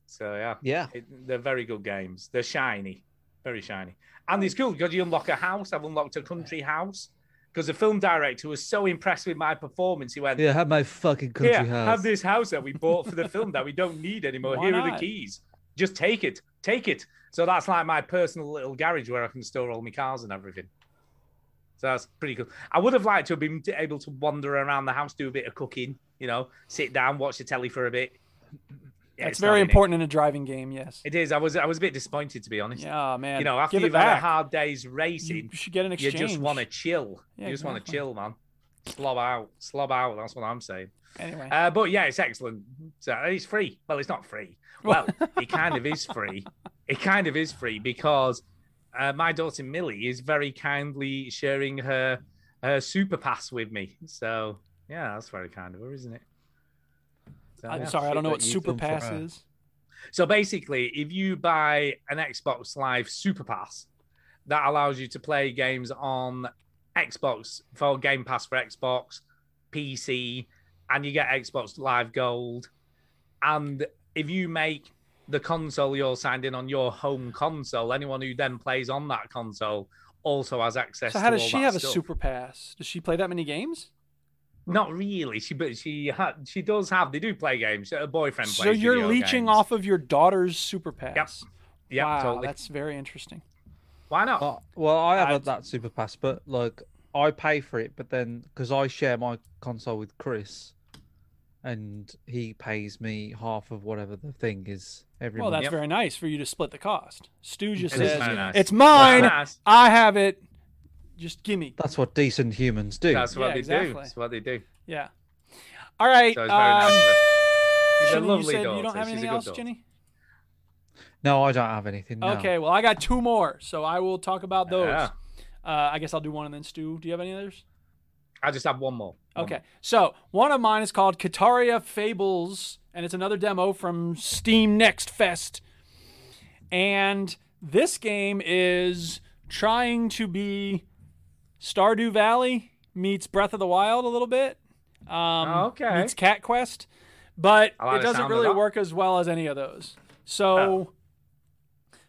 Speaker 4: So yeah,
Speaker 3: yeah,
Speaker 4: It, they're very good games. They're shiny, very shiny, and it's cool because you unlock a house. I've unlocked a country house because the film director was so impressed with my performance. He went,
Speaker 3: yeah. Have my fucking country
Speaker 4: "Here,
Speaker 3: house.
Speaker 4: have this house that we bought for the film that we don't need anymore.
Speaker 1: Why
Speaker 4: Here are the
Speaker 1: not?
Speaker 4: keys. Just take it, take it." So that's like my personal little garage where I can store all my cars and everything. So that's pretty cool. I would have liked to have been able to wander around the house, do a bit of cooking, you know, sit down, watch the telly for a bit. Yeah,
Speaker 1: That's
Speaker 4: it's not
Speaker 1: very
Speaker 4: in it.
Speaker 1: important in a driving game. Yes.
Speaker 4: It is. I was I was a bit disappointed to be honest.
Speaker 1: Yeah, oh, man.
Speaker 4: You know, after
Speaker 1: Give it
Speaker 4: you've had a
Speaker 1: back.
Speaker 4: hard day's
Speaker 1: you
Speaker 4: racing,
Speaker 1: should get an
Speaker 4: you,
Speaker 1: exchange.
Speaker 4: just want to chill.
Speaker 1: Yeah,
Speaker 4: you just want to
Speaker 1: exactly.
Speaker 4: chill, man. Slob out, slob out. That's what I'm saying.
Speaker 1: Anyway,
Speaker 4: Uh, but yeah, it's excellent. So it's free. Well, it's not free. Well, it kind of is free. It kind of is free because uh, my daughter Millie is very kindly sharing her her super pass with me. So yeah, that's very kind of her, isn't it? So,
Speaker 1: I'm
Speaker 4: yeah.
Speaker 1: sorry, I don't know what
Speaker 3: Shit that you've
Speaker 1: Super
Speaker 3: done for
Speaker 1: Pass
Speaker 3: her.
Speaker 1: is.
Speaker 4: So basically, if you buy an Xbox Live Super Pass, that allows you to play games on Xbox for Game Pass for Xbox, PC, and you get Xbox Live Gold. And if you make the console you're signed in on your home console, anyone who then plays on that console also has access.
Speaker 1: So how
Speaker 4: to
Speaker 1: does
Speaker 4: all
Speaker 1: she
Speaker 4: that
Speaker 1: have a
Speaker 4: stuff.
Speaker 1: Super Pass? Does she play that many games?
Speaker 4: Not really. She but she ha- she does have. They do play games. Her boyfriend. Plays
Speaker 1: So you're
Speaker 4: video
Speaker 1: leeching
Speaker 4: games.
Speaker 1: off of your daughter's Super Pass.
Speaker 4: Yeah,
Speaker 1: wow,
Speaker 4: totally.
Speaker 1: that's very interesting.
Speaker 4: Why not?
Speaker 3: Uh, well, I have
Speaker 4: I'd-
Speaker 3: that super pass, but like I pay for it, but then because I share my console with Chris, and he pays me half of whatever the thing is every
Speaker 1: Well,
Speaker 3: month.
Speaker 1: that's
Speaker 4: Yep.
Speaker 1: very nice for you to split the cost. Stu just
Speaker 4: It is
Speaker 1: says,
Speaker 4: very nice.
Speaker 1: "It's mine.
Speaker 4: Nice.
Speaker 1: I have it. Just gimme."
Speaker 3: That's what decent humans do.
Speaker 4: That's what
Speaker 1: Yeah,
Speaker 4: they do.
Speaker 1: exactly.
Speaker 4: That's what they do.
Speaker 1: Yeah. All right.
Speaker 4: So it's very nice.
Speaker 1: um,
Speaker 4: of her. She's a
Speaker 1: Jenny, you
Speaker 4: lovely
Speaker 1: said
Speaker 4: daughter.
Speaker 1: you don't have
Speaker 4: She's
Speaker 1: anything
Speaker 4: a good
Speaker 1: else,
Speaker 4: daughter.
Speaker 1: Jenny?
Speaker 3: No, I don't have anything. no.
Speaker 1: Okay, well, I got two more, so I will talk about those.
Speaker 4: Yeah.
Speaker 1: Uh, I guess I'll do one and then Stu. Do you have any others?
Speaker 4: I just have one more. One
Speaker 1: Okay, so one of mine is called Kataria Fables, and it's another demo from Steam Next Fest. And this game is trying to be Stardew Valley meets Breath of the Wild a little bit. Um,
Speaker 4: more. Oh, Okay.
Speaker 1: Meets Cat Quest, but
Speaker 4: I like
Speaker 1: it
Speaker 4: the
Speaker 1: doesn't
Speaker 4: sound of
Speaker 1: really
Speaker 4: that. Ah.
Speaker 1: work as well as any of those. So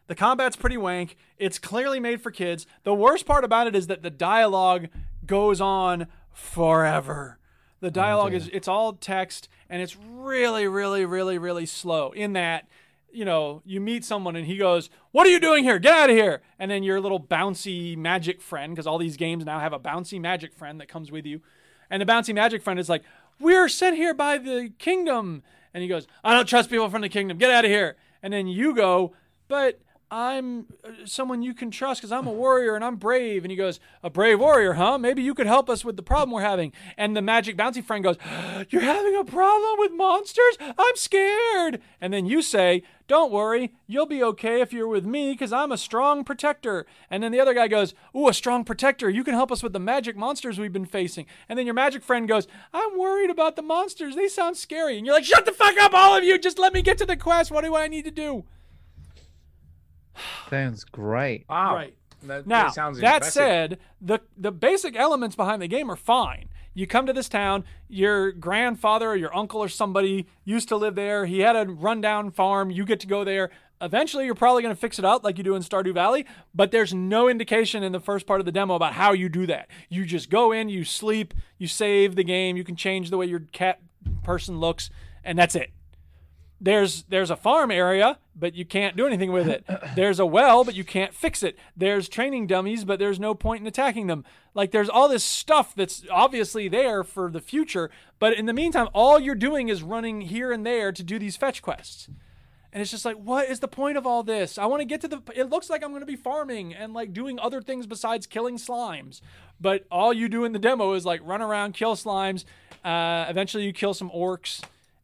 Speaker 1: the combat's pretty wank. It's clearly made for kids. The worst part about it is that the dialogue goes on forever. The dialogue is it's all text and it's really really really really slow in that you know, you meet someone and he goes, "What are you doing here? Get out of here!" And then your little bouncy magic friend, because all these games now have a bouncy magic friend that comes with you, and the bouncy magic friend is like, "We're sent here by the kingdom," and he goes, "I don't trust people from the kingdom. Get out of here!" And then you go, "But I'm uh, someone you can trust because I'm a warrior and I'm brave." And he goes, "A brave warrior, huh? Maybe you could help us with the problem we're having." And the magic bouncy friend goes, "You're having a problem with monsters? I'm scared." And then you say, "Don't worry, you'll be okay if you're with me because I'm a strong protector." And then the other guy goes, "Ooh, a strong protector! You can help us with the magic monsters we've been facing." And then your magic friend goes, "I'm worried about the monsters. They sound scary." And you're like, "Shut the fuck up, all of you! Just let me get to the quest. What do I need to do?"
Speaker 3: Sounds great.
Speaker 4: Wow.
Speaker 1: Right.
Speaker 4: That,
Speaker 1: Now,
Speaker 4: that sounds
Speaker 1: that
Speaker 4: impressive.
Speaker 1: said, the the basic elements behind the game are fine. You come to this town, your grandfather or your uncle or somebody used to live there. He had a rundown farm. You get to go there. Eventually, you're probably going to fix it up like you do in Stardew Valley, but there's no indication in the first part of the demo about how you do that. You just go in, you sleep, you save the game, you can change the way your cat person looks, and that's it there's there's a farm area, but you can't do anything with it. There's a well, but you can't fix it. There's training dummies, but there's no point in attacking them. Like there's all this stuff that's obviously there for the future, but in the meantime, all you're doing is running here and there to do these fetch quests. And it's just like, what is the point of all this? I want to get to the. It looks like I'm going to be farming and like doing other things besides killing slimes. But all you do in the demo is like run around, kill slimes. Uh, eventually, you kill some orcs,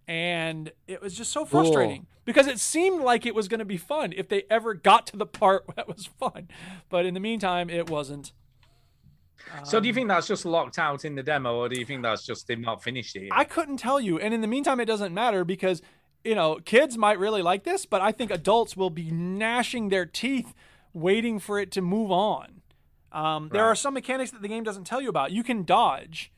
Speaker 1: and it was just so frustrating because it seemed like it was going to be fun if they ever got to the part that was fun. But in the meantime, it wasn't.
Speaker 4: so
Speaker 1: um,
Speaker 4: do you think that's just locked out in the demo, or do you think that's just they've not finished it? Yet?
Speaker 1: I couldn't tell you. And in the meantime, it doesn't matter because, you know, kids might really like this, but I think adults will be gnashing their teeth waiting for it to move on. Um, There are some mechanics that the game doesn't tell you about. You can dodge,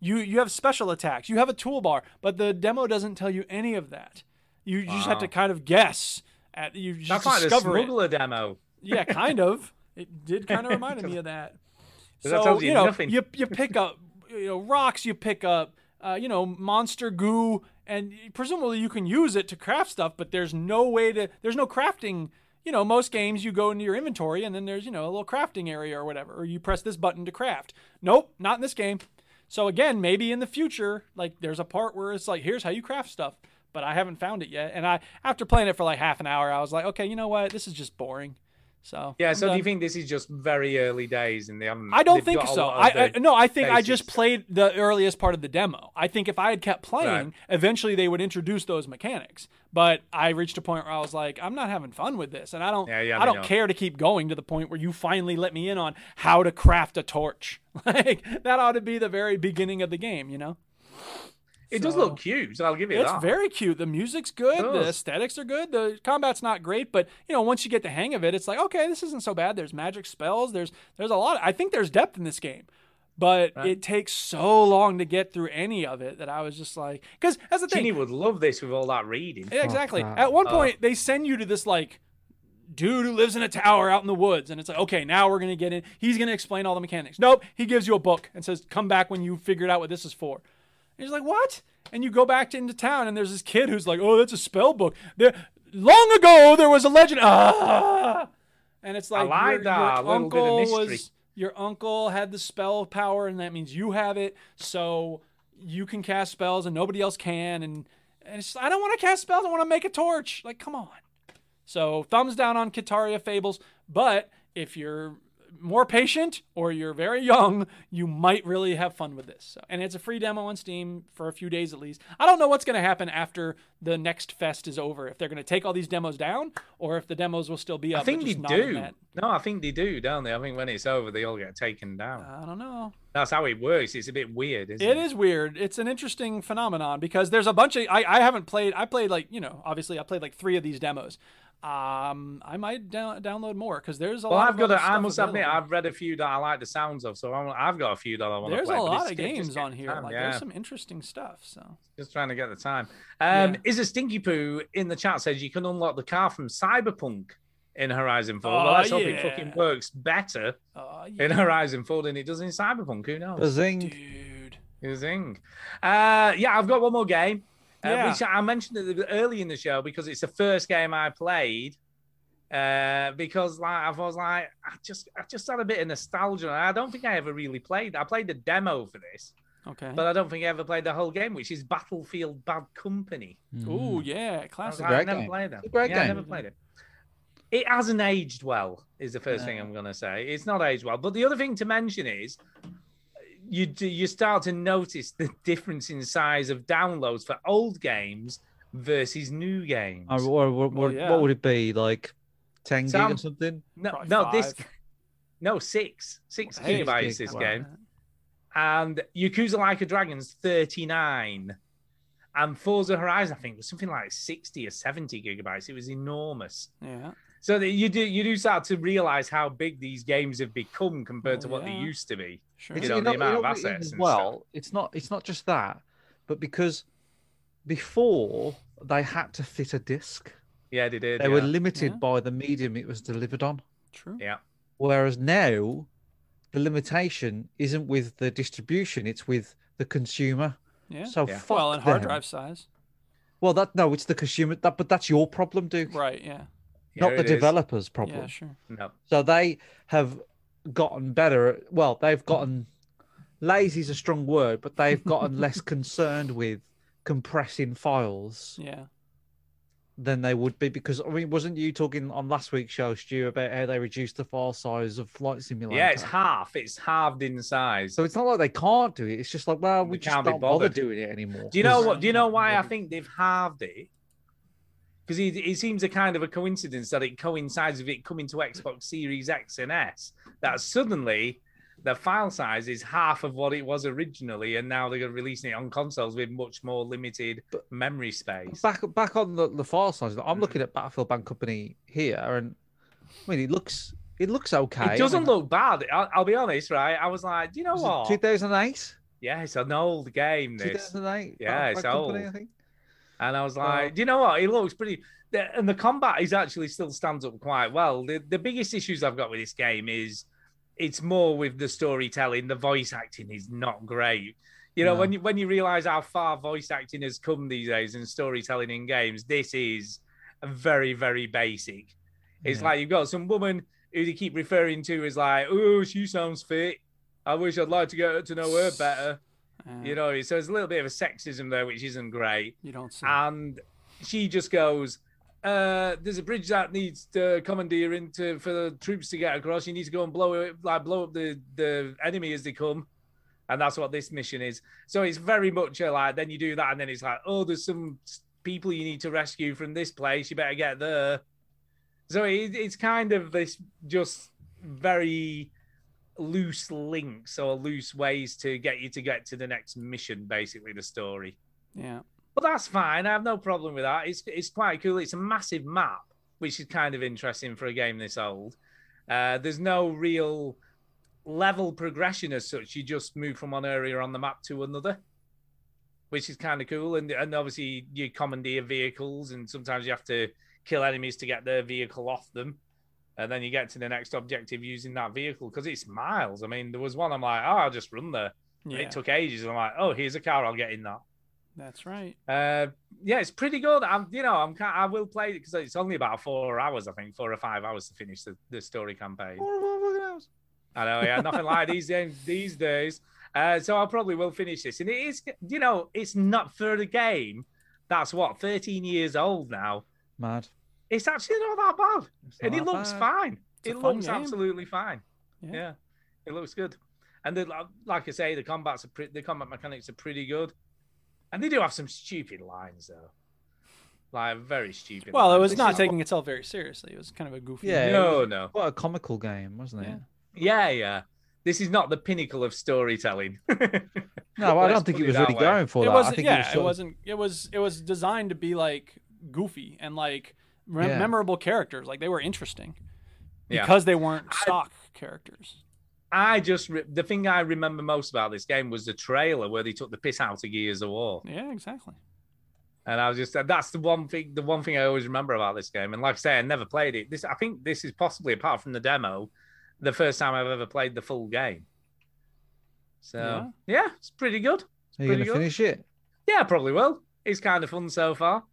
Speaker 1: you, you have special attacks, you have a toolbar, but the demo doesn't tell you any of that. You, you just have to kind of guess. At, you just
Speaker 4: that's like the
Speaker 1: discover it.
Speaker 4: smuggler demo.
Speaker 1: Yeah, kind of. It did kind of reminded me of that.
Speaker 4: I
Speaker 1: So
Speaker 4: told
Speaker 1: you,
Speaker 4: you
Speaker 1: know,
Speaker 4: nothing.
Speaker 1: you you pick up you know rocks, you pick up uh, you know monster goo, and presumably you can use it to craft stuff. But there's no way to there's no crafting. You know, most games you go into your inventory and then there's you know a little crafting area or whatever, or you press this button to craft. Nope, not in this game. So again, maybe in the future, like there's a part where it's like, here's how you craft stuff, but I haven't found it yet. And I, after playing it for like half an hour, I was like, okay, you know what? This is just boring. So
Speaker 4: Yeah.
Speaker 1: I'm
Speaker 4: So do you
Speaker 1: done.
Speaker 4: think this is just very early days and they haven't?
Speaker 1: I don't
Speaker 4: they've
Speaker 1: think
Speaker 4: got a
Speaker 1: so.
Speaker 4: lot of
Speaker 1: I, I
Speaker 4: the
Speaker 1: no, I think I just
Speaker 4: basics?
Speaker 1: played the earliest part of the demo. I think if I had kept playing,
Speaker 4: Right.
Speaker 1: eventually they would introduce those mechanics. But I reached a point where I was like, I'm not having fun with this, and I don't,
Speaker 4: Yeah, yeah,
Speaker 1: I
Speaker 4: I
Speaker 1: don't
Speaker 4: know.
Speaker 1: care to keep going to the point where you finally let me in on how to craft a torch. Like that ought to be the very beginning of the game, you know.
Speaker 4: It does look cute. So I'll give you
Speaker 1: It's
Speaker 4: that.
Speaker 1: very cute. The music's good. The
Speaker 4: does.
Speaker 1: aesthetics are good. The combat's not great, but you know, once you get the hang of it, it's like okay, this isn't so bad. There's magic spells. There's there's a lot. I think there's depth in this game, but it takes so long to get through any of it that I was just like, because that's the thing.
Speaker 4: Ginny would love this with all that reading.
Speaker 1: Yeah, exactly. At one point, they send you to this like dude who lives in a tower out in the woods, and it's like, okay, now we're gonna get in. He's gonna explain all the mechanics. Nope, he gives you a book and says, come back when you figured out what this is for. And he's like, what? And you go back to, into town, and there's this kid who's like, oh, that's a spell book. There, long ago there was a legend. Ah! And it's like
Speaker 4: like
Speaker 1: your,
Speaker 4: that,
Speaker 1: your
Speaker 4: a little bit of
Speaker 1: uncle
Speaker 4: mystery.
Speaker 1: was your uncle had the spell power, and that means you have it. So you can cast spells, and nobody else can. And, and it's, I don't want to cast spells. I want to make a torch. Like, come on. So thumbs down on Kitaria Fables. But if you're more patient or you're very young, you might really have fun with this. So, and it's a free demo on Steam for a few days at least. I don't know what's going to happen after the next fest is over. If they're going to take all these demos down, or if the demos will still be up.
Speaker 4: I think
Speaker 1: but
Speaker 4: they
Speaker 1: just not in
Speaker 4: do.
Speaker 1: that-
Speaker 4: No, I think they do, don't they? I think when it's over, they all get taken down.
Speaker 1: I don't know.
Speaker 4: That's how it works. It's a bit weird, isn't
Speaker 1: It
Speaker 4: it?
Speaker 1: is weird. It's an interesting phenomenon because there's a bunch of I, I haven't played. I played like you know obviously I played like three of these demos. Um, I might down, download more because there's a
Speaker 4: Well,
Speaker 1: lot.
Speaker 4: I've
Speaker 1: of other
Speaker 4: got. A, I
Speaker 1: stuff
Speaker 4: must admit,
Speaker 1: available.
Speaker 4: I've read a few that I like the sounds of, so I'm, I've got a few that I want
Speaker 1: there's
Speaker 4: to play.
Speaker 1: a
Speaker 4: but
Speaker 1: lot
Speaker 4: it's
Speaker 1: of
Speaker 4: just
Speaker 1: games
Speaker 4: getting
Speaker 1: on here.
Speaker 4: time,
Speaker 1: Like
Speaker 4: yeah,
Speaker 1: there's some interesting stuff. So
Speaker 4: just trying to get the time.
Speaker 1: Yeah.
Speaker 4: Um, Is a stinky poo in the chat says you can unlock the car from Cyberpunk in Horizon Four.
Speaker 1: Oh,
Speaker 4: well, let's hope
Speaker 1: yeah.
Speaker 4: it fucking works better
Speaker 1: uh,
Speaker 4: in Horizon Four than it does in Cyberpunk. Who knows?
Speaker 3: Bazing.
Speaker 1: dude.
Speaker 4: You think? Uh, yeah, I've got one more game, uh,
Speaker 1: Yeah.
Speaker 4: which I mentioned it early in the show because it's the first game I played. Uh, because like I was like, I just I just had a bit of nostalgia. and I don't think I ever really played. I played the demo for this,
Speaker 1: Okay.
Speaker 4: but I don't think I ever played the whole game, which is Battlefield Bad Company.
Speaker 3: Hmm.
Speaker 4: mm.
Speaker 1: Ooh yeah, classic.
Speaker 4: I
Speaker 3: great
Speaker 4: never
Speaker 3: game.
Speaker 4: played that.
Speaker 3: It's a great
Speaker 4: yeah, I
Speaker 3: game.
Speaker 4: never played it. It hasn't aged well, is the first thing I'm gonna say. It's not aged well. But the other thing to mention is you do, you start to notice the difference in size of downloads for old games versus new games.
Speaker 3: Or, or, or- or
Speaker 1: yeah.
Speaker 3: what would it be like? Ten gig
Speaker 4: Sam-
Speaker 3: or something?
Speaker 4: no,
Speaker 1: Probably
Speaker 4: no, this
Speaker 1: five.
Speaker 4: no six six
Speaker 3: Hey,
Speaker 4: gigabytes
Speaker 3: gigs,
Speaker 4: this
Speaker 3: wow.
Speaker 4: game, and Yakuza Like a Dragon's thirty nine. And Forza Horizon, I think, was something like 60 or 70 gigabytes. It was enormous.
Speaker 1: Yeah.
Speaker 4: So that you do you do start to realize how big these games have become compared
Speaker 1: Oh,
Speaker 4: to what they
Speaker 1: yeah.
Speaker 4: used to be.
Speaker 1: Sure.
Speaker 4: You know, the amount of
Speaker 3: what it is
Speaker 4: assets
Speaker 3: as
Speaker 4: and
Speaker 3: well, it's not. It's not just that, but because before they had to fit a disc,
Speaker 4: Yeah, they did.
Speaker 3: they
Speaker 4: yeah.
Speaker 3: were limited
Speaker 1: Yeah.
Speaker 3: by the medium it was delivered on.
Speaker 1: True.
Speaker 4: yeah.
Speaker 3: Whereas now, the limitation isn't with the distribution; it's with the consumer.
Speaker 1: Yeah.
Speaker 3: So
Speaker 4: Yeah.
Speaker 3: fuck
Speaker 1: well, and hard
Speaker 3: them.
Speaker 1: drive size.
Speaker 3: Well, that no, it's the consumer. That but that's your problem, Duke,
Speaker 1: Right. Yeah.
Speaker 3: not
Speaker 4: Here
Speaker 3: the
Speaker 4: it is.
Speaker 3: developer's problem.
Speaker 1: Yeah. Sure.
Speaker 4: No.
Speaker 3: So they have gotten better. at- Well, they've gotten lazy is a strong word, but they've gotten less concerned with compressing files
Speaker 1: Yeah.
Speaker 3: than they would be because I mean, wasn't you talking on last week's show, Stu, about how they reduced the file size of Flight Simulator?
Speaker 4: Yeah, it's half. It's halved in size.
Speaker 3: so it's not like they can't do it. It's just like, well, we
Speaker 4: They
Speaker 3: just
Speaker 4: can't be
Speaker 3: don't bother
Speaker 4: bothered.
Speaker 3: doing it anymore.
Speaker 4: Do you know
Speaker 3: 'cause-
Speaker 4: what? Do you know why I think they've halved it? Because it, it seems a kind of a coincidence that it coincides with it coming to Xbox Series X and S. That suddenly the file size is half of what it was originally, and now they're releasing it on consoles with much more limited memory space.
Speaker 3: back back on the, the file size. like, I'm looking at Battlefield Band Company here, and I mean, it looks it looks okay.
Speaker 4: It doesn't look bad. I'll, I'll be honest, right? I was like, do you know what?
Speaker 3: 2008.
Speaker 4: Yeah, it's an old game. This.
Speaker 3: 2008.
Speaker 4: Yeah,
Speaker 3: Battlefield
Speaker 4: it's
Speaker 3: Company,
Speaker 4: old.
Speaker 3: I think.
Speaker 4: And I was like, do you know what? It looks pretty. the- And the combat is actually still stands up quite well. The, the biggest issues I've got with this game is it's more with the storytelling. The voice acting is not great. You know, when you when you realize how far voice acting has come these days and storytelling in games, this is very very basic. It's
Speaker 3: Yeah.
Speaker 4: like you've got some woman who they keep referring to as like, oh, she sounds fit. I wish I'd like to get to know her better.
Speaker 1: Uh,
Speaker 4: You know, so there's a little bit of a sexism there, which isn't great
Speaker 1: you don't see.
Speaker 4: and she just goes, uh, "There's a bridge that needs to commandeer into for the troops to get across. You need to go and blow it, like blow up the the enemy as they come." And that's what this mission is. So it's very much a, like then you do that, and then it's like, "Oh, there's some s- people you need to rescue from this place. You better get there." So it, it's kind of this just very loose links or loose ways to get you to get to the next mission basically the story
Speaker 1: yeah.
Speaker 4: but that's fine. I have no problem with that. It's it's quite cool. It's a massive map, which is kind of interesting for a game this old. Uh, there's no real level progression as such. You just move from one area on the map to another, which is kind of cool. And and obviously you commandeer vehicles, and sometimes you have to kill enemies to get their vehicle off them. And then you get to the next objective using that vehicle because it's miles. I mean, there was one I'm like, oh, I'll just run there.
Speaker 1: Yeah.
Speaker 4: It took ages. I'm like, oh, here's a car. I'll get in that.
Speaker 1: That's right.
Speaker 4: Uh, yeah, it's pretty good. I'm, you know, I'm, ki- I will play it because it's only about four hours, I think, four or five hours to finish the, the story campaign. I know, yeah, nothing like these games these days. Uh, so I probably will finish this, and it is, you know, it's not for the game. That's what 13 years old now.
Speaker 3: Mad.
Speaker 4: It's actually not that bad,
Speaker 3: It's
Speaker 4: and
Speaker 3: not
Speaker 4: it
Speaker 3: that
Speaker 4: looks
Speaker 3: bad.
Speaker 4: fine.
Speaker 1: a
Speaker 4: It
Speaker 1: fun
Speaker 4: looks
Speaker 1: game.
Speaker 4: absolutely fine.
Speaker 1: Yeah.
Speaker 4: Yeah. it looks good, and the, like I say, the combats are pre- the combat mechanics are pretty good, and they do have some stupid lines though, like very stupid.
Speaker 1: Well, it
Speaker 4: lines,
Speaker 1: was
Speaker 4: which
Speaker 1: not
Speaker 4: is-
Speaker 1: taking itself very seriously. It was kind of a goofy.
Speaker 3: Yeah.
Speaker 4: No, no,
Speaker 3: What a comical game, wasn't it?
Speaker 1: Yeah.
Speaker 4: yeah, yeah. This is not the pinnacle of storytelling.
Speaker 3: No, I
Speaker 4: Let's
Speaker 3: don't think
Speaker 4: put
Speaker 3: he
Speaker 4: it
Speaker 3: was
Speaker 4: that
Speaker 3: really
Speaker 4: way.
Speaker 3: going for
Speaker 1: it
Speaker 3: that. I
Speaker 1: wasn't.
Speaker 3: think he was
Speaker 1: yeah,
Speaker 3: sort
Speaker 1: it
Speaker 3: of-
Speaker 1: wasn't. It was. It was designed to be like goofy and like mem-
Speaker 3: Yeah.
Speaker 1: memorable characters. Like they were interesting
Speaker 4: Yeah.
Speaker 1: because they weren't stock characters.
Speaker 4: I just re- the thing I remember most about this game was the trailer where they took the piss out of Gears of War.
Speaker 1: Yeah, exactly.
Speaker 4: And I was just that's the one thing the one thing I always remember about this game. And like I say, I never played it. This I think this is possibly apart from the demo, the first time I've ever played the full game. So yeah, it's pretty good.
Speaker 3: Are you going
Speaker 4: pretty
Speaker 3: to
Speaker 4: good.
Speaker 3: finish it?
Speaker 4: Yeah, I probably will. It's kind of fun so far.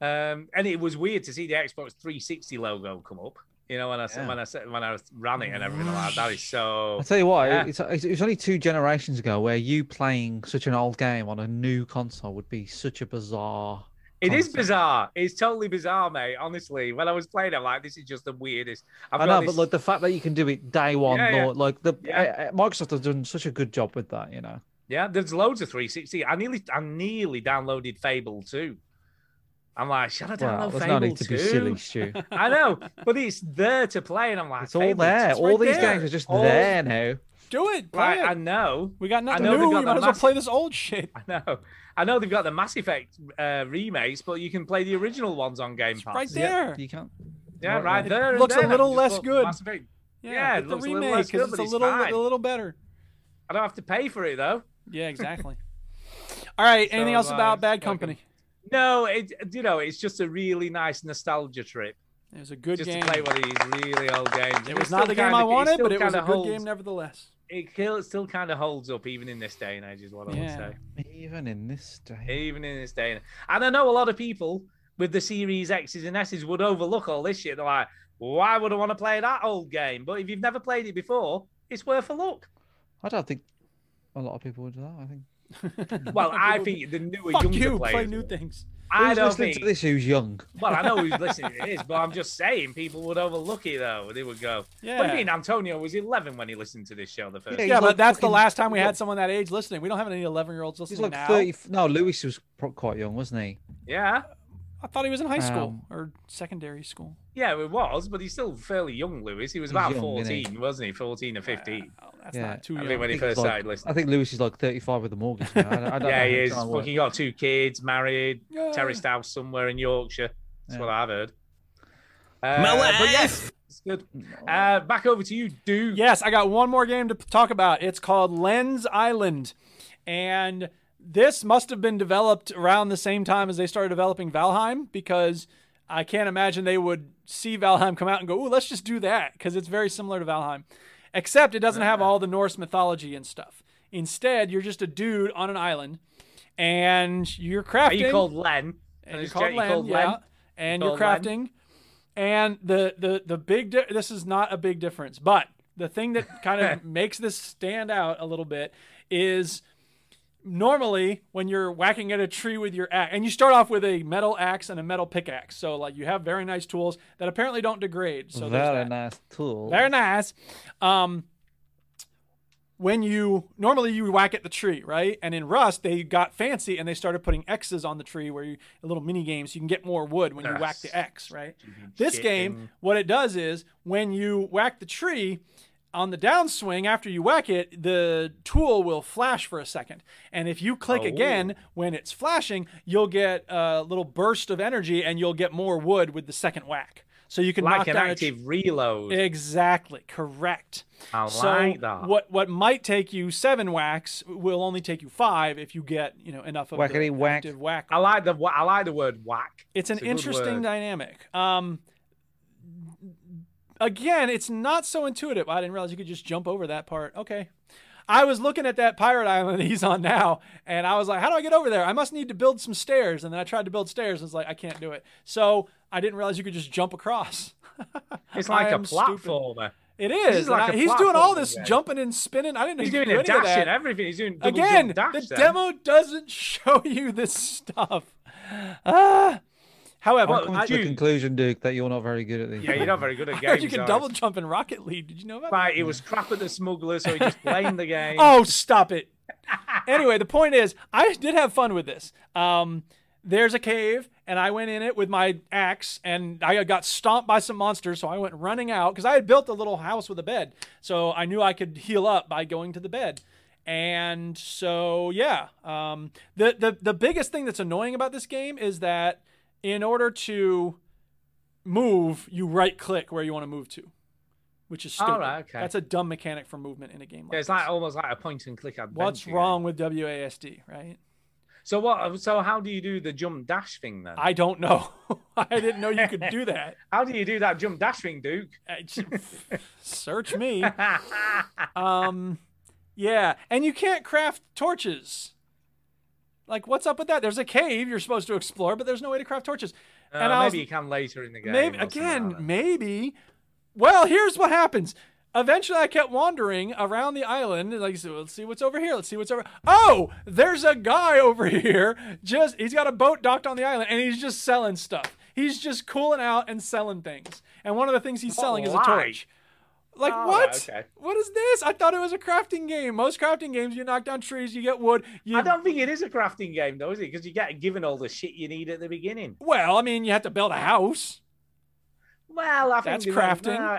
Speaker 4: Um, and it was weird to see the Xbox 360 logo come up. You know, when I s-
Speaker 3: Yeah.
Speaker 4: when I s- when I ran it and everything like that. that is so
Speaker 3: I tell you what,
Speaker 4: Oh. Yeah.
Speaker 3: it's, it's, it's only two generations ago where you playing such an old game on a new console would be such a bizarre.
Speaker 4: It is
Speaker 3: concept.
Speaker 4: bizarre. It's totally bizarre, mate. Honestly, when I was playing, I'm like, this is just the weirdest. I've
Speaker 3: i know,
Speaker 4: got this-
Speaker 3: but like the fact that you can do it day one,
Speaker 4: Yeah, yeah.
Speaker 3: or like the
Speaker 4: Yeah.
Speaker 3: uh, uh, Microsoft has done such a good job with that, you know.
Speaker 4: yeah, there's loads of 360. I nearly, I nearly downloaded Fable 2. I'm like, shall I
Speaker 3: Well,
Speaker 4: download
Speaker 3: there's
Speaker 4: Fable
Speaker 3: no need to
Speaker 4: 2?
Speaker 3: be silly, Stu.
Speaker 4: I know, but it's there to play, and I'm like,
Speaker 3: It's all
Speaker 4: Fable
Speaker 3: there.
Speaker 4: 2's
Speaker 3: All
Speaker 4: right
Speaker 3: these
Speaker 4: there.
Speaker 3: games are just
Speaker 4: All-
Speaker 3: there now.
Speaker 1: Do it. Play
Speaker 4: Like,
Speaker 1: it.
Speaker 4: I know,
Speaker 1: we got nothing
Speaker 4: know they've
Speaker 1: new.
Speaker 4: got
Speaker 1: we
Speaker 4: the
Speaker 1: might as well
Speaker 4: mass-
Speaker 1: play this old shit.
Speaker 4: I know, I know. They've got the Mass Effect uh, remakes, but you can play the original ones on Game Pass.
Speaker 1: Right
Speaker 3: Yeah,
Speaker 1: there.
Speaker 3: You can't.
Speaker 4: Yeah, right there. and
Speaker 1: looks a
Speaker 4: then. I
Speaker 1: little
Speaker 4: just
Speaker 1: less
Speaker 4: bought
Speaker 1: good.
Speaker 4: Mass Effect.
Speaker 1: Yeah,
Speaker 4: Yeah, it
Speaker 1: get the
Speaker 4: looks a little
Speaker 1: remake
Speaker 4: less good,
Speaker 1: because it's a
Speaker 4: but it's
Speaker 1: little,
Speaker 4: fine.
Speaker 1: a little better.
Speaker 4: I don't have to pay for it though.
Speaker 1: Yeah, exactly. All right. Anything
Speaker 4: So,
Speaker 1: else
Speaker 4: uh,
Speaker 1: about
Speaker 4: it's
Speaker 1: Bad
Speaker 4: like a-
Speaker 1: Company?
Speaker 4: No, it you know, it's just a really nice nostalgia trip.
Speaker 1: It was a good
Speaker 4: just
Speaker 1: game.
Speaker 4: to play one of these really old games.
Speaker 1: It was not the game I wanted, but it was a good game nevertheless.
Speaker 4: It still, still kind of holds up even in this day and age, is what I
Speaker 1: Yeah.
Speaker 4: would
Speaker 3: Even in this
Speaker 4: say.
Speaker 3: day.
Speaker 4: Even in this day and and I know a lot of people with the Series X's and S's would overlook all this shit. They're like, why would I want to play that old game? But if you've never played it before, it's worth a look.
Speaker 3: I don't think a lot of people would do that. I think.
Speaker 4: Well, I think the newer
Speaker 1: Fuck
Speaker 4: younger
Speaker 1: you.
Speaker 4: players.
Speaker 1: Play new things.
Speaker 4: I
Speaker 3: Who's
Speaker 4: don't
Speaker 3: listening
Speaker 4: think.
Speaker 3: to this who's young?
Speaker 4: Well, I know who's listening to this, but I'm just saying people would overlook it though. They would go. What do
Speaker 1: Yeah.
Speaker 4: you mean? Antonio was 11 when he listened to this show the first.
Speaker 3: Yeah,
Speaker 4: time.
Speaker 3: he's
Speaker 1: yeah, but
Speaker 3: like
Speaker 1: that's the
Speaker 3: fucking-
Speaker 1: last time we
Speaker 3: he's
Speaker 1: had
Speaker 3: like-
Speaker 1: someone that age listening. We don't have any 11 year olds listening
Speaker 3: He's like
Speaker 1: now.
Speaker 3: 30. No, Lewis was pro- quite young, wasn't he?
Speaker 4: yeah,
Speaker 1: I thought he was in high school
Speaker 3: Um,
Speaker 1: or secondary school.
Speaker 4: yeah, it was, but he's still fairly young, Lewis. He was
Speaker 3: He's
Speaker 4: about
Speaker 3: young, isn't he?
Speaker 4: 14, wasn't he? 14 or 15.
Speaker 1: Oh, that's
Speaker 3: yeah.
Speaker 1: not too
Speaker 4: I
Speaker 1: young.
Speaker 4: think when he
Speaker 3: I think
Speaker 4: first
Speaker 3: he's like-
Speaker 4: started listening.
Speaker 3: I think Lewis is like 35 with a mortgage now. I don't, I don't
Speaker 4: yeah,
Speaker 3: know
Speaker 4: he
Speaker 3: how
Speaker 4: is.
Speaker 3: time
Speaker 4: Fucking
Speaker 3: works.
Speaker 4: got two kids, married,
Speaker 1: Yeah.
Speaker 4: terraced house somewhere in Yorkshire. That's
Speaker 3: Yeah.
Speaker 4: what I've heard. Uh, But yes, it's good. Uh, back over to you, dude.
Speaker 1: Yes, I got one more game to p- talk about. It's called Lens Island. And this must have been developed around the same time as they started developing Valheim because I can't imagine they would see Valheim come out and go, "Ooh, let's just do that" because it's very similar to Valheim. Except it doesn't have all the Norse mythology and stuff. Instead, you're just a dude on an island and you're crafting
Speaker 4: Are you called Len?
Speaker 1: and
Speaker 4: I
Speaker 1: you're
Speaker 4: just
Speaker 1: Uh, called
Speaker 4: checked,
Speaker 1: Len, yeah, and
Speaker 4: You
Speaker 1: you're
Speaker 4: called
Speaker 1: crafting. And the the the big di- this is not a big difference, but the thing that kind of makes this stand out a little bit is normally when you're whacking at a tree with your axe and you start off with a metal axe and a metal pickaxe. So like you have very nice tools that apparently don't degrade. So there's
Speaker 3: Very
Speaker 1: that.
Speaker 3: nice tool.
Speaker 1: Very nice. Um, when you normally you whack at the tree, right? And in Rust, they got fancy and they started putting X's on the tree, where you a little mini game so you can get more wood when you whack the X, right? This
Speaker 4: mm.
Speaker 1: game, what it does is when you whack the tree. On the downswing, after you whack it, the tool will flash for a second. And if you click again when it's flashing, you'll get a little burst of energy and you'll get more wood with the second whack. So you can knock
Speaker 4: Like an
Speaker 1: down a tr-
Speaker 4: active reload.
Speaker 1: Exactly. Correct.
Speaker 4: I
Speaker 1: so
Speaker 4: like that.
Speaker 1: what what might take you seven whacks will only take you five if you get you know enough of the
Speaker 3: Whackety whack.
Speaker 1: active whack.
Speaker 4: I like the wa- I like the word whack.
Speaker 1: It's an
Speaker 4: a good
Speaker 1: interesting
Speaker 4: word.
Speaker 1: dynamic. Um, again, it's not so intuitive. I didn't realize you could just jump over that part. Okay. I was looking at that pirate island that he's on now, and I was like, "How do I get over there? I must need to build some stairs." And then I tried to build stairs, and was like, "I can't do it." So I didn't realize you could just jump across.
Speaker 4: It's
Speaker 1: I
Speaker 4: like a
Speaker 1: am stupid.
Speaker 4: platformer.
Speaker 1: It is.
Speaker 4: is like
Speaker 1: and I-
Speaker 4: a
Speaker 1: he's doing all
Speaker 4: platforming
Speaker 1: this
Speaker 4: game.
Speaker 1: jumping and spinning. I didn't know
Speaker 4: He's
Speaker 1: you
Speaker 4: doing
Speaker 1: could do
Speaker 4: a
Speaker 1: any of
Speaker 4: dash and
Speaker 1: that.
Speaker 4: everything. He's doing double
Speaker 1: Again,
Speaker 4: jump dash.
Speaker 1: the
Speaker 4: then.
Speaker 1: demo doesn't show you this stuff. Ah. however,
Speaker 3: I'm coming
Speaker 1: I,
Speaker 3: to the conclusion, Duke, that you're not very good at these.
Speaker 4: Yeah, you're not very good at
Speaker 1: I heard
Speaker 4: games.
Speaker 1: you can
Speaker 4: are
Speaker 1: double
Speaker 4: you?
Speaker 1: jump in Rocket League. Did you know about that?
Speaker 4: Right, he was crap at the smuggler, so he just blamed the game.
Speaker 1: Oh, stop it. anyway, the point is, I did have fun with this. Um, there's a cave, and I went in it with my axe, and I got stomped by some monsters, so I went running out because I had built a little house with a bed, so I knew I could heal up by going to the bed. And so, yeah, um, the the the biggest thing that's annoying about this game is that in order to move, you right click where you want to move to, which is stupid.
Speaker 4: Alright, okay.
Speaker 1: That's a dumb mechanic for movement in a game. Like
Speaker 4: Yeah, it's
Speaker 1: this.
Speaker 4: like almost like a point and click adventure.
Speaker 1: What's
Speaker 4: game.
Speaker 1: wrong with WASD, right?
Speaker 4: So what? So how do you do the jump dash thing then?
Speaker 1: I don't know. I didn't know you could do that.
Speaker 4: How do you do that jump dash thing, Duke?
Speaker 1: I just- Search me. Um, yeah, and you can't craft torches. Like, what's up with that? There's a cave you're supposed to explore, but there's no way to craft torches.
Speaker 4: Uh,
Speaker 1: and I was
Speaker 4: maybe you can later in the game.
Speaker 1: maybe
Speaker 4: or something
Speaker 1: again
Speaker 4: like that.
Speaker 1: maybe well here's what happens eventually i kept wandering around the island and like I said, let's see what's over here let's see what's over oh there's a guy over here just he's got a boat docked on the island and he's just selling stuff he's just cooling out and selling things and one of the things he's selling is a
Speaker 4: lie.
Speaker 1: torch like
Speaker 4: Oh,
Speaker 1: what
Speaker 4: okay.
Speaker 1: what is this i thought it was a crafting game most crafting games you knock down trees you get wood you
Speaker 4: I don't think it is a crafting game though, is it? Because you get given all the shit you need at the beginning.
Speaker 1: well i mean you have to build a house
Speaker 4: Well, I think
Speaker 1: That's
Speaker 4: they went,
Speaker 1: crafting.
Speaker 4: "Nah,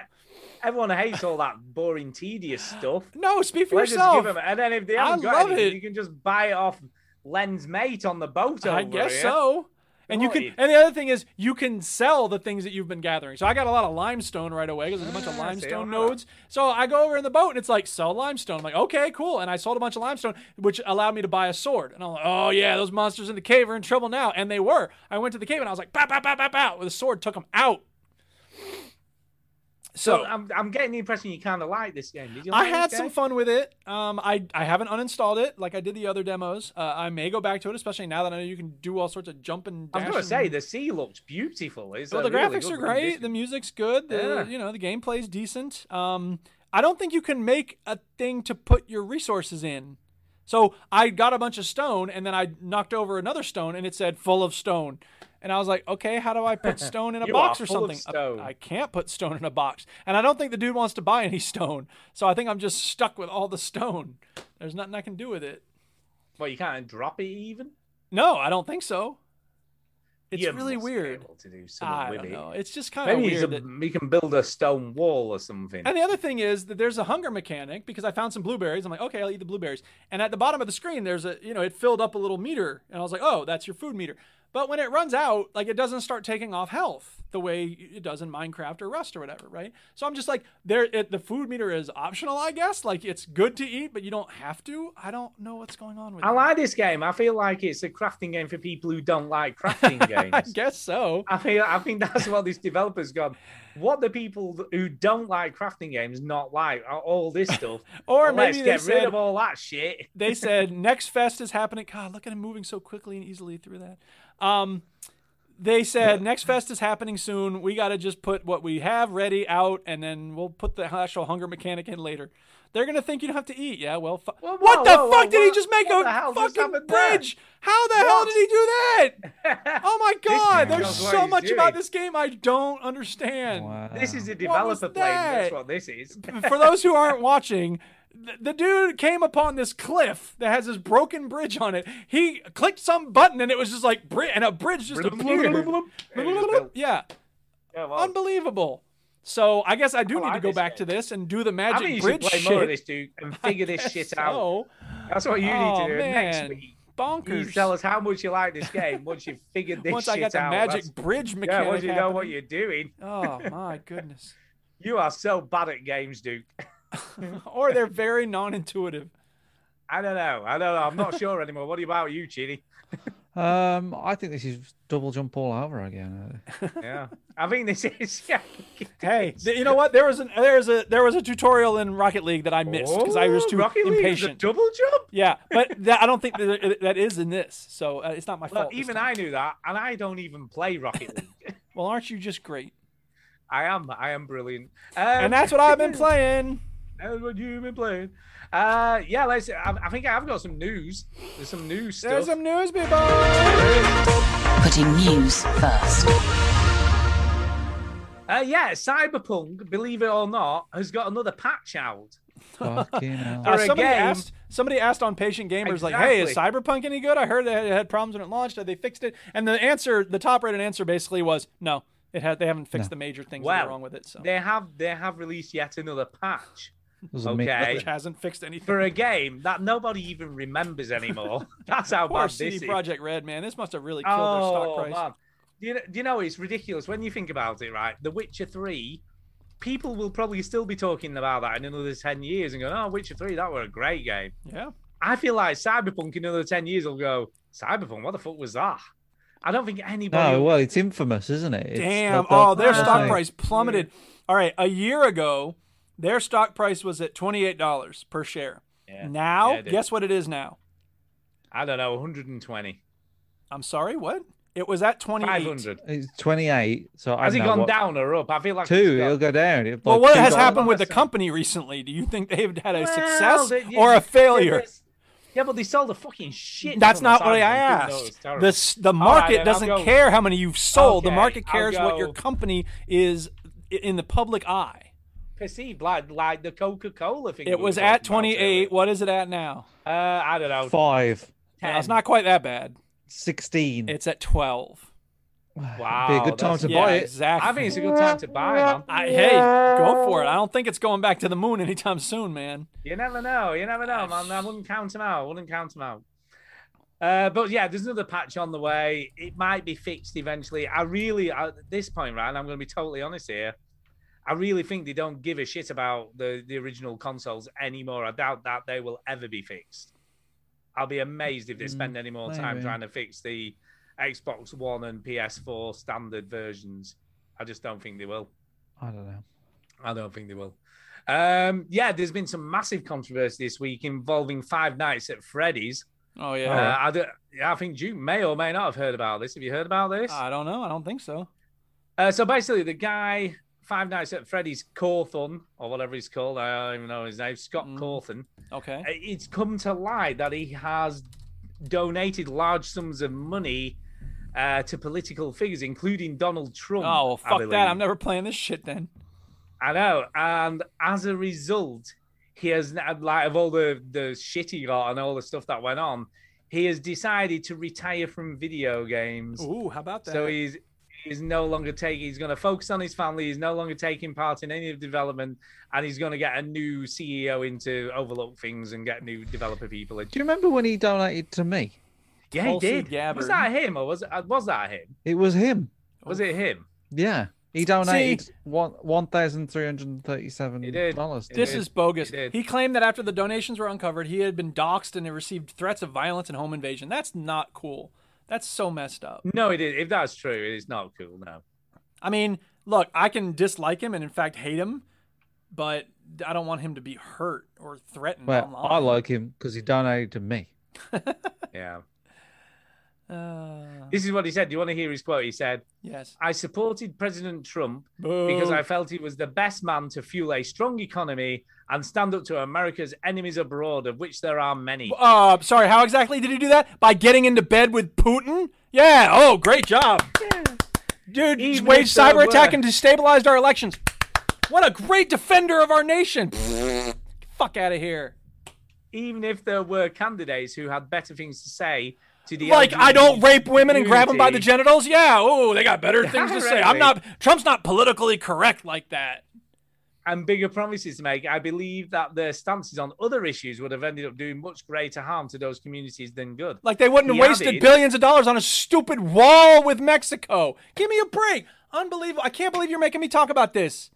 Speaker 4: everyone hates all that boring, tedious stuff.
Speaker 1: no speak for
Speaker 4: Let's just
Speaker 1: yourself
Speaker 4: give 'em- and then if they
Speaker 1: I
Speaker 4: haven't got
Speaker 1: love
Speaker 4: anything,
Speaker 1: it.
Speaker 4: you can just buy it off Len's mate on the boat.
Speaker 1: I
Speaker 4: over
Speaker 1: guess
Speaker 4: here.
Speaker 1: so. And you can,
Speaker 4: Right.
Speaker 1: and the other thing is, you can sell the things that you've been gathering. So I got a lot of limestone right away because there's a bunch of
Speaker 4: Ah, see,
Speaker 1: limestone
Speaker 4: I like that.
Speaker 1: nodes. So I go over in the boat and it's like sell limestone. I'm like, okay, cool. And I sold a bunch of limestone, which allowed me to buy a sword. And I'm like, oh yeah, those monsters in the cave are in trouble now, and they were. I went to the cave and I was like, pow, pow, pow, pow, pow. The sword took them out.
Speaker 4: So I'm, I'm getting the impression you kind of like this game. Did you
Speaker 1: I
Speaker 4: like
Speaker 1: had
Speaker 4: this
Speaker 1: some
Speaker 4: game?
Speaker 1: fun with it. Um, I I haven't uninstalled it like I did the other demos. Uh, I may go back to it, especially now that I know you can do all sorts of jump and.
Speaker 4: I'm gonna
Speaker 1: dash
Speaker 4: say
Speaker 1: and-
Speaker 4: the sea looks beautiful. It's
Speaker 1: well,
Speaker 4: a
Speaker 1: the
Speaker 4: really
Speaker 1: graphics
Speaker 4: good
Speaker 1: are great.
Speaker 4: rendition.
Speaker 1: The music's good. The
Speaker 4: Yeah.
Speaker 1: you know the gameplay's decent. Um, I don't think you can make a thing to put your resources in. So I got a bunch of stone and then I knocked over another stone and it said full of stone. And I was like, okay, how do I put stone in a
Speaker 4: You
Speaker 1: box
Speaker 4: are
Speaker 1: or
Speaker 4: full of
Speaker 1: something? I-
Speaker 4: stone.
Speaker 1: I can't put stone in a box. And I don't think the dude wants to buy any stone. So I think I'm just stuck with all the stone. There's nothing I can do with it.
Speaker 4: Well, you can't drop it even.
Speaker 1: No, I don't think so. It's
Speaker 4: You
Speaker 1: really
Speaker 4: must be
Speaker 1: weird.
Speaker 4: able to do something
Speaker 1: I
Speaker 4: with
Speaker 1: don't
Speaker 4: it.
Speaker 1: know. It's just kind of
Speaker 4: Maybe
Speaker 1: weird.
Speaker 4: he's a,
Speaker 1: that-
Speaker 4: he can build a stone wall or something.
Speaker 1: And the other thing is that there's a hunger mechanic because I found some blueberries. I'm like, okay, I'll eat the blueberries. And at the bottom of the screen, there's a, you know, it filled up a little meter. And I was like, oh, that's your food meter. But when it runs out, like it doesn't start taking off health the way it does in Minecraft or Rust or whatever, right? So I'm just like, there, it, the food meter is optional, I guess. Like it's good to eat, but you don't have to. I don't know what's going on with
Speaker 4: I
Speaker 1: it.
Speaker 4: like this game. I feel like it's a crafting game for people who don't like crafting
Speaker 1: I
Speaker 4: games.
Speaker 1: guess so.
Speaker 4: I feel I think that's what this developer's gone. What the people who don't like crafting games not like are all this stuff.
Speaker 1: Or
Speaker 4: Well, let's
Speaker 1: maybe they
Speaker 4: get rid
Speaker 1: said-
Speaker 4: of all that shit.
Speaker 1: they said next fest is happening. God, look at him moving so quickly and easily through that. Um, they said next fest is happening soon. We got to just put what we have ready out, and then we'll put the actual hunger mechanic in later. They're gonna think you don't have to eat. Yeah, well, fu-
Speaker 4: Whoa,
Speaker 1: what
Speaker 4: whoa,
Speaker 1: the
Speaker 4: whoa,
Speaker 1: fuck
Speaker 4: whoa,
Speaker 1: did he
Speaker 4: what-
Speaker 1: just make
Speaker 4: what the hell
Speaker 1: a
Speaker 4: just
Speaker 1: fucking
Speaker 4: happened there?
Speaker 1: bridge? How the hell
Speaker 4: What?
Speaker 1: did he do that? Oh my god,
Speaker 4: man
Speaker 1: there's
Speaker 4: knows what
Speaker 1: so
Speaker 4: he's
Speaker 1: much about
Speaker 4: doing.
Speaker 1: this game I don't understand
Speaker 4: This is a
Speaker 1: Ah. was
Speaker 4: developer playing.
Speaker 1: that?
Speaker 4: That's what this is.
Speaker 1: for those who aren't watching, th- the dude came upon this cliff that has this broken bridge on it. He clicked some button and it was just like bri- and a bridge just appeared. yeah,
Speaker 4: Yeah, well,
Speaker 1: unbelievable. So I guess I do
Speaker 4: I
Speaker 1: need to
Speaker 4: like
Speaker 1: go
Speaker 4: this
Speaker 1: back
Speaker 4: game.
Speaker 1: to this and do the
Speaker 4: I
Speaker 1: magic
Speaker 4: think you should
Speaker 1: bridge
Speaker 4: play
Speaker 1: shit.
Speaker 4: more of this, dude, and figure this shit out.
Speaker 1: So,
Speaker 4: That's what you need
Speaker 1: oh
Speaker 4: to do
Speaker 1: man,
Speaker 4: next week. You
Speaker 1: bonkers.
Speaker 4: tell us how much you like this game once you've figured this
Speaker 1: Once
Speaker 4: shit
Speaker 1: I got the
Speaker 4: out.
Speaker 1: magic
Speaker 4: That's-
Speaker 1: bridge mechanic,
Speaker 4: yeah, once you know what
Speaker 1: happening.
Speaker 4: you're doing.
Speaker 1: oh my goodness.
Speaker 4: You are so bad at games, Duke.
Speaker 1: Or they're very non-intuitive.
Speaker 4: I don't know. I don't know. I'm not sure anymore. What about you, Chidi?
Speaker 3: Um, I think this is double jump all over again.
Speaker 4: Yeah. I think this is. Yeah.
Speaker 1: Hey, th- you know what? There was an there was a there was a tutorial in Rocket League that I missed because I was
Speaker 4: Oh,
Speaker 1: too
Speaker 4: Rocket League is a
Speaker 1: impatient.
Speaker 4: double jump.
Speaker 1: yeah, but that, I don't think that, that is in this, so uh, it's not my
Speaker 4: Look,
Speaker 1: fault. this
Speaker 4: even
Speaker 1: time.
Speaker 4: I knew that, and I don't even play Rocket League.
Speaker 1: well, aren't you just great?
Speaker 4: I am. I am brilliant. Um,
Speaker 1: And that's what I've been playing.
Speaker 4: That's what you've been playing. Uh, yeah. Let's. I, I think I've got some news. There's some news stuff.
Speaker 1: There's some news, people. Uh,
Speaker 10: Putting news first.
Speaker 4: Uh, yeah, Cyberpunk, believe it or not, has got another patch out.
Speaker 3: uh, Fucking hell.
Speaker 1: Uh,
Speaker 4: For a
Speaker 1: somebody
Speaker 4: game-
Speaker 1: asked. Somebody asked on Patient Gamers, like, "Hey, is
Speaker 4: Exactly.
Speaker 1: Cyberpunk any good? I heard that it had problems when it launched. Have they fixed it?" And the answer, the top-rated answer, basically was, "No, it had. They haven't fixed the major things that
Speaker 4: Well,
Speaker 1: are wrong with it. So
Speaker 4: They have they have released yet another patch
Speaker 3: It was a mix-
Speaker 4: Okay.
Speaker 1: it hasn't fixed anything."
Speaker 4: for a game that nobody even remembers anymore. That's how
Speaker 1: Poor
Speaker 4: bad
Speaker 1: CD
Speaker 4: this is.
Speaker 1: Project Red, man. This must have really killed their stock
Speaker 4: Oh
Speaker 1: price.
Speaker 4: man, do you, know, do you know it's ridiculous when you think about it? Right, The Witcher Three, people will probably still be talking about that in another ten years and going, "Oh, Witcher Three, that were a great game."
Speaker 1: Yeah.
Speaker 4: I feel like Cyberpunk in another ten years will go, "Cyberpunk, what the fuck was that?" I don't think anybody.
Speaker 3: No, well, it's infamous, isn't it? It's
Speaker 1: Damn.
Speaker 3: not
Speaker 1: Oh,
Speaker 3: the-
Speaker 1: their
Speaker 3: not
Speaker 1: stock
Speaker 3: the-
Speaker 1: price plummeted. All right. A year ago, their stock price was at $28 per share.
Speaker 4: Yeah.
Speaker 1: Now,
Speaker 4: Yeah, it is.
Speaker 1: guess what it is now?
Speaker 4: I don't know, 120.
Speaker 1: I'm sorry. What? It was at 28.
Speaker 4: 500.
Speaker 3: It's twenty-eight. So I
Speaker 4: Has
Speaker 3: don't
Speaker 4: it
Speaker 3: know
Speaker 4: gone
Speaker 3: what-
Speaker 4: down or up? I feel like it's
Speaker 3: Two.
Speaker 4: gone-
Speaker 3: It'll go down. It'll
Speaker 1: Well,
Speaker 3: like
Speaker 1: what
Speaker 3: two
Speaker 1: has
Speaker 3: dollars.
Speaker 1: happened with the
Speaker 4: Listen.
Speaker 1: company recently? Do you think they've had a
Speaker 4: Well,
Speaker 1: success
Speaker 4: they- you-
Speaker 1: or a
Speaker 4: yeah,
Speaker 1: failure?
Speaker 4: there's- Yeah, but they sold a fucking shit.
Speaker 1: That's
Speaker 4: ton of
Speaker 1: not what I
Speaker 4: Cyberpunk, even though
Speaker 1: asked.
Speaker 4: it's
Speaker 1: The
Speaker 4: terrible.
Speaker 1: s- the
Speaker 4: All right,
Speaker 1: market
Speaker 4: then, I'll
Speaker 1: doesn't
Speaker 4: go-
Speaker 1: care how many you've sold. the
Speaker 4: Okay,
Speaker 1: market
Speaker 4: I'll
Speaker 1: cares what your
Speaker 4: go-
Speaker 1: company is in the public eye.
Speaker 4: Perceived like like the Coca Cola thing. we
Speaker 1: It
Speaker 4: were
Speaker 1: was
Speaker 4: talking
Speaker 1: at
Speaker 4: about
Speaker 1: 28. What is it at now?
Speaker 4: earlier. Uh, I don't know.
Speaker 3: Five.
Speaker 1: Yeah, it's
Speaker 4: 10.
Speaker 1: not quite that bad.
Speaker 3: Sixteen.
Speaker 1: It's at 12.
Speaker 3: Be a
Speaker 4: Wow,
Speaker 3: good time
Speaker 4: that's-
Speaker 3: to
Speaker 1: Yeah,
Speaker 3: buy it.
Speaker 1: exactly.
Speaker 4: I think it's a good time to buy, man.
Speaker 1: I, hey, go for it. I don't think it's going back to the moon anytime soon, man.
Speaker 4: You never know. You never know, man. I wouldn't count them out. I wouldn't count them out. Uh, but yeah, there's another patch on the way. It might be fixed eventually. I really, at this point, right, I'm going to be totally honest here. I really think they don't give a shit about the, the original consoles anymore. I doubt that they will ever be fixed. I'll be amazed if they spend any more time
Speaker 3: maybe.
Speaker 4: trying to fix the Xbox One and PS4 standard versions. I just don't think they will.
Speaker 3: I don't know.
Speaker 4: I don't think they will. Um, yeah, there's been some massive controversy this week involving Five Nights at Freddy's.
Speaker 1: Oh
Speaker 4: Uh,
Speaker 1: yeah.
Speaker 4: I, don't, I think you may or
Speaker 1: Uh,
Speaker 4: may not have heard about this. Have you heard about this?
Speaker 1: I don't know. I don't think so.
Speaker 4: Uh, so basically, the guy Five Nights at Freddy's Cawthon, or whatever he's called. I don't even know his name. Scott
Speaker 1: Mm.
Speaker 4: Cawthon.
Speaker 1: Okay.
Speaker 4: Uh, It's come to light that he has donated large sums of money uh, to political figures, including Donald Trump.
Speaker 1: Oh, well,
Speaker 4: I
Speaker 1: fuck that.
Speaker 4: believe.
Speaker 1: I'm never playing this shit then.
Speaker 4: I know, and as a result, he has like of all the the shit he got and all the stuff that went on, he has decided to retire from video games.
Speaker 1: Ooh, how about that?
Speaker 4: So he's he's no longer taking. He's going to focus on his family. He's no longer taking part in any of development, and he's going to get a new CEO in to overlook things and get new developer people. In.
Speaker 3: Do you remember when he donated to me?
Speaker 4: Yeah, he
Speaker 1: Tulsi
Speaker 4: did.
Speaker 1: Gabbard.
Speaker 4: Was that him, or was uh, was that him?
Speaker 3: It was him.
Speaker 4: Was it him?
Speaker 3: Yeah. He donated one one thousand three hundred and thirty seven
Speaker 4: He did.
Speaker 3: dollars.
Speaker 1: This
Speaker 4: did.
Speaker 1: is bogus.
Speaker 4: He did.
Speaker 1: He claimed that after the donations were uncovered, he had been doxxed and had received threats of violence and home invasion. That's not cool. That's so messed up.
Speaker 4: No, it is. If that's true, it is not cool. No.
Speaker 1: I mean, look, I can dislike him and in fact hate him, but I don't want him to be hurt or threatened.
Speaker 3: Well,
Speaker 1: online.
Speaker 3: I like him because he donated to me.
Speaker 4: Yeah.
Speaker 1: Uh,
Speaker 4: This is what he said. Do you want to hear his quote? He said,
Speaker 1: yes.
Speaker 4: I supported President Trump
Speaker 1: Boo.
Speaker 4: because I felt he was the best man to fuel a strong economy and stand up to America's enemies abroad, of which there are many.
Speaker 1: Uh, sorry. How exactly did he do that? By getting into bed with Putin? Yeah. Oh, great job, dude.
Speaker 4: Even
Speaker 1: waged
Speaker 4: if there
Speaker 1: cyber attack
Speaker 4: were-
Speaker 1: and destabilized our elections. What a great defender of our nation. Fuck out of here.
Speaker 4: Even if there were candidates who had better things to say to the
Speaker 1: Like I don't
Speaker 4: LGBT
Speaker 1: rape women and grab them by the
Speaker 4: community-
Speaker 1: genitals. Yeah. Oh, they got better things to say. I'm
Speaker 4: Right.
Speaker 1: not. Trump's not politically correct like that.
Speaker 4: and bigger promises to make, I believe that their stances on other issues would have ended up doing much greater harm to those communities than good.
Speaker 1: Like they wouldn't
Speaker 4: He
Speaker 1: have wasted
Speaker 4: added-
Speaker 1: billions of dollars on a stupid wall with Mexico. Give me a break. Unbelievable. I can't believe you're making me talk about this.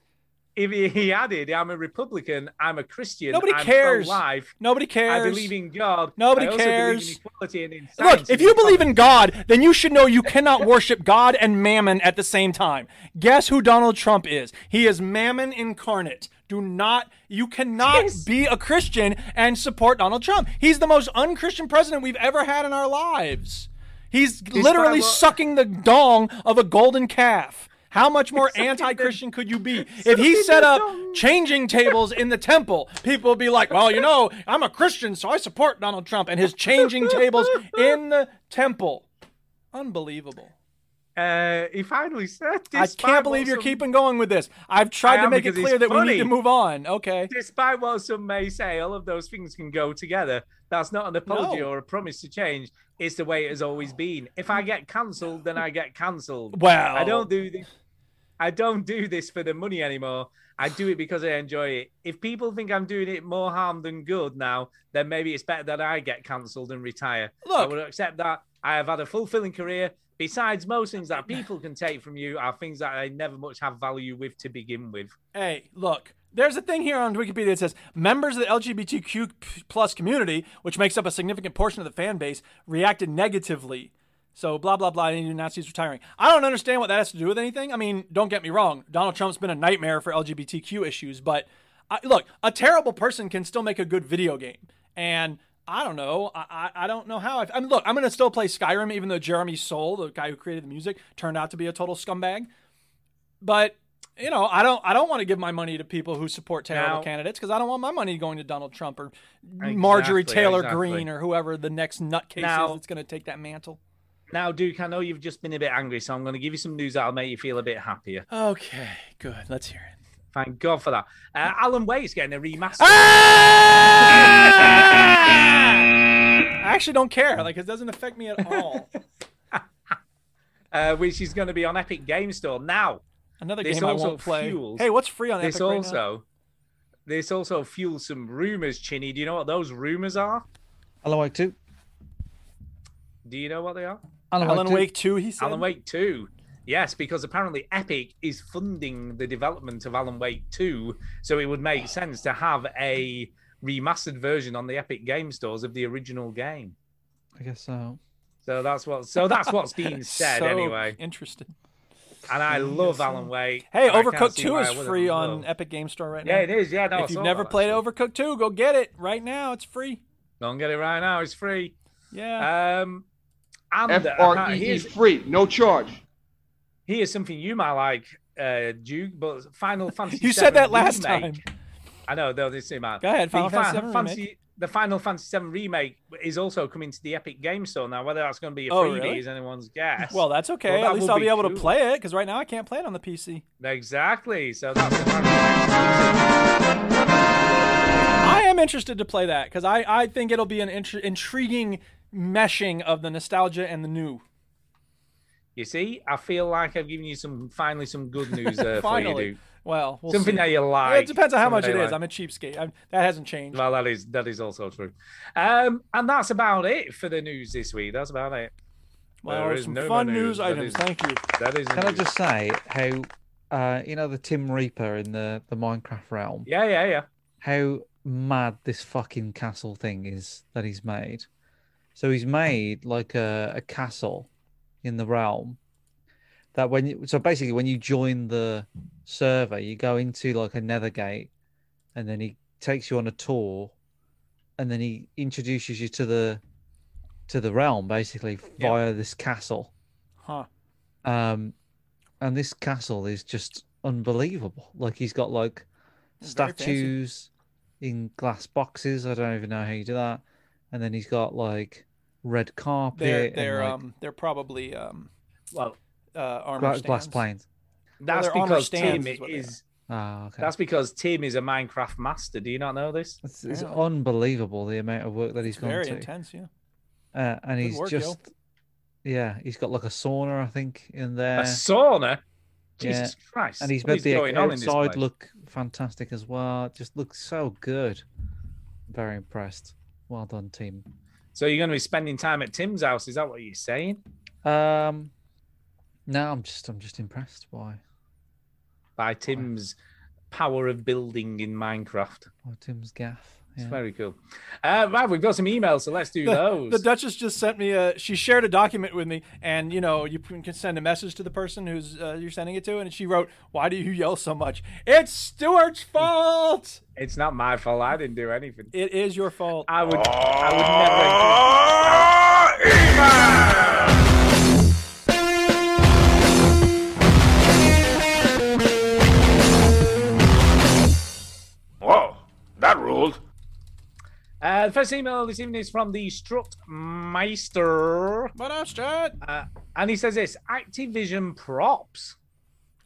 Speaker 4: If he- he added, "I'm a Republican, I'm a Christian,
Speaker 1: Nobody
Speaker 4: I'm
Speaker 1: cares.
Speaker 4: pro-life,
Speaker 1: Nobody cares.
Speaker 4: I believe in God.
Speaker 1: Nobody
Speaker 4: I also believe in
Speaker 1: cares.
Speaker 4: equality and in
Speaker 1: Look,
Speaker 4: science
Speaker 1: if
Speaker 4: and
Speaker 1: you believe
Speaker 4: economy."
Speaker 1: in God, then you should know you cannot worship God and mammon at the same time. Guess who Donald Trump is? He is mammon incarnate. Do not, you cannot
Speaker 4: Yes.
Speaker 1: be a Christian and support Donald Trump. He's the most unchristian president we've ever had in our lives. He's literally
Speaker 4: what-
Speaker 1: sucking the dong of a golden calf. How much more
Speaker 4: the-
Speaker 1: anti Christian could you be? If he
Speaker 4: the
Speaker 1: set up
Speaker 4: dong.
Speaker 1: changing tables in the temple, people would be like, well, you know, I'm a Christian, so I support Donald Trump and his changing tables in the temple. Unbelievable.
Speaker 4: Uh, he finally said,
Speaker 1: I can't
Speaker 4: "Despite
Speaker 1: believe
Speaker 4: what
Speaker 1: you're
Speaker 4: some-
Speaker 1: keeping going with this. I've tried
Speaker 4: I
Speaker 1: to
Speaker 4: am,
Speaker 1: make it
Speaker 4: because
Speaker 1: clear
Speaker 4: it's
Speaker 1: that we need
Speaker 4: funny.
Speaker 1: to move on. Okay.
Speaker 4: Despite what some may say, all of those things can go together. That's not an apology
Speaker 1: No.
Speaker 4: or a promise to change. It's the way it has always been. If I get cancelled, then I get cancelled.
Speaker 1: Well,
Speaker 4: I don't do this. I don't do this for the money anymore. I do it because I enjoy it. If people think I'm doing it more harm than good now, then maybe it's better that I get cancelled and retire. I
Speaker 1: Look.
Speaker 4: would accept that. I have had a fulfilling career. Besides, most things that people can take from you are things that I never much have value with to begin with.
Speaker 1: Hey, look. There's a thing here on Wikipedia that says members of the LGBTQ plus community, which makes up a significant portion of the fan base, reacted negatively. So blah blah blah. And Nazis retiring. I don't understand what that has to do with anything. I mean, don't get me wrong. Donald Trump's been a nightmare for LGBTQ issues, but I, look, a terrible person can still make a good video game. And I don't know. I, I, I don't know how. I, I mean, look, I'm gonna still play Skyrim, even though Jeremy Soule, the guy who created the music, turned out to be a total scumbag but you know i don't i don't want to give my money to people who support terrible
Speaker 4: No.
Speaker 1: candidates because i don't want my money going to donald trump or marjorie
Speaker 4: Exactly,
Speaker 1: taylor
Speaker 4: exactly.
Speaker 1: green or whoever the next nutcase is
Speaker 4: Now-
Speaker 1: that's going to take that mantle
Speaker 4: Now, Duke, I know you've just been a bit angry, so I'm going to give you some news that'll make you feel a bit happier.
Speaker 1: okay good let's hear it
Speaker 4: Thank God for that. Uh, Alan Wake's getting a remaster.
Speaker 1: Ah! i actually don't care like it doesn't affect me at all
Speaker 4: uh, which is going to be on Epic Game Store now.
Speaker 1: another
Speaker 4: This
Speaker 1: game i
Speaker 4: also
Speaker 1: won't play
Speaker 4: fuels-
Speaker 1: hey what's free on
Speaker 4: This
Speaker 1: epic right now?
Speaker 4: also, this also fuels some rumors, Chinny. Do you know what those rumors are?
Speaker 3: Alan Wake two.
Speaker 4: Do you know what they are?
Speaker 1: alan wake 2 he said
Speaker 4: Alan Wake Two. Yes, because apparently Epic is funding the development of Alan Wake Two, so it would make sense to have a remastered version on the Epic Game Stores of the original game.
Speaker 3: I guess so.
Speaker 4: So that's what. So that's what's being said
Speaker 1: so
Speaker 4: anyway.
Speaker 1: interested
Speaker 4: And I love Alan Wake.
Speaker 1: hey
Speaker 4: I can't
Speaker 1: overcooked
Speaker 4: see
Speaker 1: 2
Speaker 4: why I
Speaker 1: is
Speaker 4: wouldn't
Speaker 1: free
Speaker 4: love.
Speaker 1: on epic game store right
Speaker 4: Yeah,
Speaker 1: now
Speaker 4: it is. Yeah, no, I
Speaker 1: if you've
Speaker 4: saw
Speaker 1: never
Speaker 4: that,
Speaker 1: played
Speaker 4: actually.
Speaker 1: overcooked 2 go get it right now it's free
Speaker 4: Go and get it right now. It's free.
Speaker 1: yeah
Speaker 4: Um, and
Speaker 11: F
Speaker 4: uh,
Speaker 11: R E E
Speaker 4: here's,
Speaker 11: free, no charge.
Speaker 4: here's something you might like. uh, Duke, but Final Fantasy.
Speaker 1: You said that
Speaker 4: VII
Speaker 1: last
Speaker 4: remake-
Speaker 1: time.
Speaker 4: I know. They'll just say, man.
Speaker 1: Go ahead, Final
Speaker 4: the
Speaker 1: Fantasy
Speaker 4: Final
Speaker 1: VII
Speaker 4: Fantasy- The Final Fantasy VII remake is also coming to the Epic Game Store now. Whether that's going to be a
Speaker 1: Oh,
Speaker 4: freebie
Speaker 1: really?
Speaker 4: is anyone's guess.
Speaker 1: Well, that's okay.
Speaker 4: Well, that
Speaker 1: At least
Speaker 4: will
Speaker 1: I'll be,
Speaker 4: be
Speaker 1: able to
Speaker 4: cool.
Speaker 1: play it because right now I can't play it on the PC.
Speaker 4: exactly. So that's a Final
Speaker 1: I am interested to play that because I, I think it'll be an intri- intriguing meshing of the nostalgia and the new.
Speaker 4: You see, I feel like I've given you some finally some good news there for you,
Speaker 1: Finally.
Speaker 4: Duke.
Speaker 1: Well, we'll
Speaker 4: Something
Speaker 1: see.
Speaker 4: that you
Speaker 1: Yeah,
Speaker 4: like.
Speaker 1: It depends on how
Speaker 4: Something
Speaker 1: much
Speaker 4: that
Speaker 1: it
Speaker 4: you
Speaker 1: is.
Speaker 4: like.
Speaker 1: I'm a cheapskate. I'm, that hasn't changed.
Speaker 4: Well, that is that is also true. Um, and that's about it for the news this week. That's about it.
Speaker 1: Well,
Speaker 4: there is
Speaker 1: some
Speaker 4: no more
Speaker 1: fun
Speaker 4: news.
Speaker 1: news
Speaker 4: That
Speaker 1: items.
Speaker 4: is-
Speaker 1: Thank you.
Speaker 4: That is. the
Speaker 3: Can I
Speaker 4: news.
Speaker 3: just say how uh, you know the Tim Reaper in the the Minecraft realm?
Speaker 4: Yeah, yeah, yeah.
Speaker 3: How mad this fucking castle thing is that he's made. So he's made like a, a castle in the realm that when you, so basically when you join the server, you go into like a nether gate, and then he takes you on a tour, and then he introduces you to the to the realm basically via this castle.
Speaker 1: Huh.
Speaker 3: Um, and this castle is just unbelievable. Like he's got like
Speaker 1: very fancy.
Speaker 3: statues in glass boxes. I don't even know how you do that. And then he's got like red carpet.
Speaker 1: They're
Speaker 3: and,
Speaker 1: they're
Speaker 3: like,
Speaker 1: um they're probably um
Speaker 4: Well,
Speaker 1: uh armor
Speaker 3: gla- glass
Speaker 1: stands.
Speaker 3: planes.
Speaker 4: that's
Speaker 1: they're armor
Speaker 4: because
Speaker 1: stands
Speaker 4: Tim
Speaker 1: is what they
Speaker 4: is.
Speaker 3: Ah, okay.
Speaker 4: That's because Tim is a Minecraft master. Do you not know this?
Speaker 3: it's, it's unbelievable the amount of work that he's gone
Speaker 1: Very
Speaker 3: to.
Speaker 1: intense, yeah.
Speaker 3: Uh, and
Speaker 1: Good
Speaker 3: he's
Speaker 1: work, yo.
Speaker 3: just, yeah, he's got like a sauna, I think, in there.
Speaker 4: A sauna.
Speaker 3: Yeah.
Speaker 4: Jesus Christ!
Speaker 3: and he's
Speaker 4: what
Speaker 3: made
Speaker 4: is
Speaker 3: the
Speaker 4: going on in this
Speaker 3: outside
Speaker 4: place?
Speaker 3: look fantastic as well. It just looks so good. Very impressed. Well done, team.
Speaker 4: So you're going to be spending time at Tim's house? Is that what you're saying?
Speaker 3: Um, no, I'm just, I'm just impressed by,
Speaker 4: By Tim's power of building in Minecraft.
Speaker 3: by Tim's gaff.
Speaker 4: It's
Speaker 3: Yeah.
Speaker 4: very cool. Uh, right, we've got some emails, so let's do those.
Speaker 1: The Duchess just sent me a. She shared a document with me, and you know you can can send a message to the person who's uh, you're sending it to, and she wrote, "Why do you yell so much? It's Stuart's fault.
Speaker 4: It's not my fault. I didn't do anything.
Speaker 1: It is your fault."
Speaker 4: I would. I would never.
Speaker 2: Whoa, that ruled.
Speaker 4: Uh, the first email this evening is from the Strutmeister,
Speaker 1: But I'm Stuart.
Speaker 4: and he says this: Activision props,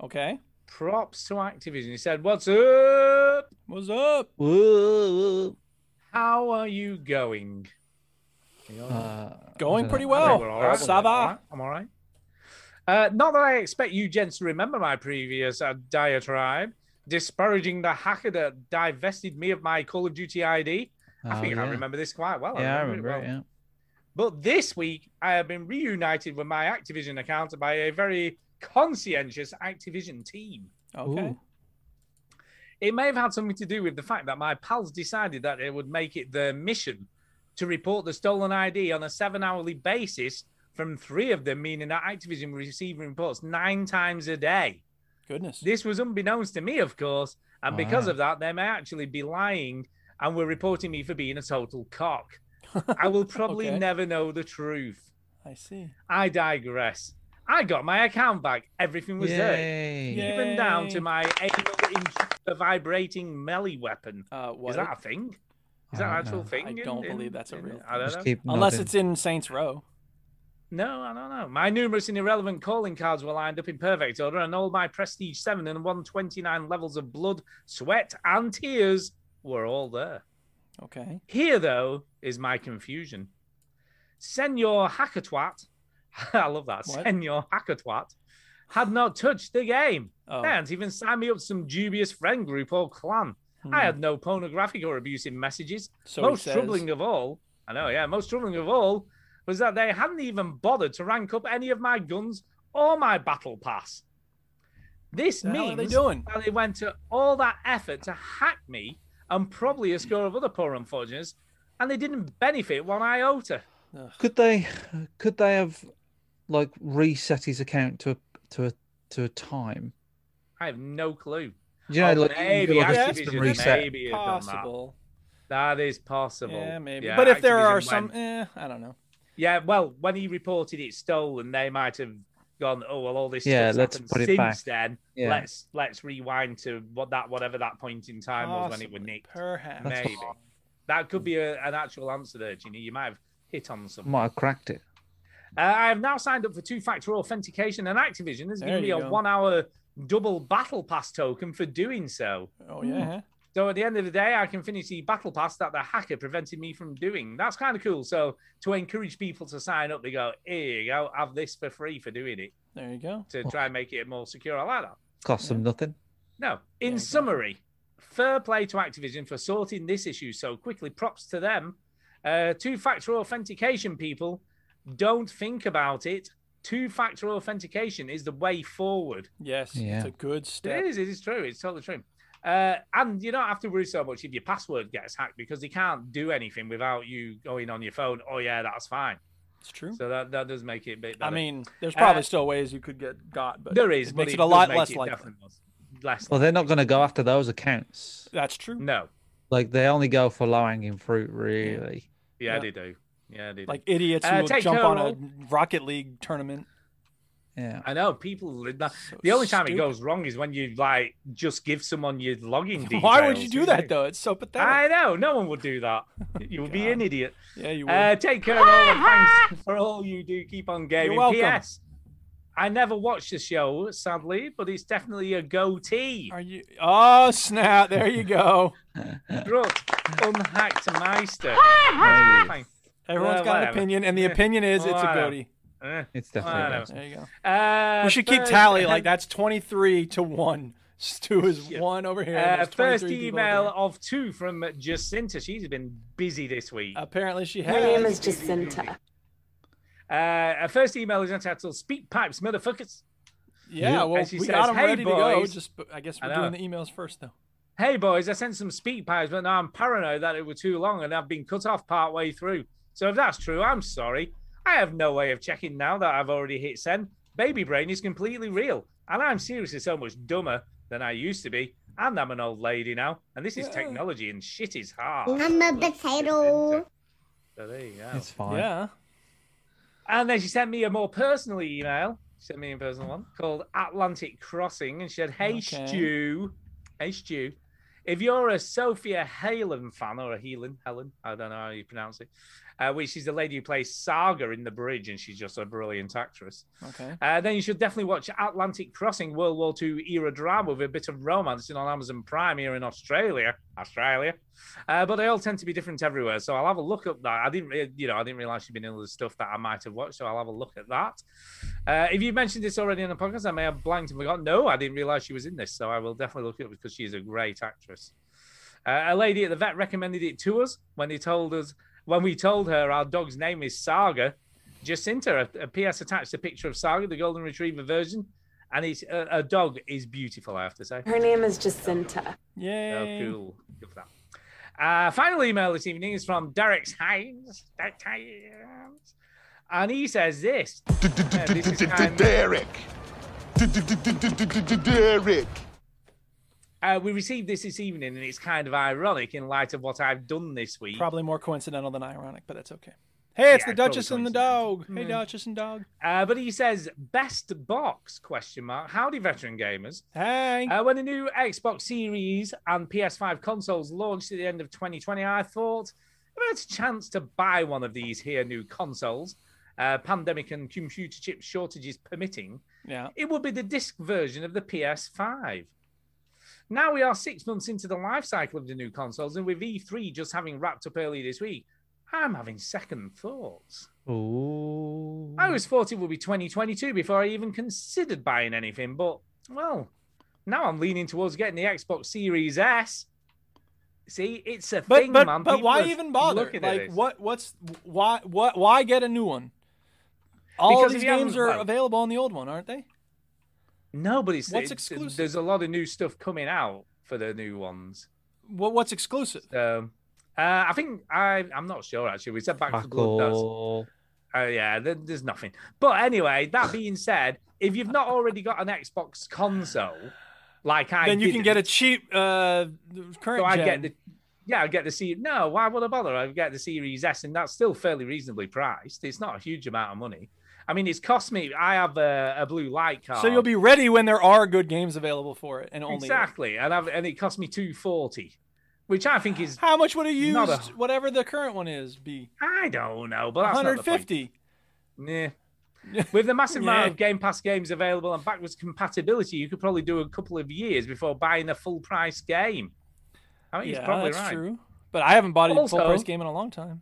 Speaker 1: Okay,
Speaker 4: props to Activision. He said, "What's up?
Speaker 1: what's up?
Speaker 3: Woo!
Speaker 4: How are you going?"
Speaker 3: Uh,
Speaker 1: Going
Speaker 3: dunno.
Speaker 1: pretty
Speaker 4: I
Speaker 1: well.
Speaker 4: think we're all right.
Speaker 1: Ça
Speaker 4: I'm
Speaker 1: va.
Speaker 4: all right. I'm all right. Uh, not that I expect you gents to remember my previous uh, diatribe disparaging the hacker that divested me of my Call of Duty ID. I
Speaker 3: Oh,
Speaker 4: think I
Speaker 3: yeah.
Speaker 4: remember this quite well.
Speaker 3: Oh, Yeah, I
Speaker 4: it
Speaker 3: remember.
Speaker 4: well.
Speaker 3: it, yeah.
Speaker 4: But this week, I have been reunited with my Activision account by a very conscientious Activision team.
Speaker 1: Okay.
Speaker 3: Ooh.
Speaker 4: It may have had something to do with the fact that my pals decided that they would make it their mission to report the stolen ID on a seven hourly basis from three of them, meaning that Activision were receiving reports nine times a day.
Speaker 1: Goodness.
Speaker 4: This was unbeknownst to me, of course,
Speaker 1: Oh,
Speaker 4: and because
Speaker 3: Wow.
Speaker 4: of that, they may actually be lying and were reporting me for being a total cock. I will probably
Speaker 1: Okay.
Speaker 4: never know the truth.
Speaker 1: I see.
Speaker 4: I digress. I got my account back. Everything was there,
Speaker 3: Yay.
Speaker 1: Yeah.
Speaker 4: even down
Speaker 1: Yay.
Speaker 4: to my anal intruder vibrating melee weapon.
Speaker 1: Uh, what?
Speaker 4: Is that a thing? Is
Speaker 3: I
Speaker 4: that an
Speaker 3: don't
Speaker 4: actual
Speaker 3: know.
Speaker 4: thing?
Speaker 1: I don't believe that's a real
Speaker 4: I don't know.
Speaker 3: Just keep
Speaker 1: Unless
Speaker 3: nodding.
Speaker 1: it's in Saints Row.
Speaker 4: No, I don't know. My numerous and irrelevant calling cards were lined up in perfect order, and all my prestige seven and one twenty nine levels of blood, sweat, and tears were all there.
Speaker 1: Okay.
Speaker 4: Here, though, is my confusion. Senor Hackatwat, I love that.
Speaker 1: What?
Speaker 4: Senor Hackatwat had not touched the game.
Speaker 1: Oh.
Speaker 4: They hadn't even signed me up to some dubious friend group or clan.
Speaker 1: Hmm.
Speaker 4: I had no pornographic or abusive messages.
Speaker 1: So he
Speaker 4: most
Speaker 1: says.
Speaker 4: troubling of all, I know, yeah, most troubling of all was that they hadn't even bothered to rank up any of my guns or my battle pass. This
Speaker 1: The hell
Speaker 4: means
Speaker 1: are they doing?
Speaker 4: that they went to all that effort to hack me and probably a score of other poor unfortunates, and they didn't benefit one iota.
Speaker 3: Could they, could they have, like, reset his account to a to a to a time?
Speaker 4: I have no clue.
Speaker 3: You know,
Speaker 4: Oh,
Speaker 3: like, you can
Speaker 4: maybe
Speaker 3: do, like, a
Speaker 4: Activision,
Speaker 3: system reset.
Speaker 4: maybe have done that.
Speaker 1: Possible.
Speaker 4: That is possible.
Speaker 1: Yeah, maybe. but if there
Speaker 4: Activision
Speaker 1: are
Speaker 4: went-
Speaker 1: some, eh, I don't know.
Speaker 4: yeah, well, when he reported it stolen, they might have gone, oh well, all this
Speaker 3: Yeah,
Speaker 4: stuff's
Speaker 3: let's
Speaker 4: happened
Speaker 3: put it
Speaker 4: since
Speaker 3: back.
Speaker 4: then.
Speaker 3: Yeah.
Speaker 4: Let's let's rewind to what that whatever that point in time was when it was
Speaker 1: Possibly,
Speaker 4: nicked.
Speaker 1: Perhaps.
Speaker 4: Maybe that could be a, an actual answer there, Ginny. You might have hit on something.
Speaker 3: Might have cracked it.
Speaker 4: Uh, I have now signed up for two-factor authentication, and Activision has
Speaker 1: There
Speaker 4: given me
Speaker 1: you
Speaker 4: a
Speaker 1: go.
Speaker 4: one-hour double battle pass token for doing so.
Speaker 1: Oh
Speaker 4: Hmm.
Speaker 1: yeah. huh?
Speaker 4: So at the end of the day, I can finish the battle pass that the hacker prevented me from doing. That's kind of cool. So to encourage people to sign up, they go, "Here you go, have this for free for doing it."
Speaker 1: There you go.
Speaker 4: To try and make it more secure, I like that.
Speaker 3: Cost them nothing.
Speaker 4: No. In summary, fair play to Activision for sorting this issue so quickly. Props to them. Uh, Two factor authentication, people, don't think about it. Two factor authentication is the way forward.
Speaker 1: Yes, it's
Speaker 3: Yeah.
Speaker 1: a good step.
Speaker 4: It is. It is true. It's totally true. Uh, and you don't have to worry so much if your password gets hacked because they can't do anything without you going on your phone. Oh yeah, that's fine.
Speaker 1: It's true.
Speaker 4: So that, that does make it a bit.
Speaker 1: I
Speaker 4: Better.
Speaker 1: mean, there's
Speaker 4: Uh,
Speaker 1: probably still ways you could get got, but
Speaker 4: there is,
Speaker 1: it
Speaker 4: but
Speaker 1: makes it, a
Speaker 4: does
Speaker 1: lot
Speaker 4: make
Speaker 1: less
Speaker 4: it
Speaker 1: likely.
Speaker 4: definitely Less.
Speaker 3: Well, they're not going to go after those accounts.
Speaker 1: That's true.
Speaker 4: No.
Speaker 3: Like they only go for low hanging fruit, really.
Speaker 4: Yeah,
Speaker 1: Yeah.
Speaker 4: they do. Yeah, they do.
Speaker 1: Like idiots
Speaker 4: Uh,
Speaker 1: who will
Speaker 4: take
Speaker 1: jump
Speaker 4: her
Speaker 1: on
Speaker 4: role.
Speaker 1: a Rocket League tournament.
Speaker 3: Yeah.
Speaker 4: I know people. live that- the only time it
Speaker 1: stupid.
Speaker 4: goes wrong is when you like just give someone your login details.
Speaker 1: Why would you do that though? It's so pathetic.
Speaker 4: I know no one would do that. You would be an idiot.
Speaker 1: yeah, you would.
Speaker 4: Uh, take care, all, and thanks for all you do. Keep on gaming.
Speaker 1: You're welcome.
Speaker 4: P.S. I never watched the show, sadly, but it's definitely a goatee.
Speaker 1: Are you? Oh snap! There you go.
Speaker 4: Drut, unhacked meister. Fine.
Speaker 1: Everyone's
Speaker 4: Yeah,
Speaker 1: got an
Speaker 4: whatever.
Speaker 1: opinion, and the opinion is it's a
Speaker 4: Whatever.
Speaker 1: goatee.
Speaker 4: Eh.
Speaker 3: It's
Speaker 4: I
Speaker 3: definitely.
Speaker 4: know.
Speaker 3: those.
Speaker 1: There you go.
Speaker 4: Uh,
Speaker 1: We should keep
Speaker 4: first-
Speaker 1: tally. Like that's 23 to one. Stu is
Speaker 4: Shit.
Speaker 1: one over here. and
Speaker 4: Uh,
Speaker 1: there's
Speaker 4: first
Speaker 1: 23 people
Speaker 4: email
Speaker 1: over here.
Speaker 4: of two from Jacinta. She's been busy this week.
Speaker 1: Apparently she
Speaker 7: My name
Speaker 1: has.
Speaker 7: is Jacinta.
Speaker 4: Uh, our first email is entitled "Speak Pipes, Motherfuckers."
Speaker 1: Yeah, well,
Speaker 4: And she
Speaker 1: we
Speaker 4: says,
Speaker 1: got them
Speaker 4: "Hey,
Speaker 1: ready to go.
Speaker 4: boys."
Speaker 1: Just, I guess
Speaker 4: I
Speaker 1: we're
Speaker 4: know.
Speaker 1: doing the emails first, though.
Speaker 4: Hey boys, I sent some speak pipes, but now I'm paranoid that it were too long and I've been cut off part way through. So if that's true, I'm sorry. I have no way of checking now that I've already hit send. Baby brain is completely real, and I'm seriously so much dumber than I used to be. And I'm an old lady now, and this is technology, and shit is hard.
Speaker 6: I'm a potato.
Speaker 4: So there you go.
Speaker 3: It's fine.
Speaker 1: Yeah.
Speaker 4: And then she sent me a more personal email. She sent me a personal one called Atlantic Crossing, and she said, "Hey
Speaker 1: Okay.
Speaker 4: Stu, hey Stu, if you're a Sophia Halen fan or a Helen, Helen, I don't know how you pronounce it, uh, which is the lady who plays Saga in The Bridge, and she's just a brilliant actress.
Speaker 1: Okay.
Speaker 4: Uh, then you should definitely watch Atlantic Crossing, World War II era drama with a bit of romance and on Amazon Prime here in Australia. Australia, uh, but they all tend to be different everywhere. So I'll have a look at that. I didn't, re- you know, I didn't realize she'd been in other stuff that I might have watched. So I'll have a look at that. Uh, if you mentioned this already in the podcast, I may have blanked and forgotten. No, I didn't realize she was in this. So I will definitely look at it because she is a great actress. Uh, a lady at the vet recommended it to us when they told us when we told her our dog's name is Saga. Jacinta, a, a PS attached a picture of Saga, the golden retriever version, and it's a, a dog is beautiful. I have to say,
Speaker 7: Her name is Jacinta.
Speaker 4: oh,
Speaker 1: Yay.
Speaker 4: cool, good for that. Uh, final email this evening is from Derek Hines. Derek Hines. And he says this. Yeah, this is kind of-
Speaker 9: Derek. Derek.
Speaker 4: uh, we received this this evening, and it's kind of ironic in light of what I've done this week.
Speaker 1: Probably more coincidental than ironic, but that's okay. Hey, it's
Speaker 4: Yeah,
Speaker 1: the Duchess
Speaker 4: totally
Speaker 1: and the
Speaker 4: coincidental. Mm.
Speaker 1: dog. Hey, Duchess and dog.
Speaker 4: Uh, but he says best box question mark. Howdy, veteran gamers.
Speaker 1: Hey.
Speaker 4: Uh, when the new Xbox Series and PS5 consoles launched at the end of 2020, I thought there's a chance to buy one of these here new consoles, uh, pandemic and computer chip shortages permitting.
Speaker 1: yeah.
Speaker 4: It would be the disc version of the PS5. Now we are six months into the life cycle of the new consoles, and with E3 just having wrapped up early this week, I'm having second thoughts.
Speaker 3: Ooh.
Speaker 1: Hmm.
Speaker 4: I always thought it would be 2022 before I even considered buying anything, but well, now I'm leaning towards getting the Xbox Series S. See, it's a
Speaker 1: But
Speaker 4: thing,
Speaker 1: but
Speaker 4: man.
Speaker 1: but
Speaker 4: People
Speaker 1: why
Speaker 4: are
Speaker 1: even bother?
Speaker 4: looking at
Speaker 1: Like
Speaker 4: this.
Speaker 1: what what's why what why get a new one? All
Speaker 4: Because
Speaker 1: these
Speaker 4: if you
Speaker 1: games
Speaker 4: haven't-
Speaker 1: are
Speaker 4: well-
Speaker 1: available on the old one, aren't they?
Speaker 4: No, but it's
Speaker 1: What's
Speaker 4: it's-
Speaker 1: exclusive?
Speaker 4: There's a lot of new stuff coming out for the new ones.
Speaker 1: What what's exclusive?
Speaker 4: Um, uh, I think I I'm not sure actually. We said back to blood. That's,
Speaker 3: Buckle.
Speaker 4: Oh yeah, there, there's nothing. But anyway, that being said, if you've not already got an Xbox console, like I
Speaker 1: then you can
Speaker 4: didn't,
Speaker 1: get a cheap uh current
Speaker 4: So I
Speaker 1: gen.
Speaker 4: get the yeah, I get the series. No, why would I bother? I get the Series S, and that's still fairly reasonably priced. It's not a huge amount of money. I mean, it's cost me. I have a, a blue light card.
Speaker 1: So you'll be ready when there are good games available for it, and only.
Speaker 4: exactly, and I've, and it cost me two forty, which I think is
Speaker 1: How much would a used
Speaker 4: Not a-
Speaker 1: whatever the current one is be?
Speaker 4: I don't know, but that's not the point.
Speaker 1: 150.
Speaker 4: Yeah. With the massive amount
Speaker 1: Yeah.
Speaker 4: of Game Pass games available and backwards compatibility, you could probably do a couple of years before buying a full price game. I mean, he's
Speaker 1: Yeah,
Speaker 4: probably
Speaker 1: that's
Speaker 4: right.
Speaker 1: true. But I haven't bought a full
Speaker 4: Also-
Speaker 1: price game in a long time.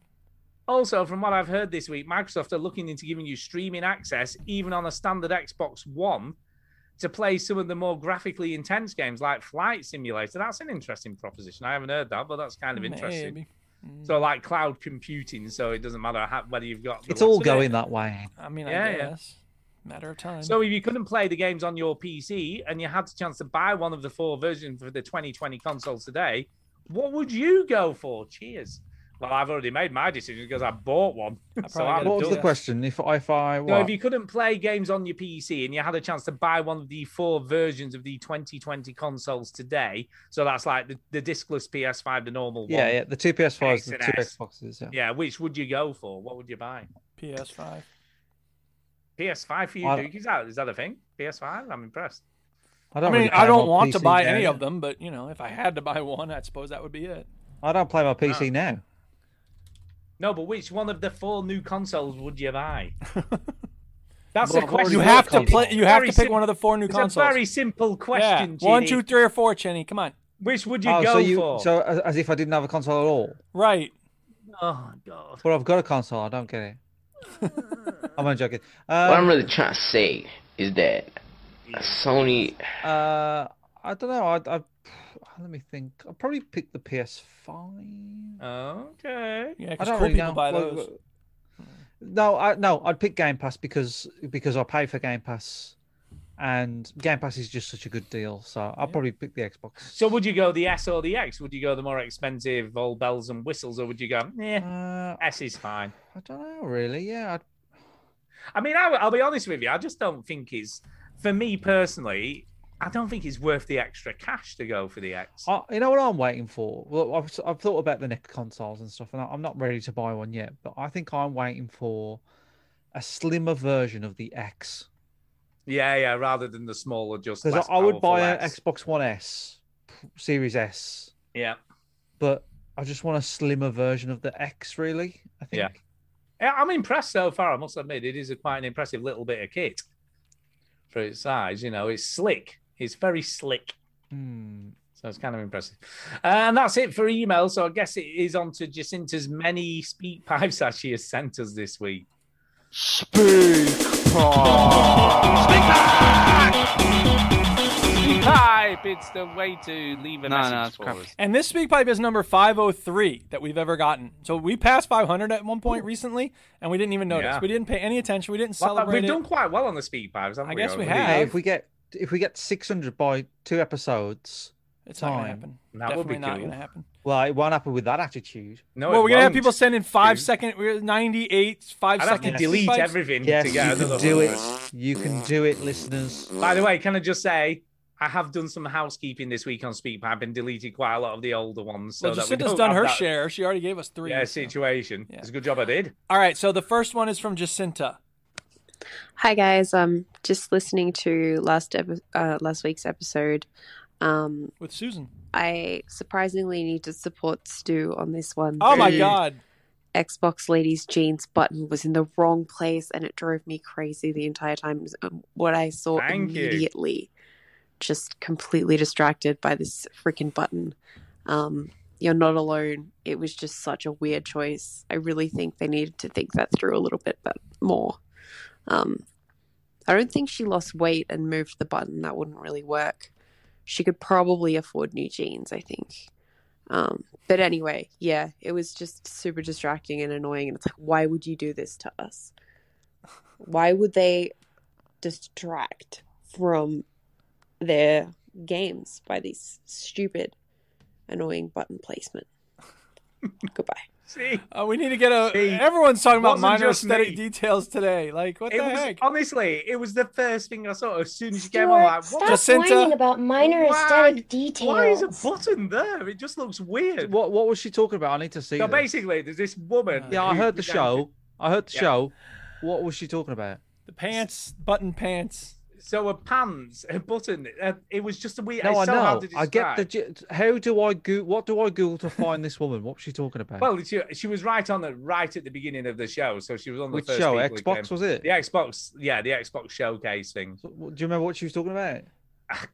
Speaker 4: Also, from what I've heard this week, Microsoft are looking into giving you streaming access, even on a standard Xbox One, to play some of the more graphically intense games like Flight Simulator. That's an interesting proposition. I haven't heard that, but that's kind of interesting.
Speaker 1: Maybe.
Speaker 4: So, like cloud computing, so it doesn't matter how, whether you've got. the
Speaker 3: It's all
Speaker 4: laptop.
Speaker 3: going that way.
Speaker 1: I mean,
Speaker 4: Yeah,
Speaker 1: I
Speaker 4: yeah.
Speaker 1: guess. Matter of time.
Speaker 4: So if you couldn't play the games on your PC and you had the chance to buy one of the four versions for the 2020 consoles today, what would you go for? Cheers. Well, I've already made my decision because I bought one.
Speaker 1: probably
Speaker 4: so I'm
Speaker 1: gotta
Speaker 3: What was
Speaker 1: do
Speaker 4: done.
Speaker 3: the question? If if I
Speaker 4: So
Speaker 3: what?
Speaker 4: if you couldn't play games on your PC and you had a chance to buy one of the four versions of the 2020 consoles today, so that's like the, the discless PS5, the normal
Speaker 3: yeah,
Speaker 4: one.
Speaker 3: yeah, the two PS5s,
Speaker 4: X
Speaker 3: the
Speaker 4: and
Speaker 3: two
Speaker 4: S.
Speaker 3: Xboxes. Yeah.
Speaker 4: Yeah, which would you go for? What would you buy?
Speaker 1: PS5.
Speaker 4: PS5 for you,
Speaker 3: I-
Speaker 4: Duke? Is that, is that a thing? PS5? I'm impressed.
Speaker 1: I mean,
Speaker 3: really
Speaker 1: I
Speaker 3: play
Speaker 1: don't
Speaker 3: my
Speaker 1: want to
Speaker 3: PC
Speaker 1: buy
Speaker 3: now.
Speaker 1: any of them, but you know, if I had to buy one, I suppose that would be it.
Speaker 3: I don't play my PC now.
Speaker 4: No, but which one of the four new consoles would you buy? That's
Speaker 3: Well, I've
Speaker 4: a
Speaker 3: already
Speaker 4: question.
Speaker 1: You
Speaker 3: It's
Speaker 1: have to
Speaker 3: very
Speaker 1: play. You have
Speaker 4: Very
Speaker 1: to pick
Speaker 4: sim-
Speaker 1: one of the four new
Speaker 4: It's
Speaker 1: consoles.
Speaker 4: a very simple
Speaker 1: yeah.
Speaker 4: question.
Speaker 1: One,
Speaker 4: Ginny.
Speaker 1: two, three, or four, Chenny. Come on.
Speaker 4: Which would you
Speaker 3: Oh,
Speaker 4: go
Speaker 3: so you
Speaker 4: for?
Speaker 3: so as, as if I didn't have a console at all.
Speaker 1: Right.
Speaker 4: Oh God.
Speaker 3: Well, I've got a console. I don't get it. I'm only joking. Um,
Speaker 12: What I'm really trying to say is that Sony.
Speaker 3: uh, I don't know. I, I let me think. I'll probably pick the PS5.
Speaker 4: Okay.
Speaker 1: Yeah,
Speaker 3: I
Speaker 1: because
Speaker 3: don't
Speaker 1: cool
Speaker 3: really
Speaker 1: people
Speaker 3: know.
Speaker 1: buy
Speaker 3: Well,
Speaker 1: those.
Speaker 3: uh, No, I no, I'd pick Game Pass because because I pay for Game Pass, and Game Pass is just such a good deal. So I'll probably pick the Xbox.
Speaker 4: So would you go the S or the X? Would you go the more expensive, all bells and whistles, or would you go? Yeah,
Speaker 3: Uh,
Speaker 4: S is fine.
Speaker 3: I don't know really. Yeah, I'd,
Speaker 4: I mean, I, I'll be honest with you. I just don't think it's for me personally. I don't think it's worth the extra cash to go for the X.
Speaker 3: I, you know what I'm waiting for. Well, I've, s- I've thought about the next consoles and stuff, and I- I'm not ready to buy one yet. But I think I'm waiting for a slimmer version of the X
Speaker 4: Yeah, yeah. Rather than the smaller, just
Speaker 3: because
Speaker 4: less
Speaker 3: I, I would
Speaker 4: powerful
Speaker 3: buy an
Speaker 4: S.
Speaker 3: Xbox One S, p- Series S,
Speaker 4: Yeah.
Speaker 3: but I just want a slimmer version of the X. Really, I think.
Speaker 4: Yeah. Yeah, I'm impressed so far. I must admit, it is a quite an impressive little bit of kit for its size. You know, it's slick. It's very slick.
Speaker 3: Hmm.
Speaker 4: So it's kind of impressive. Uh, And that's it for email. So I guess it is on to Jacinta's many speak pipes that she has sent us this week. Speak pipe! It's the way to leave a
Speaker 13: No, no, it's
Speaker 4: message
Speaker 13: crap.
Speaker 4: for us.
Speaker 1: And this speak pipe is number 503 that we've ever gotten. So we passed 500 at one point recently, and we didn't even notice.
Speaker 4: Yeah.
Speaker 1: We didn't pay any attention. We didn't
Speaker 4: Well,
Speaker 1: celebrate
Speaker 4: we've
Speaker 1: it.
Speaker 4: done quite well on the speak pipes, haven't
Speaker 1: I
Speaker 4: we?
Speaker 1: guess we
Speaker 4: over the
Speaker 1: have.
Speaker 3: Hey,
Speaker 4: years?
Speaker 3: if we get if we get 600 by two episodes,
Speaker 1: It's not going to
Speaker 3: time.
Speaker 1: happen.
Speaker 4: That would
Speaker 1: Definitely
Speaker 4: be
Speaker 1: not
Speaker 4: cool.
Speaker 1: going to happen.
Speaker 3: well, it won't happen with that attitude.
Speaker 4: No,
Speaker 1: well,
Speaker 4: it
Speaker 1: we're going to have
Speaker 4: won't.
Speaker 1: people send in five
Speaker 4: Dude.
Speaker 1: second, we're 98, five
Speaker 4: I'd have to
Speaker 1: second
Speaker 4: delete
Speaker 1: pipes.
Speaker 4: everything
Speaker 3: Yes,
Speaker 4: to
Speaker 3: you
Speaker 4: get
Speaker 3: can
Speaker 4: another
Speaker 3: do
Speaker 4: 100.
Speaker 3: it. You can do it, listeners.
Speaker 4: By the way, can I just say I have done some housekeeping this week on SpeakPipe and deleted quite a lot of the older ones. So
Speaker 1: well,
Speaker 4: that we
Speaker 1: Jacinta's
Speaker 4: don't
Speaker 1: done
Speaker 4: have
Speaker 1: her
Speaker 4: that,
Speaker 1: share. She already gave us three.
Speaker 4: Yeah,
Speaker 1: so.
Speaker 4: situation.
Speaker 1: Yeah.
Speaker 4: It's a good job I did.
Speaker 1: All right, so the first one is from Jacinta.
Speaker 7: Hi guys, um, just listening to last epi- uh, last week's episode. Um,
Speaker 1: With Susan.
Speaker 7: I surprisingly need to support Stu on this one.
Speaker 1: Oh my
Speaker 7: The
Speaker 1: God!
Speaker 7: Xbox Ladies Jeans button was in the wrong place, and it drove me crazy the entire time. It was, um, What I saw
Speaker 4: Thank you.
Speaker 7: immediately, just completely distracted by this freaking button. Um, you're not alone. It was just such a weird choice. I really think they needed to think that through a little bit but more. Um, I don't think she lost weight and moved the button. That wouldn't really work. She could probably afford new jeans, I think. Um, but anyway, yeah, it was just super distracting and annoying. And it's like, why would you do this to us? Why would they distract from their games by these stupid, annoying button placement? Goodbye.
Speaker 4: See,
Speaker 1: Uh, we need to get a.
Speaker 4: See,
Speaker 1: everyone's talking about
Speaker 4: wasn't
Speaker 1: minor
Speaker 4: just
Speaker 1: aesthetic
Speaker 4: me.
Speaker 1: details today. Like, what
Speaker 4: it
Speaker 1: the
Speaker 4: was
Speaker 1: heck?
Speaker 4: honestly, it was the first thing I saw as soon as you came on.
Speaker 6: Stuart,
Speaker 4: Like,
Speaker 6: stop
Speaker 4: what?
Speaker 1: Jacinta?
Speaker 6: whining about minor
Speaker 4: Why-
Speaker 6: aesthetic
Speaker 4: Why is a
Speaker 6: details.
Speaker 4: button there? It just looks weird.
Speaker 3: What What was she talking about? I need to see.
Speaker 4: So
Speaker 3: this.
Speaker 4: basically, there's this woman.
Speaker 3: yeah, I
Speaker 4: who
Speaker 3: heard the
Speaker 4: began to-
Speaker 3: show. I heard the
Speaker 4: Yeah.
Speaker 3: show. What was she talking about?
Speaker 1: The pants, button pants.
Speaker 4: So a pants, a button. Uh, it was just a weird.
Speaker 3: No,
Speaker 4: it's
Speaker 3: I
Speaker 4: so hard
Speaker 3: know.
Speaker 4: to
Speaker 3: I get the.
Speaker 4: describe.
Speaker 3: gi- How do I go? What do I Google to find this woman? What's she talking about?
Speaker 4: Well, she, she was right on the right at the beginning of the show, so she was on the
Speaker 3: Which
Speaker 4: first
Speaker 3: show?
Speaker 4: people who
Speaker 3: Xbox,
Speaker 4: came.
Speaker 3: was it?
Speaker 4: The Xbox, yeah, the Xbox showcase thing.
Speaker 3: do you remember what she was talking about?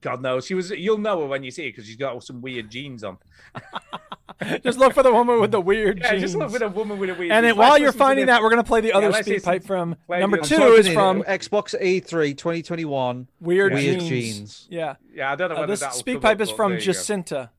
Speaker 4: God knows. She was. You'll know her when you see her because she's got some weird jeans on.
Speaker 1: Just look for the woman with the weird
Speaker 4: Yeah,
Speaker 1: jeans.
Speaker 4: just look for the woman with a weird.
Speaker 1: And
Speaker 4: jeans.
Speaker 1: then while
Speaker 4: Let's
Speaker 1: you're
Speaker 4: listen to
Speaker 1: finding
Speaker 4: this.
Speaker 1: that, we're gonna play the
Speaker 4: Yeah,
Speaker 1: other
Speaker 4: let's
Speaker 1: speed
Speaker 4: listen-
Speaker 1: pipe from
Speaker 4: play
Speaker 1: number
Speaker 4: the
Speaker 1: two
Speaker 4: other-
Speaker 1: is
Speaker 3: Typing in
Speaker 1: from
Speaker 3: Xbox E E3 2021.
Speaker 1: Weird,
Speaker 3: Weird
Speaker 1: jeans.
Speaker 3: jeans.
Speaker 1: Yeah.
Speaker 4: Yeah, I don't know
Speaker 1: Uh,
Speaker 4: whether
Speaker 1: this
Speaker 4: that'll
Speaker 1: speak
Speaker 4: come
Speaker 1: pipe
Speaker 4: up,
Speaker 1: is
Speaker 4: but
Speaker 1: from
Speaker 4: there you go.
Speaker 1: Jacinta.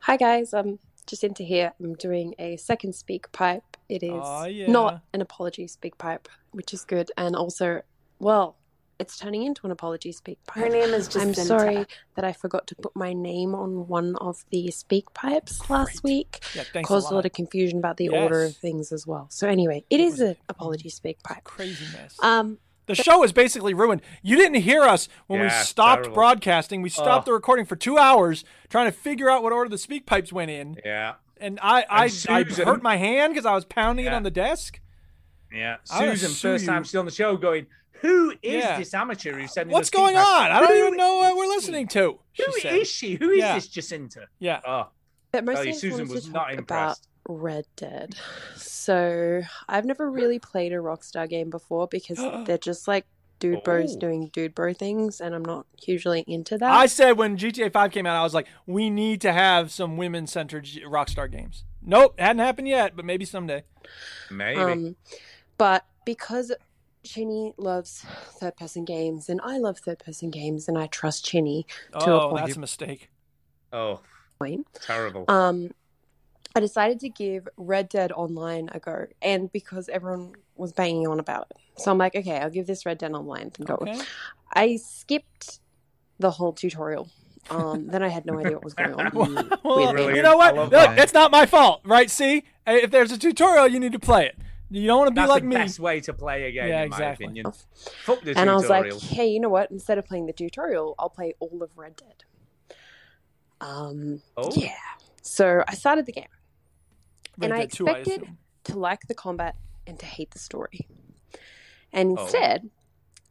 Speaker 7: Hi guys, I'm Jacinta here. I'm doing a second speak pipe. It is
Speaker 1: Aw, yeah.
Speaker 7: not an apology speak pipe, which is good, and also, well, it's turning into an apology speak pipe.
Speaker 14: Her name is
Speaker 7: I'm
Speaker 14: Jacinta.
Speaker 7: sorry that I forgot to put my name on one of the speak pipes last week.
Speaker 14: Yeah, thanks a
Speaker 7: Caused a lot
Speaker 14: lot.
Speaker 7: of confusion about the order
Speaker 1: Yes.
Speaker 7: of things as well. So anyway, it is an apology speak pipe.
Speaker 1: Crazy mess.
Speaker 7: Um,
Speaker 1: The show is basically ruined. You didn't hear us when we
Speaker 4: Yeah,
Speaker 1: stopped
Speaker 4: terrible.
Speaker 1: broadcasting. We stopped the recording for two hours trying to figure out what order the speak pipes went in.
Speaker 4: Yeah,
Speaker 1: And I, I, I
Speaker 4: Susan-
Speaker 1: hurt my hand because I was pounding it
Speaker 4: Yeah.
Speaker 1: on the desk.
Speaker 4: yeah.
Speaker 1: I wanna
Speaker 4: Susan,
Speaker 1: sue
Speaker 4: first
Speaker 1: you.
Speaker 4: time she's on the show, going, "Who is
Speaker 1: Yeah.
Speaker 4: this amateur who's sending?
Speaker 1: What's
Speaker 4: us speak
Speaker 1: going
Speaker 4: pipe?
Speaker 1: on? I don't
Speaker 4: Who
Speaker 1: even know what we're listening to. She
Speaker 4: Who is
Speaker 1: said.
Speaker 4: she? Who is
Speaker 1: Yeah.
Speaker 4: this Jacinta?
Speaker 1: Yeah.
Speaker 4: Oh,
Speaker 7: But
Speaker 4: Tell
Speaker 7: mostly
Speaker 4: you,
Speaker 7: I just
Speaker 4: Susan
Speaker 7: wanted to
Speaker 4: was
Speaker 7: talk
Speaker 4: not impressed.
Speaker 7: About Red Dead. So I've never really played a Rockstar game before because they're just like dude bros
Speaker 1: Oh.
Speaker 7: doing dude bro things, and I'm not hugely into that.
Speaker 1: I said when GTA 5 came out, I was like, we need to have some women centered Rockstar games. Nope, hadn't happened yet, but maybe someday.
Speaker 4: Ah, maybe.
Speaker 7: Um, but because Chinny loves third person games and I love third person games and I trust Chinny to a
Speaker 1: Oh,
Speaker 7: point.
Speaker 1: that's a mistake.
Speaker 4: oh, terrible.
Speaker 7: Um, I decided to give Red Dead Online a go, and because everyone was banging on about it, so I'm like, okay, I'll give this Red Dead Online a go.
Speaker 1: Okay.
Speaker 7: I skipped the whole tutorial. Um, then I had no idea what was going on.
Speaker 1: Well,
Speaker 7: Weird.
Speaker 1: you know what?
Speaker 4: I
Speaker 1: Look,
Speaker 4: love that.
Speaker 1: that's not my fault, right? See, if there's a tutorial, you need to play it. You don't want to be
Speaker 4: That's
Speaker 1: like
Speaker 4: the
Speaker 1: me.
Speaker 4: best way to play a game,
Speaker 1: Yeah,
Speaker 4: in
Speaker 1: exactly.
Speaker 4: my opinion. Fuck the
Speaker 7: and I was
Speaker 4: tutorial.
Speaker 7: like, hey, you know what? Instead of playing the tutorial, I'll play all of Red Dead. Um,
Speaker 4: Oh.
Speaker 7: Yeah. So I started the game.
Speaker 1: Red
Speaker 7: and I
Speaker 1: Dead 2, I
Speaker 7: expected
Speaker 1: assume.
Speaker 7: to like the combat and to hate the story. And
Speaker 1: Oh.
Speaker 7: instead,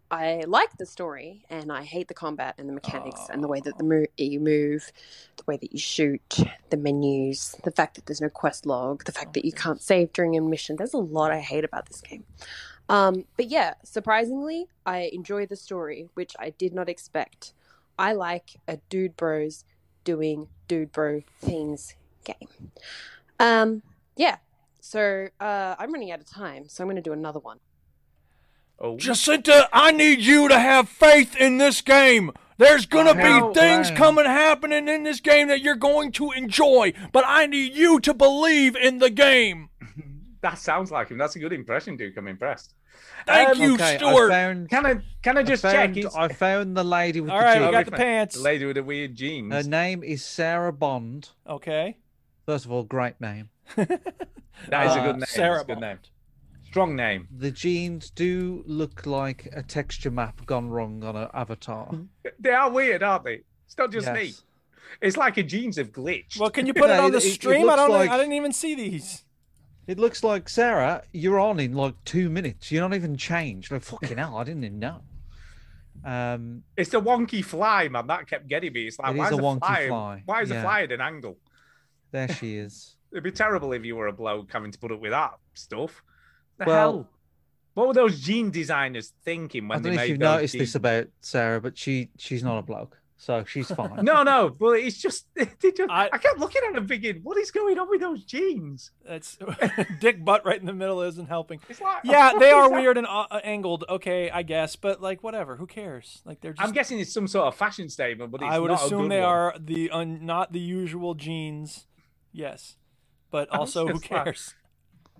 Speaker 7: I like the story and I hate the combat and the mechanics and the way that the mo- you move, the way that you shoot, the menus, the fact that there's no quest log, the fact that you can't save during a mission. There's a lot I hate about this game. Um, but yeah, surprisingly, I enjoy the story, which I did not expect. I like a dude bros doing dude bro things game. Um, yeah. So uh, I'm running out of time, so I'm going to do another one.
Speaker 4: oh,
Speaker 1: Jacinta, I need you to have faith in this game. There's gonna
Speaker 4: Wow.
Speaker 1: be things
Speaker 4: Wow.
Speaker 1: coming happening in this game that you're going to enjoy, but I need you to believe in the game.
Speaker 4: that sounds like him. That's a good impression, Duke. I'm impressed.
Speaker 1: Thank
Speaker 4: Um,
Speaker 1: you,
Speaker 3: okay,
Speaker 1: Stuart.
Speaker 3: I found,
Speaker 4: Can I can I
Speaker 3: I
Speaker 4: just
Speaker 3: found,
Speaker 4: check? Is,
Speaker 3: I found the lady with
Speaker 1: All
Speaker 3: the
Speaker 1: right, we
Speaker 3: jeans.
Speaker 1: got the pants.
Speaker 4: The lady with the weird jeans.
Speaker 3: Her name is Sarah Bond.
Speaker 1: Okay.
Speaker 3: First of all, great name.
Speaker 4: that is a
Speaker 1: Oh,
Speaker 3: uh,
Speaker 4: good name. It's
Speaker 1: Sarah
Speaker 4: a good
Speaker 1: Bond.
Speaker 4: name. Strong name.
Speaker 3: The jeans do look like a texture map gone wrong on an avatar.
Speaker 4: They are weird, aren't they? It's not Hmm. just me.
Speaker 3: Yes.
Speaker 4: It's like a jeans have glitched.
Speaker 1: Well, can you put it
Speaker 3: Yeah,
Speaker 1: on the
Speaker 3: it- it- it
Speaker 1: stream? I
Speaker 3: looks
Speaker 1: don't.
Speaker 3: like-
Speaker 1: I didn't even see these.
Speaker 3: It looks like Sarah, you're on in like two minutes. You're not even changed. Like fucking hell, I didn't even know. Um,
Speaker 4: it's the wonky fly, man. That kept getting me. It's like
Speaker 3: It
Speaker 4: why
Speaker 3: is
Speaker 4: is,
Speaker 3: a
Speaker 4: the
Speaker 3: wonky
Speaker 4: fly,
Speaker 3: fly,
Speaker 4: Why is the
Speaker 3: yeah.
Speaker 4: fly at an angle?
Speaker 3: there she is.
Speaker 4: It'd be terrible if you were a bloke having to put up with that stuff. The
Speaker 3: Well-
Speaker 4: hell? What were those jean designers thinking when
Speaker 3: I don't
Speaker 4: they
Speaker 3: know if
Speaker 4: made
Speaker 3: you've
Speaker 4: those
Speaker 3: noticed
Speaker 4: jeans?
Speaker 3: this about Sarah, but she she's not a bloke, so she's fine.
Speaker 4: No, no, but it's just, they just I,
Speaker 1: I-
Speaker 4: kept looking at him thinking, what is going on with those jeans?
Speaker 1: That's Dick Butt right in the middle isn't helping.
Speaker 4: It's like,
Speaker 1: Yeah,
Speaker 4: what
Speaker 1: they
Speaker 4: is
Speaker 1: are
Speaker 4: that?
Speaker 1: weird and uh, angled. Okay, I guess, but like whatever. Who cares? Like they're
Speaker 4: I'm
Speaker 1: just.
Speaker 4: guessing it's some sort of fashion statement, but it's
Speaker 1: I would
Speaker 4: not a
Speaker 1: assume
Speaker 4: good
Speaker 1: they
Speaker 4: one.
Speaker 1: are the un, not the usual jeans. Yes, but
Speaker 4: I was
Speaker 1: also who
Speaker 4: just like,
Speaker 1: cares?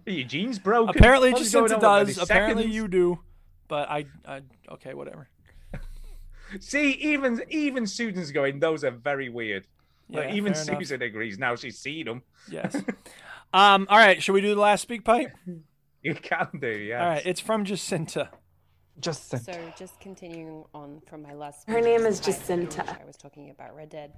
Speaker 4: Are your jeans broken?
Speaker 1: Apparently,
Speaker 4: What is going
Speaker 1: Jacinta
Speaker 4: on with
Speaker 1: does.
Speaker 4: these
Speaker 1: Apparently,
Speaker 4: seconds?
Speaker 1: you do. But I, I okay, whatever.
Speaker 4: see even even Susan's going. Those are very weird. Like,
Speaker 1: Yeah,
Speaker 4: even
Speaker 1: fair enough.
Speaker 4: Susan agrees now. She's seen them.
Speaker 1: Yes. um. All right. Should we do the last speak pipe?
Speaker 4: You can do, yeah.
Speaker 1: All right. It's from Jacinta.
Speaker 3: Just think.
Speaker 12: So just continuing on from my last.
Speaker 7: Her name is
Speaker 12: pipe,
Speaker 7: Jacinta.
Speaker 12: which I was talking about Red Dead.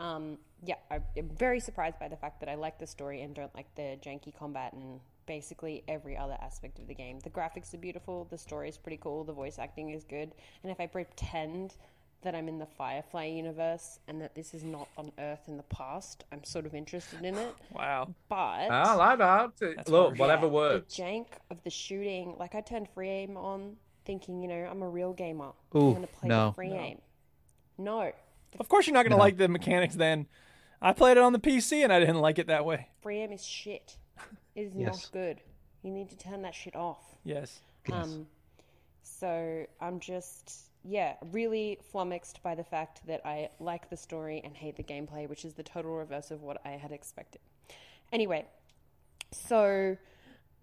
Speaker 12: Um, yeah, I- I'm very surprised by the fact that I like the story and don't like the janky combat and basically every other aspect of the game. The graphics are beautiful, the story is pretty cool, the voice acting is good, and if I pretend that I'm in the Firefly universe and that this is not on Earth in the past, I'm sort of interested in it.
Speaker 1: Wow.
Speaker 12: But
Speaker 4: I like that. That's Look, harsh. whatever
Speaker 12: Yeah,
Speaker 4: works.
Speaker 12: The jank of the shooting, like I turned free aim on, thinking, you know, I'm a real gamer.
Speaker 1: Ooh,
Speaker 12: I'm gonna play
Speaker 1: no.
Speaker 12: with free
Speaker 1: No.
Speaker 12: aim. No,
Speaker 1: Of course, you're not going to
Speaker 12: No.
Speaker 1: like the mechanics then. I played it on the PC and I didn't like it that way.
Speaker 12: free aim is shit. It is
Speaker 1: Yes.
Speaker 12: not good. You need to turn that shit off.
Speaker 1: Yes.
Speaker 12: Um, so I'm just, yeah, really flummoxed by the fact that I like the story and hate the gameplay, which is the total reverse of what I had expected. Anyway, so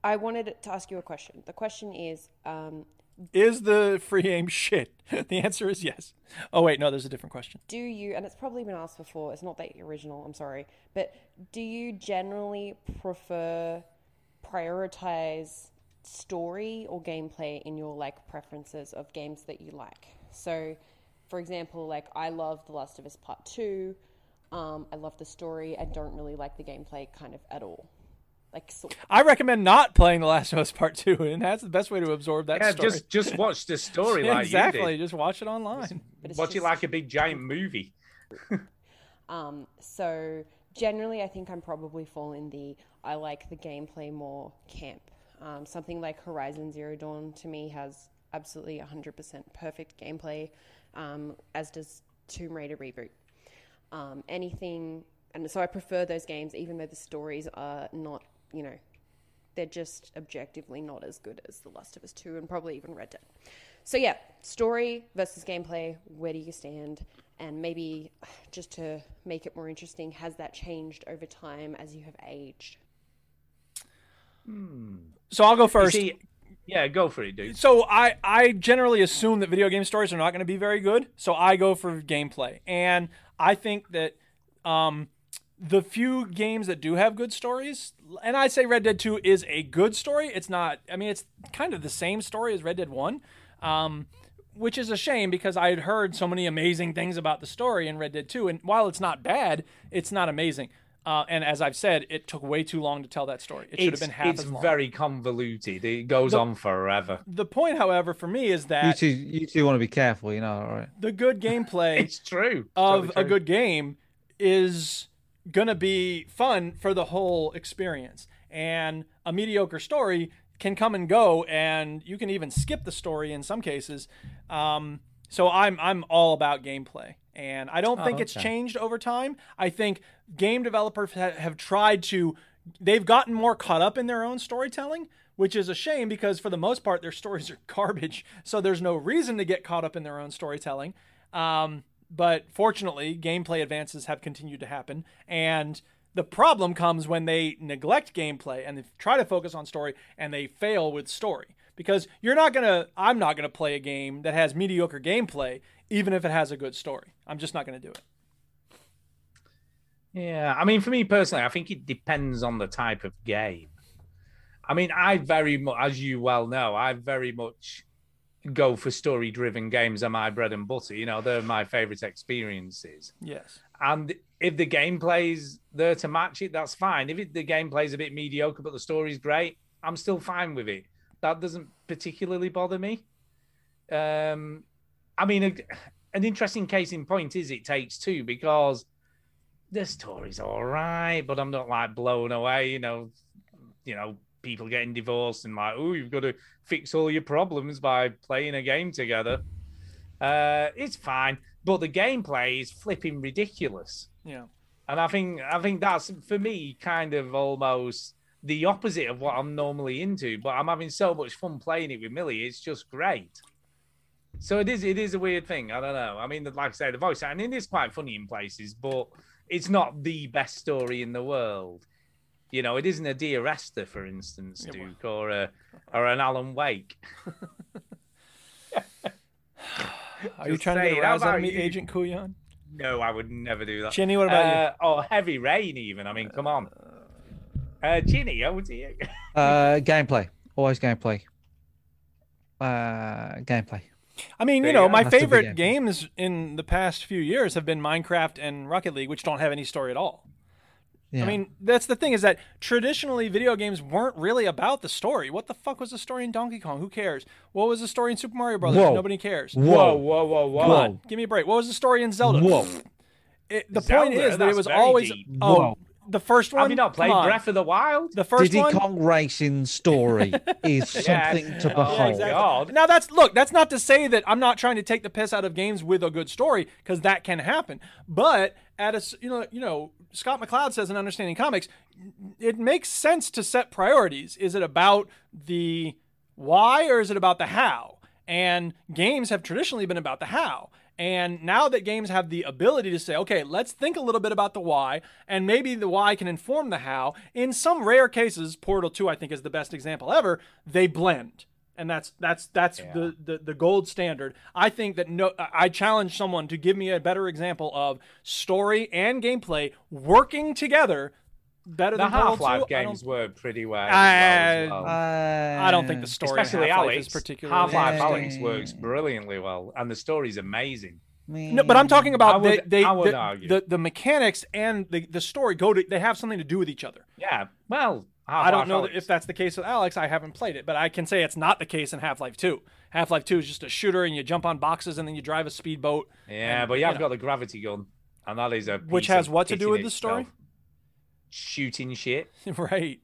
Speaker 12: I wanted to ask you a question. The question is, um,
Speaker 1: Is the free aim shit? the answer is yes. Oh, wait, no, there's a different question.
Speaker 12: do you, and it's probably been asked before, it's not that original, I'm sorry, but do you generally prefer, prioritize story or gameplay in your like preferences of games that you like? So, for example, like I love The Last of Us Part 2, um, I love the story, I don't really like the gameplay kind of at all. Like, so,
Speaker 1: I recommend not playing The Last of Us Part 2, and that's the best way to absorb that
Speaker 4: yeah,
Speaker 1: story.
Speaker 4: just just watch the story like
Speaker 1: exactly.
Speaker 4: you did.
Speaker 1: Just watch it online.
Speaker 4: Watch it like a big giant movie.
Speaker 12: Um, so generally, I think I'm probably fall in the I like the gameplay more camp. Um, something like Horizon Zero Dawn to me has absolutely 100% perfect gameplay, um, as does Tomb Raider Reboot. Um, anything, and so I prefer those games, even though the stories are not, you know, they're just objectively not as good as The Last of Us 2 and probably even Red Dead. So, yeah, story versus gameplay, where do you stand? And maybe just to make it more interesting, has that changed over time as you have aged?
Speaker 1: So I'll go first.
Speaker 4: see- Yeah, go for it, dude.
Speaker 1: So I I generally assume that video game stories are not going to be very good, so I go for gameplay, and I think that um, the few games that do have good stories, and I say Red Dead Two is a good story. It's not. I mean, it's kind of the same story as Red Dead One. Um, which is a shame because I had heard so many amazing things about the story in Red Dead 2. And while it's not bad, it's not amazing. Uh, and as I've said, it took way too long to tell that story. It should have
Speaker 4: It's-
Speaker 1: been half
Speaker 4: It's
Speaker 1: as long.
Speaker 4: very convoluted. It goes
Speaker 1: The-
Speaker 4: on forever.
Speaker 1: The point, however, for me is that
Speaker 3: You two, you two want to be careful, you know, all right?
Speaker 1: the good gameplay
Speaker 4: it's true
Speaker 1: of
Speaker 3: Totally true.
Speaker 1: a good game is gonna be fun for the whole experience and a mediocre story can come and go and you can even skip the story in some cases um, so i'm i'm all about gameplay and i don't
Speaker 15: Oh,
Speaker 1: think it's
Speaker 15: okay.
Speaker 1: changed over time i think game developers ha- have tried to they've gotten more caught up in their own storytelling which is a shame because for the most part their stories are garbage so there's no reason to get caught up in their own storytelling um, but fortunately, gameplay advances have continued to happen, and the problem comes when they neglect gameplay and they try to focus on story and they fail with story because you're not gonna i'm not gonna play a game that has mediocre gameplay even if it has a good story i'm just not gonna do it
Speaker 4: Yeah, I mean, for me personally, I think it depends on the type of game. I mean, I very much, as you well know, I very much go for story-driven games. Are my bread and butter. You know, they're my favorite experiences.
Speaker 1: yes
Speaker 4: And if the gameplay's there to match it, that's fine. If it, the gameplay's a bit mediocre but the story's great, I'm still fine with it. That doesn't particularly bother me. Um, I mean, a, an interesting case in point is it takes two because the story's all right, but I'm not like blown away. You know, you know, people getting divorced and like, oh, you've got to fix all your problems by playing a game together. Uh, it's fine, but the gameplay is flipping ridiculous.
Speaker 1: yeah
Speaker 4: And I think I think that's for me kind of almost the opposite of what I'm normally into, but I'm having so much fun playing it with Millie. It's just great. So it is it is a weird thing. I don't know. I mean, like I say, the voice acting is quite funny in places, but it's not the best story in the world. You know, it isn't a Dear Esther, for instance,
Speaker 1: Yeah, well-
Speaker 4: Duke, or a or an Alan Wake.
Speaker 1: are you
Speaker 4: Just
Speaker 1: trying to
Speaker 4: saying,
Speaker 1: get
Speaker 4: how
Speaker 1: aroused on
Speaker 4: about
Speaker 1: me
Speaker 4: you?
Speaker 1: agent kuyan
Speaker 4: No, I would never do that.
Speaker 1: Ginny, what about you?
Speaker 4: uh, you? Oh, heavy rain, even. I mean, come on. Uh, Ginny, over to you.
Speaker 3: Uh, gameplay, always gameplay. Uh, gameplay.
Speaker 1: I mean,
Speaker 3: There
Speaker 1: you
Speaker 3: you
Speaker 1: know,
Speaker 3: go.
Speaker 1: my
Speaker 3: That's a big
Speaker 1: favorite
Speaker 3: game.
Speaker 1: games in the past few years have been Minecraft and Rocket League, which don't have any story at all.
Speaker 3: Yeah.
Speaker 1: I mean, that's the thing is that traditionally video games weren't really about the story. What the fuck was the story in Donkey Kong? Who cares? What was the story in Super Mario Brothers?
Speaker 3: Whoa.
Speaker 1: Nobody cares.
Speaker 3: Whoa. Whoa, whoa, whoa, whoa.
Speaker 1: Come on, give me a break. What was the story in Zelda?
Speaker 3: Whoa.
Speaker 1: It- the
Speaker 4: Zelda?
Speaker 1: point is that it
Speaker 4: That's
Speaker 1: was
Speaker 4: very
Speaker 1: always
Speaker 4: deep.
Speaker 1: oh,
Speaker 3: Whoa.
Speaker 1: the first one.
Speaker 4: Have you not played
Speaker 1: Come on.
Speaker 4: Breath of the Wild?
Speaker 1: The first
Speaker 3: Diddy
Speaker 1: one.
Speaker 3: Kong Racing story is
Speaker 1: Yeah. uh,
Speaker 3: something to
Speaker 1: Yeah,
Speaker 3: behold.
Speaker 1: exactly. Now that's look, that's not to say that I'm not trying to take the piss out of games with a good story because that can happen. But at a s- you know you know Scott McCloud says in Understanding Comics, it makes sense to set priorities. Is it about the why or is it about the how? And games have traditionally been about the how. And now that games have the ability to say, okay, let's think a little bit about the why, and maybe the why can inform the how, in some rare cases, Portal 2, I think, is the best example ever, they blend. And that's that's that's the, the the gold standard. I think that no I I challenge someone to give me a better example of story and gameplay working together better
Speaker 4: the
Speaker 1: than Portal 2.
Speaker 4: Half Life
Speaker 1: I don't Uh,
Speaker 4: games were pretty well.
Speaker 1: I-
Speaker 4: as well.
Speaker 3: Uh,
Speaker 1: I
Speaker 4: Eh,
Speaker 1: don't think the story of
Speaker 4: especially
Speaker 1: Half-Life
Speaker 4: Alex,
Speaker 1: is particularly
Speaker 4: Half Life
Speaker 1: interesting.
Speaker 4: Alex works brilliantly well, and the story's amazing.
Speaker 1: No, but I'm talking
Speaker 4: I
Speaker 1: about
Speaker 4: would-
Speaker 1: they, they
Speaker 4: I would
Speaker 1: the,
Speaker 4: argue.
Speaker 1: the the mechanics and the, the story go to they have something to do with each other.
Speaker 4: Yeah. Well, Half-Life
Speaker 1: I don't know
Speaker 4: Alex.
Speaker 1: if that's the case with Alex. I haven't played it, but I can say it's not the case in Half Life Two. Half Life Two is just a shooter and you jump on boxes and then you drive a speedboat.
Speaker 4: Yeah,
Speaker 1: and,
Speaker 4: but you have
Speaker 1: know.
Speaker 4: got the gravity gun, and that is a
Speaker 1: Which
Speaker 4: piece
Speaker 1: has
Speaker 4: of
Speaker 1: what to
Speaker 4: kit
Speaker 1: do
Speaker 4: in
Speaker 1: with the story?
Speaker 4: itself. Shooting shit,
Speaker 1: right?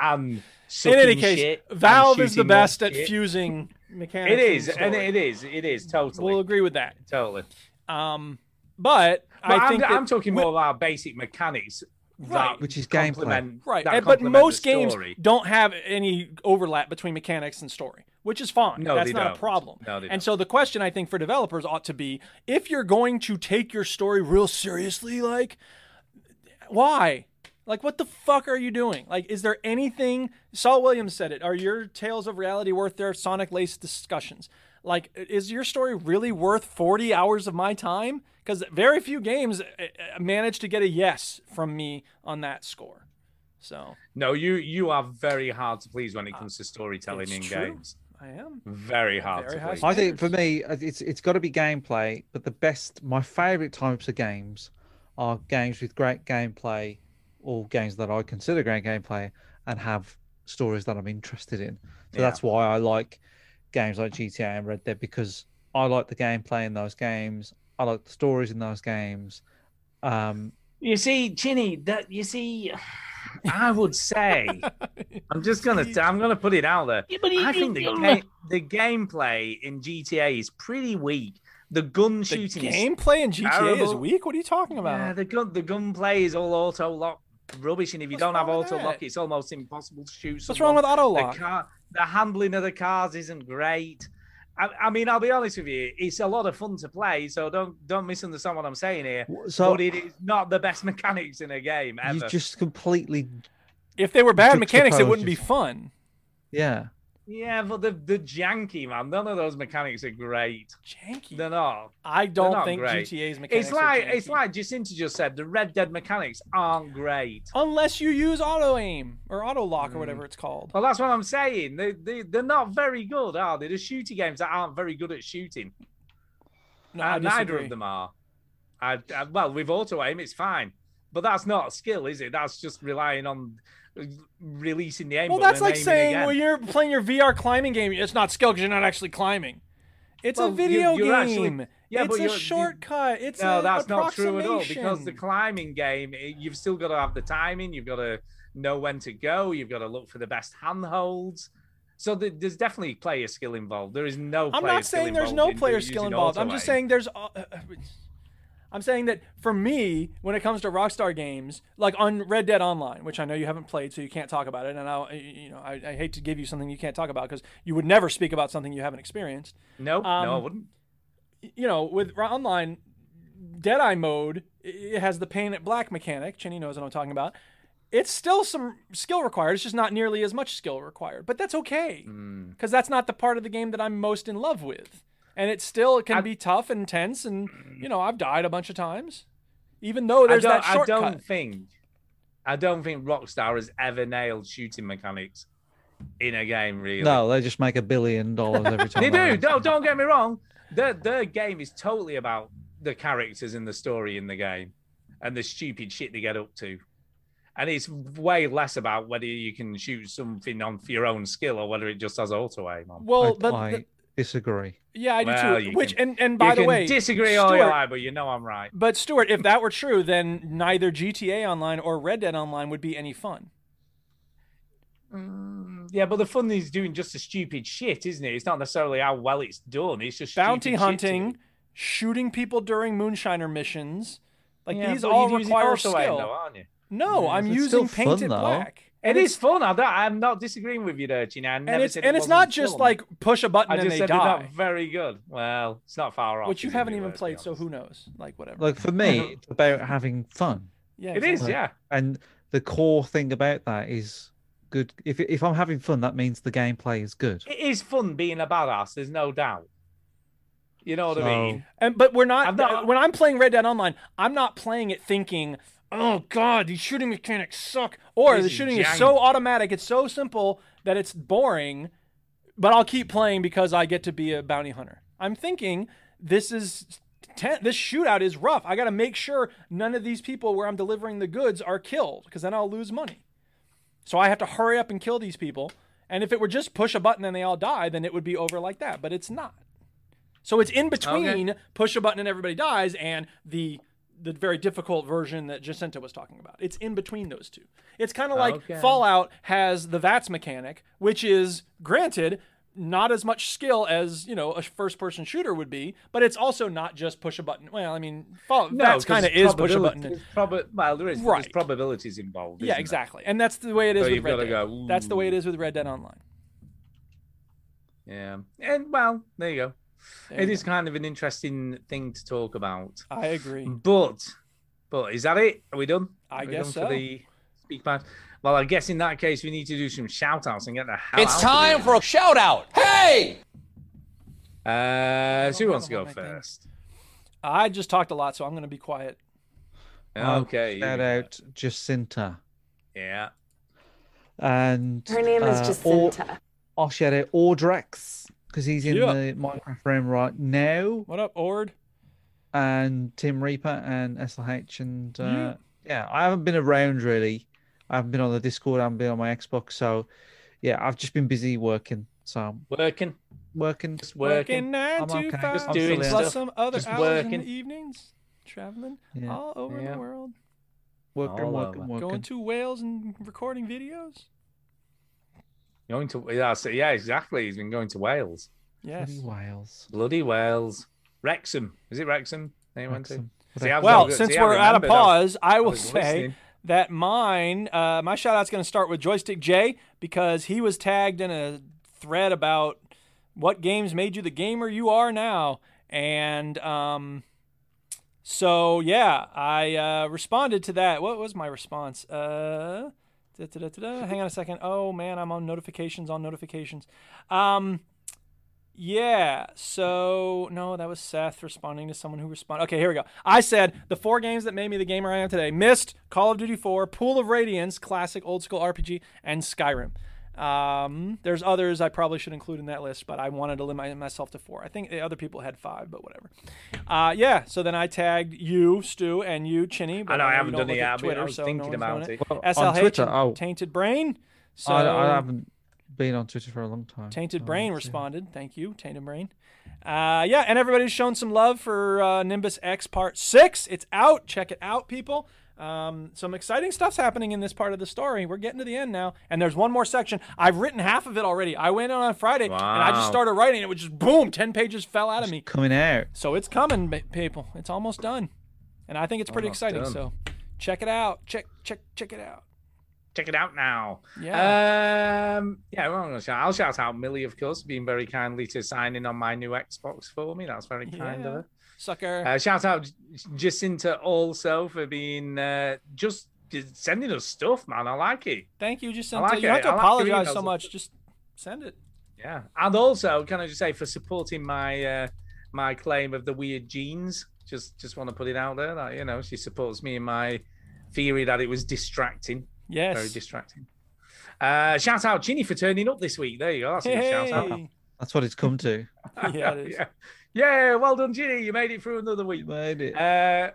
Speaker 4: And
Speaker 1: In any
Speaker 4: sucking
Speaker 1: case,
Speaker 4: shit and
Speaker 1: Valve is the
Speaker 4: shooting more
Speaker 1: best at
Speaker 4: shit.
Speaker 1: fusing mechanics.
Speaker 4: It is,
Speaker 1: and,
Speaker 4: and
Speaker 1: story.
Speaker 4: it is, it is totally.
Speaker 1: We'll agree with that.
Speaker 4: Totally.
Speaker 1: Um, but,
Speaker 4: But
Speaker 1: I
Speaker 4: I'm,
Speaker 1: think that-
Speaker 4: I'm talking more about basic mechanics,
Speaker 1: Right.
Speaker 4: that eh,
Speaker 3: Which is gameplay.
Speaker 4: complement-
Speaker 1: Right,
Speaker 4: that
Speaker 1: and- but
Speaker 4: complement the
Speaker 1: most games
Speaker 4: story.
Speaker 1: don't have any overlap between mechanics and story, which is fine.
Speaker 4: No,
Speaker 1: That's
Speaker 4: they
Speaker 1: not a
Speaker 4: don't.
Speaker 1: problem.
Speaker 4: No, they
Speaker 1: and so the question I think for developers ought to be: if you're going to take your story real seriously, like why? Like what the fuck are you doing? Like, is there anything? Saul Williams said it. Are your tales of reality worth their Sonic Lace discussions? Like, is your story really worth 40 hours of my time? Because very few games eh, eh, manage to get a yes from me on that score. So.
Speaker 4: No, you you are very hard to please when it comes to storytelling in
Speaker 1: true.
Speaker 4: games.
Speaker 1: I am.
Speaker 4: Very hard
Speaker 1: Very
Speaker 4: to
Speaker 1: high
Speaker 4: please.
Speaker 3: I think for me, uh, it's it's got to be gameplay. But the best, my favourite types of games are games with great gameplay, or games that I consider great gameplay and have stories that I'm interested in. So
Speaker 4: Yeah.
Speaker 3: that's why I like games like GTA and Red Dead because I like the gameplay in those games. I like the stories in those games. Um,
Speaker 4: You see, Chinny, that you see, I would say, I'm just gonna, I'm gonna put it out there. I think the, ga- the gameplay in GTA is pretty weak. The gun shooting, is
Speaker 1: Gameplay in GTA is
Speaker 4: terrible.
Speaker 1: weak. What are you talking about?
Speaker 4: Yeah, the gun, the gunplay is all auto lock rubbish, and if you don't have
Speaker 1: wrong with
Speaker 4: auto lock,
Speaker 1: that?
Speaker 4: it's almost impossible to shoot.
Speaker 1: What's wrong with auto-lock?
Speaker 4: The, car, the handling of the cars isn't great. I, I mean, I'll be honest with you, it's a lot of fun to play, so don't don't misunderstand what I'm saying here.
Speaker 3: so-
Speaker 4: but it is not the best mechanics in a game ever.
Speaker 3: you just completely,
Speaker 1: if they were bad mechanics, it
Speaker 3: Juxtapose
Speaker 1: wouldn't be
Speaker 3: yourself.
Speaker 1: fun.
Speaker 3: yeah.
Speaker 4: Yeah, but the the janky man. None of those mechanics are great.
Speaker 1: Janky.
Speaker 4: They're not.
Speaker 1: I
Speaker 4: They're
Speaker 1: don't
Speaker 4: not
Speaker 1: think
Speaker 4: great.
Speaker 1: GTA's mechanics.
Speaker 4: It's
Speaker 1: are
Speaker 4: like it's
Speaker 1: janky.
Speaker 4: like Jacinta just said. The Red Dead mechanics aren't great.
Speaker 1: unless you use auto aim or auto lock
Speaker 4: Mm.
Speaker 1: or whatever it's called.
Speaker 4: Well, that's what I'm saying. They, they they're not very good, are they? The shooting games that aren't very good at shooting.
Speaker 1: No, I
Speaker 4: Uh, neither
Speaker 1: disagree.
Speaker 4: of them are. I, I, well, with auto aim, it's fine, but that's not a skill, is it? That's just relying on uh, releasing the aim.
Speaker 1: Well,
Speaker 4: button
Speaker 1: that's
Speaker 4: and
Speaker 1: like
Speaker 4: aiming
Speaker 1: saying
Speaker 4: again.
Speaker 1: when you're playing your VR climbing game, it's not skill because you're not actually climbing. It's
Speaker 4: Well,
Speaker 1: a
Speaker 4: you-
Speaker 1: video
Speaker 4: you're actually-
Speaker 1: game.
Speaker 4: yeah,
Speaker 1: it's
Speaker 4: but
Speaker 1: a
Speaker 4: you're- you-
Speaker 1: shortcut. It's
Speaker 4: no,
Speaker 1: a
Speaker 4: that's not true at all because the
Speaker 1: approximation.
Speaker 4: climbing game, it- you've still got to have the timing, you've got to know when to go, you've got to look for the best handholds. So the, there's definitely player skill involved. There is no.
Speaker 1: I'm
Speaker 4: player
Speaker 1: not
Speaker 4: skill
Speaker 1: saying there's
Speaker 4: involved
Speaker 1: no
Speaker 4: in
Speaker 1: player
Speaker 4: do-
Speaker 1: skill
Speaker 4: using
Speaker 1: involved. I'm
Speaker 4: auto
Speaker 1: just
Speaker 4: aim.
Speaker 1: saying there's. uh, uh, I'm saying that for me, when it comes to Rockstar games, like on Red Dead Online, which I know you haven't played, so you can't talk about it, and I, you know, I, I hate to give you something you can't talk about because you would never speak about something you haven't experienced.
Speaker 4: No, no, I
Speaker 1: um,
Speaker 4: wouldn't.
Speaker 1: You know, with Ro- Online, Deadeye mode, i- it has the paint at black mechanic. Chinny knows what I'm talking about. It's still some skill required. It's just not nearly as much skill required, but that's okay
Speaker 4: Mm.
Speaker 1: because that's not the part of the game that I'm most in love with. And it still can be tough and tense, and you know I've died a bunch of times, even though there's
Speaker 4: I don't,
Speaker 1: that shortcut.
Speaker 4: I don't think. I don't think Rockstar has ever nailed shooting mechanics in a game. Really,
Speaker 3: No, they just make a billion dollars every time.
Speaker 4: They do.
Speaker 3: launch.
Speaker 4: Don't don't get me wrong. Their their game is totally about the characters and the story in the game, and the stupid shit they get up to. And it's way less about whether you can shoot something on for your own skill or whether it just has auto aim on.
Speaker 1: Well,
Speaker 3: I,
Speaker 1: but
Speaker 3: I
Speaker 1: the-
Speaker 3: disagree.
Speaker 1: Yeah, I do
Speaker 4: Well,
Speaker 1: too.
Speaker 4: you
Speaker 1: Which
Speaker 4: can-
Speaker 1: and, and
Speaker 4: you
Speaker 1: by the
Speaker 4: can
Speaker 1: way,
Speaker 4: disagree all you
Speaker 1: Stuart-
Speaker 4: like, but you know I'm right.
Speaker 1: But Stuart, if that were true, then neither GTA Online or Red Dead Online would be any fun.
Speaker 4: Yeah, but the fun is doing just the stupid shit, isn't it? It's not necessarily how well it's done. It's just
Speaker 1: Bounty
Speaker 4: stupid shit to do.
Speaker 1: hunting, shooting people during moonshiner missions, like
Speaker 4: Yeah,
Speaker 1: these
Speaker 4: but
Speaker 1: all
Speaker 4: you're using
Speaker 1: require
Speaker 4: auto aim
Speaker 1: skill.
Speaker 4: though, aren't you?
Speaker 1: No,
Speaker 4: Yeah,
Speaker 1: I'm
Speaker 4: it's
Speaker 1: using
Speaker 4: still fun,
Speaker 1: painted
Speaker 4: though.
Speaker 1: black.
Speaker 4: It is fun. I don't, I'm not disagreeing with you there, Gina. I
Speaker 1: and
Speaker 4: never
Speaker 1: it's
Speaker 4: said
Speaker 1: and
Speaker 4: it
Speaker 1: it's not
Speaker 4: wasn't
Speaker 1: just
Speaker 4: fun.
Speaker 1: like push a button
Speaker 4: I
Speaker 1: and
Speaker 4: just
Speaker 1: they
Speaker 4: said
Speaker 1: die,
Speaker 4: they're not very good. Well, it's not far off.
Speaker 1: which you
Speaker 4: is it?
Speaker 1: haven't even played, so who knows? Like whatever.
Speaker 3: Like for me, it's about having fun.
Speaker 1: Yeah,
Speaker 4: It is,
Speaker 1: exactly.
Speaker 4: yeah.
Speaker 3: And the core thing about that is good. If if I'm having fun, that means the gameplay is good.
Speaker 4: It is fun being a badass. There's no doubt. You know what I mean?
Speaker 1: And but we're not, uh,
Speaker 4: I'm not-
Speaker 1: when I'm playing Red Dead Online, I'm not playing it thinking, "Oh god, these shooting mechanics suck." Or
Speaker 4: This
Speaker 1: the
Speaker 4: is
Speaker 1: shooting is
Speaker 4: jank.
Speaker 1: so automatic, it's so simple that it's boring, but I'll keep playing because I get to be a bounty hunter. I'm thinking this is ten, this shootout is rough. I got to make sure none of these people where I'm delivering the goods are killed because then I'll lose money. So I have to hurry up and kill these people. And if it were just push a button and they all die, then it would be over like that. But it's not. So it's in between push a button and everybody dies and the the very difficult version that Jacinta was talking about. It's in between those two. It's kind of like
Speaker 15: Okay.
Speaker 1: Fallout has the VATS mechanic, which is granted not as much skill as you know a first-person shooter would be, but it's also not just push a button. Well, I mean, Fallout, VATS
Speaker 4: 'cause
Speaker 1: kind of is push a
Speaker 4: probability-
Speaker 1: button. and-
Speaker 4: there's proba- well, there is
Speaker 1: Right.
Speaker 4: there's probabilities involved.
Speaker 1: yeah,
Speaker 4: isn't there?
Speaker 1: exactly. And that's the way it is
Speaker 4: So
Speaker 1: with
Speaker 4: you've
Speaker 1: Red
Speaker 4: gotta
Speaker 1: Dead.
Speaker 4: go,
Speaker 1: that's the way it is with Red Dead Online.
Speaker 4: Yeah. And well, there you go.
Speaker 1: There
Speaker 4: it
Speaker 1: you
Speaker 4: is kind of an interesting thing to talk about.
Speaker 1: I agree.
Speaker 4: But but is that it? Are we done?
Speaker 1: I
Speaker 4: Are we
Speaker 1: guess
Speaker 4: done
Speaker 1: so.
Speaker 4: for the speak back. Well, I guess in that case we need to do some shout outs and get the hell
Speaker 16: It's
Speaker 4: out
Speaker 16: time for a shout out. Hey!
Speaker 4: of here. Uh
Speaker 1: Oh,
Speaker 4: so who wants to go first?
Speaker 1: I just talked a lot, so I'm going to be quiet. Oh,
Speaker 3: I'll
Speaker 4: Oh, Okay.
Speaker 3: Shout
Speaker 1: uh,
Speaker 3: out Jacinta.
Speaker 4: Yeah.
Speaker 3: And
Speaker 4: Her name is
Speaker 3: Or-
Speaker 4: Jacinta.
Speaker 3: I'll shout out Ordrex because he's in
Speaker 1: Yeah.
Speaker 3: the Minecraft room right now.
Speaker 1: What up, Ord?
Speaker 3: And Tim Reaper and SLH and uh,
Speaker 1: Yeah.
Speaker 3: yeah. I haven't been around really. I haven't been on the Discord. I haven't been on my Xbox. So yeah, I've just been busy working. So
Speaker 4: Working.
Speaker 3: working, just
Speaker 1: Working nine
Speaker 3: I'm
Speaker 1: to
Speaker 3: okay.
Speaker 1: five,
Speaker 3: Just doing
Speaker 1: plus
Speaker 3: stuff.
Speaker 1: some other
Speaker 3: Just
Speaker 1: hours in
Speaker 3: working.
Speaker 1: the evenings, traveling
Speaker 3: Yeah.
Speaker 1: all over
Speaker 3: Yeah.
Speaker 1: the world,
Speaker 3: working,
Speaker 4: All
Speaker 3: working,
Speaker 4: over.
Speaker 3: working.
Speaker 1: going to Wales and recording videos.
Speaker 4: Going to yeah, so, yeah, exactly. He's been going to Wales.
Speaker 1: Yes.
Speaker 3: Bloody Wales.
Speaker 4: Bloody Wales. Wrexham. Is it Wrexham? They went to.
Speaker 3: Wrexham.
Speaker 4: See, I was all
Speaker 1: well,
Speaker 4: good.
Speaker 1: since
Speaker 4: See, I
Speaker 1: we're at a
Speaker 4: remembered. I
Speaker 1: pause,
Speaker 4: was-
Speaker 1: I will
Speaker 4: was
Speaker 1: say
Speaker 4: listening.
Speaker 1: that mine, uh, my shout out's going to start with Joystick J because he was tagged in a thread about what games made you the gamer you are now. And um, so, yeah, I uh, responded to that. What was my response? Uh, da-da-da-da-da. Hang on a second. Oh, man, I'm on notifications, on notifications. Um, yeah. So no, that was Seth responding to someone who responded. Okay, here we go. I said the four games that made me the gamer I am today: Mist, Call of Duty 4, Pool of Radiance, classic old school RPG, and Skyrim. Um, there's others I probably should include in that list, but I wanted to limit myself to four. I think the other people had five, but whatever. Uh, yeah. So then I tagged you, Stu, and you, Chinny. But
Speaker 4: I know, I
Speaker 1: you
Speaker 4: haven't
Speaker 1: don't
Speaker 4: done it
Speaker 1: look
Speaker 4: yet. I
Speaker 1: at
Speaker 4: mean, I
Speaker 1: Twitter,
Speaker 4: was
Speaker 1: so no
Speaker 4: thinking
Speaker 1: one's
Speaker 4: about
Speaker 1: doing
Speaker 4: it.
Speaker 3: Well, on
Speaker 1: SLH,
Speaker 3: Twitter,
Speaker 1: and
Speaker 3: oh.
Speaker 1: Tainted Brain. So
Speaker 3: I, I haven't been on Twitter for a long time. Oh.
Speaker 1: Tainted Brain responded. Thank you, Tainted Brain. Uh, yeah, and everybody's shown some love for uh, Nimbus X Part 6. It's out. Check it out, people. Um, some exciting stuff's happening in this part of the story. We're getting to the end now, and there's one more section. I've written half of it already. I went in on Friday, and I just
Speaker 3: Wow.
Speaker 1: started writing. It was just boom, 10 pages fell out of me.
Speaker 3: Coming out.
Speaker 1: So it's coming, ba- people. It's almost done. And I think it's pretty
Speaker 4: Almost
Speaker 1: exciting.
Speaker 4: done.
Speaker 1: So check it out. Check, check, check it out.
Speaker 4: Check it out now.
Speaker 1: Yeah.
Speaker 4: Um, yeah, well, I'm gonna shout. I'll shout out Millie, of course, being very kindly to sign in on my new Xbox for me. That's very kind of
Speaker 1: Yeah.
Speaker 4: her.
Speaker 1: Sucker.
Speaker 4: Uh, shout out J- Jacinta also for being uh, just just sending us stuff, man. I like it.
Speaker 1: Thank you, Jacinta.
Speaker 4: like
Speaker 1: you don't have
Speaker 4: it.
Speaker 1: to
Speaker 4: I like your
Speaker 1: apologize so
Speaker 4: emails.
Speaker 1: much. Just send it.
Speaker 4: Yeah, and also, can I just say for supporting my uh, my claim of the weird genes? Just just want to put it out there that you know she supports me in my theory that it was distracting.
Speaker 1: Yes.
Speaker 4: very distracting. Uh, shout out Ginny for turning up this week. There you go. That's a good shout out.
Speaker 3: That's what it's come to.
Speaker 1: yeah, it is.
Speaker 4: yeah, well done, Ginny. You made it through another week.
Speaker 3: made it.
Speaker 4: Uh,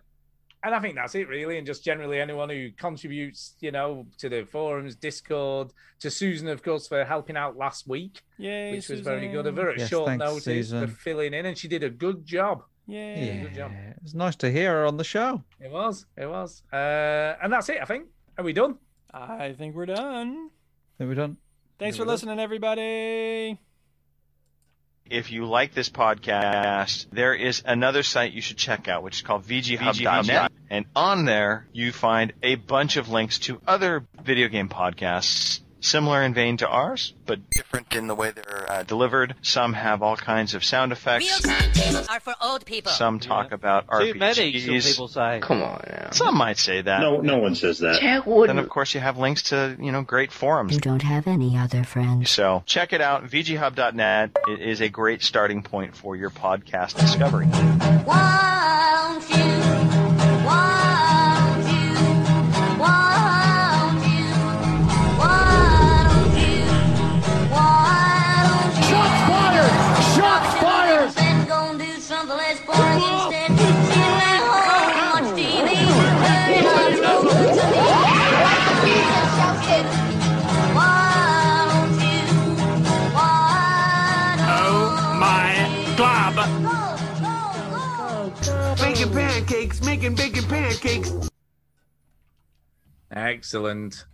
Speaker 4: and I think that's it really. And just generally anyone who contributes, you know, to the forums, Discord, to Susan, of course, for helping out last week.
Speaker 1: Yay,
Speaker 4: which was very good of
Speaker 1: Susan.
Speaker 4: her at
Speaker 3: Yes,
Speaker 4: short
Speaker 3: thanks,
Speaker 4: notice
Speaker 3: Susan.
Speaker 4: for filling in, and she did a good job.
Speaker 1: Yay.
Speaker 4: Yeah, good job.
Speaker 3: It was nice to hear her on the show.
Speaker 4: It was, it was, uh, and that's it. I think. Are we done?
Speaker 1: I think we're done.
Speaker 3: Then we done.
Speaker 1: Thanks for
Speaker 3: Here we go.
Speaker 1: listening, everybody.
Speaker 5: If you like this podcast, there is another site you should check out, which is called VGHub.net.
Speaker 17: VGHub.net.
Speaker 5: And on there, you find a bunch of links to other video game podcasts similar in vein to ours, but different in the way they're uh, delivered. Some have all kinds of sound effects.
Speaker 7: games are for old people.
Speaker 5: Some talk about RPGs.
Speaker 7: Too many, some people
Speaker 5: say. Come on now. Some might say that.
Speaker 18: No, no one says that.
Speaker 7: Jack
Speaker 5: Then,
Speaker 7: wouldn't.
Speaker 5: of course, you have links to, you know, great forums.
Speaker 19: don't have any other friends.
Speaker 5: So check it out, VGHub.net. It is a great starting point for your podcast discovery.
Speaker 6: Won't you? Won't you? Won't you? Won't you? Won't you? Shots fired! Shots fired! Instead, gonna do something less boring instead. Sit at home and watch TV. Learn how to go good to me. Won't you? Oh my glob!
Speaker 4: Making pancakes, making bacon pancakes. Excellent.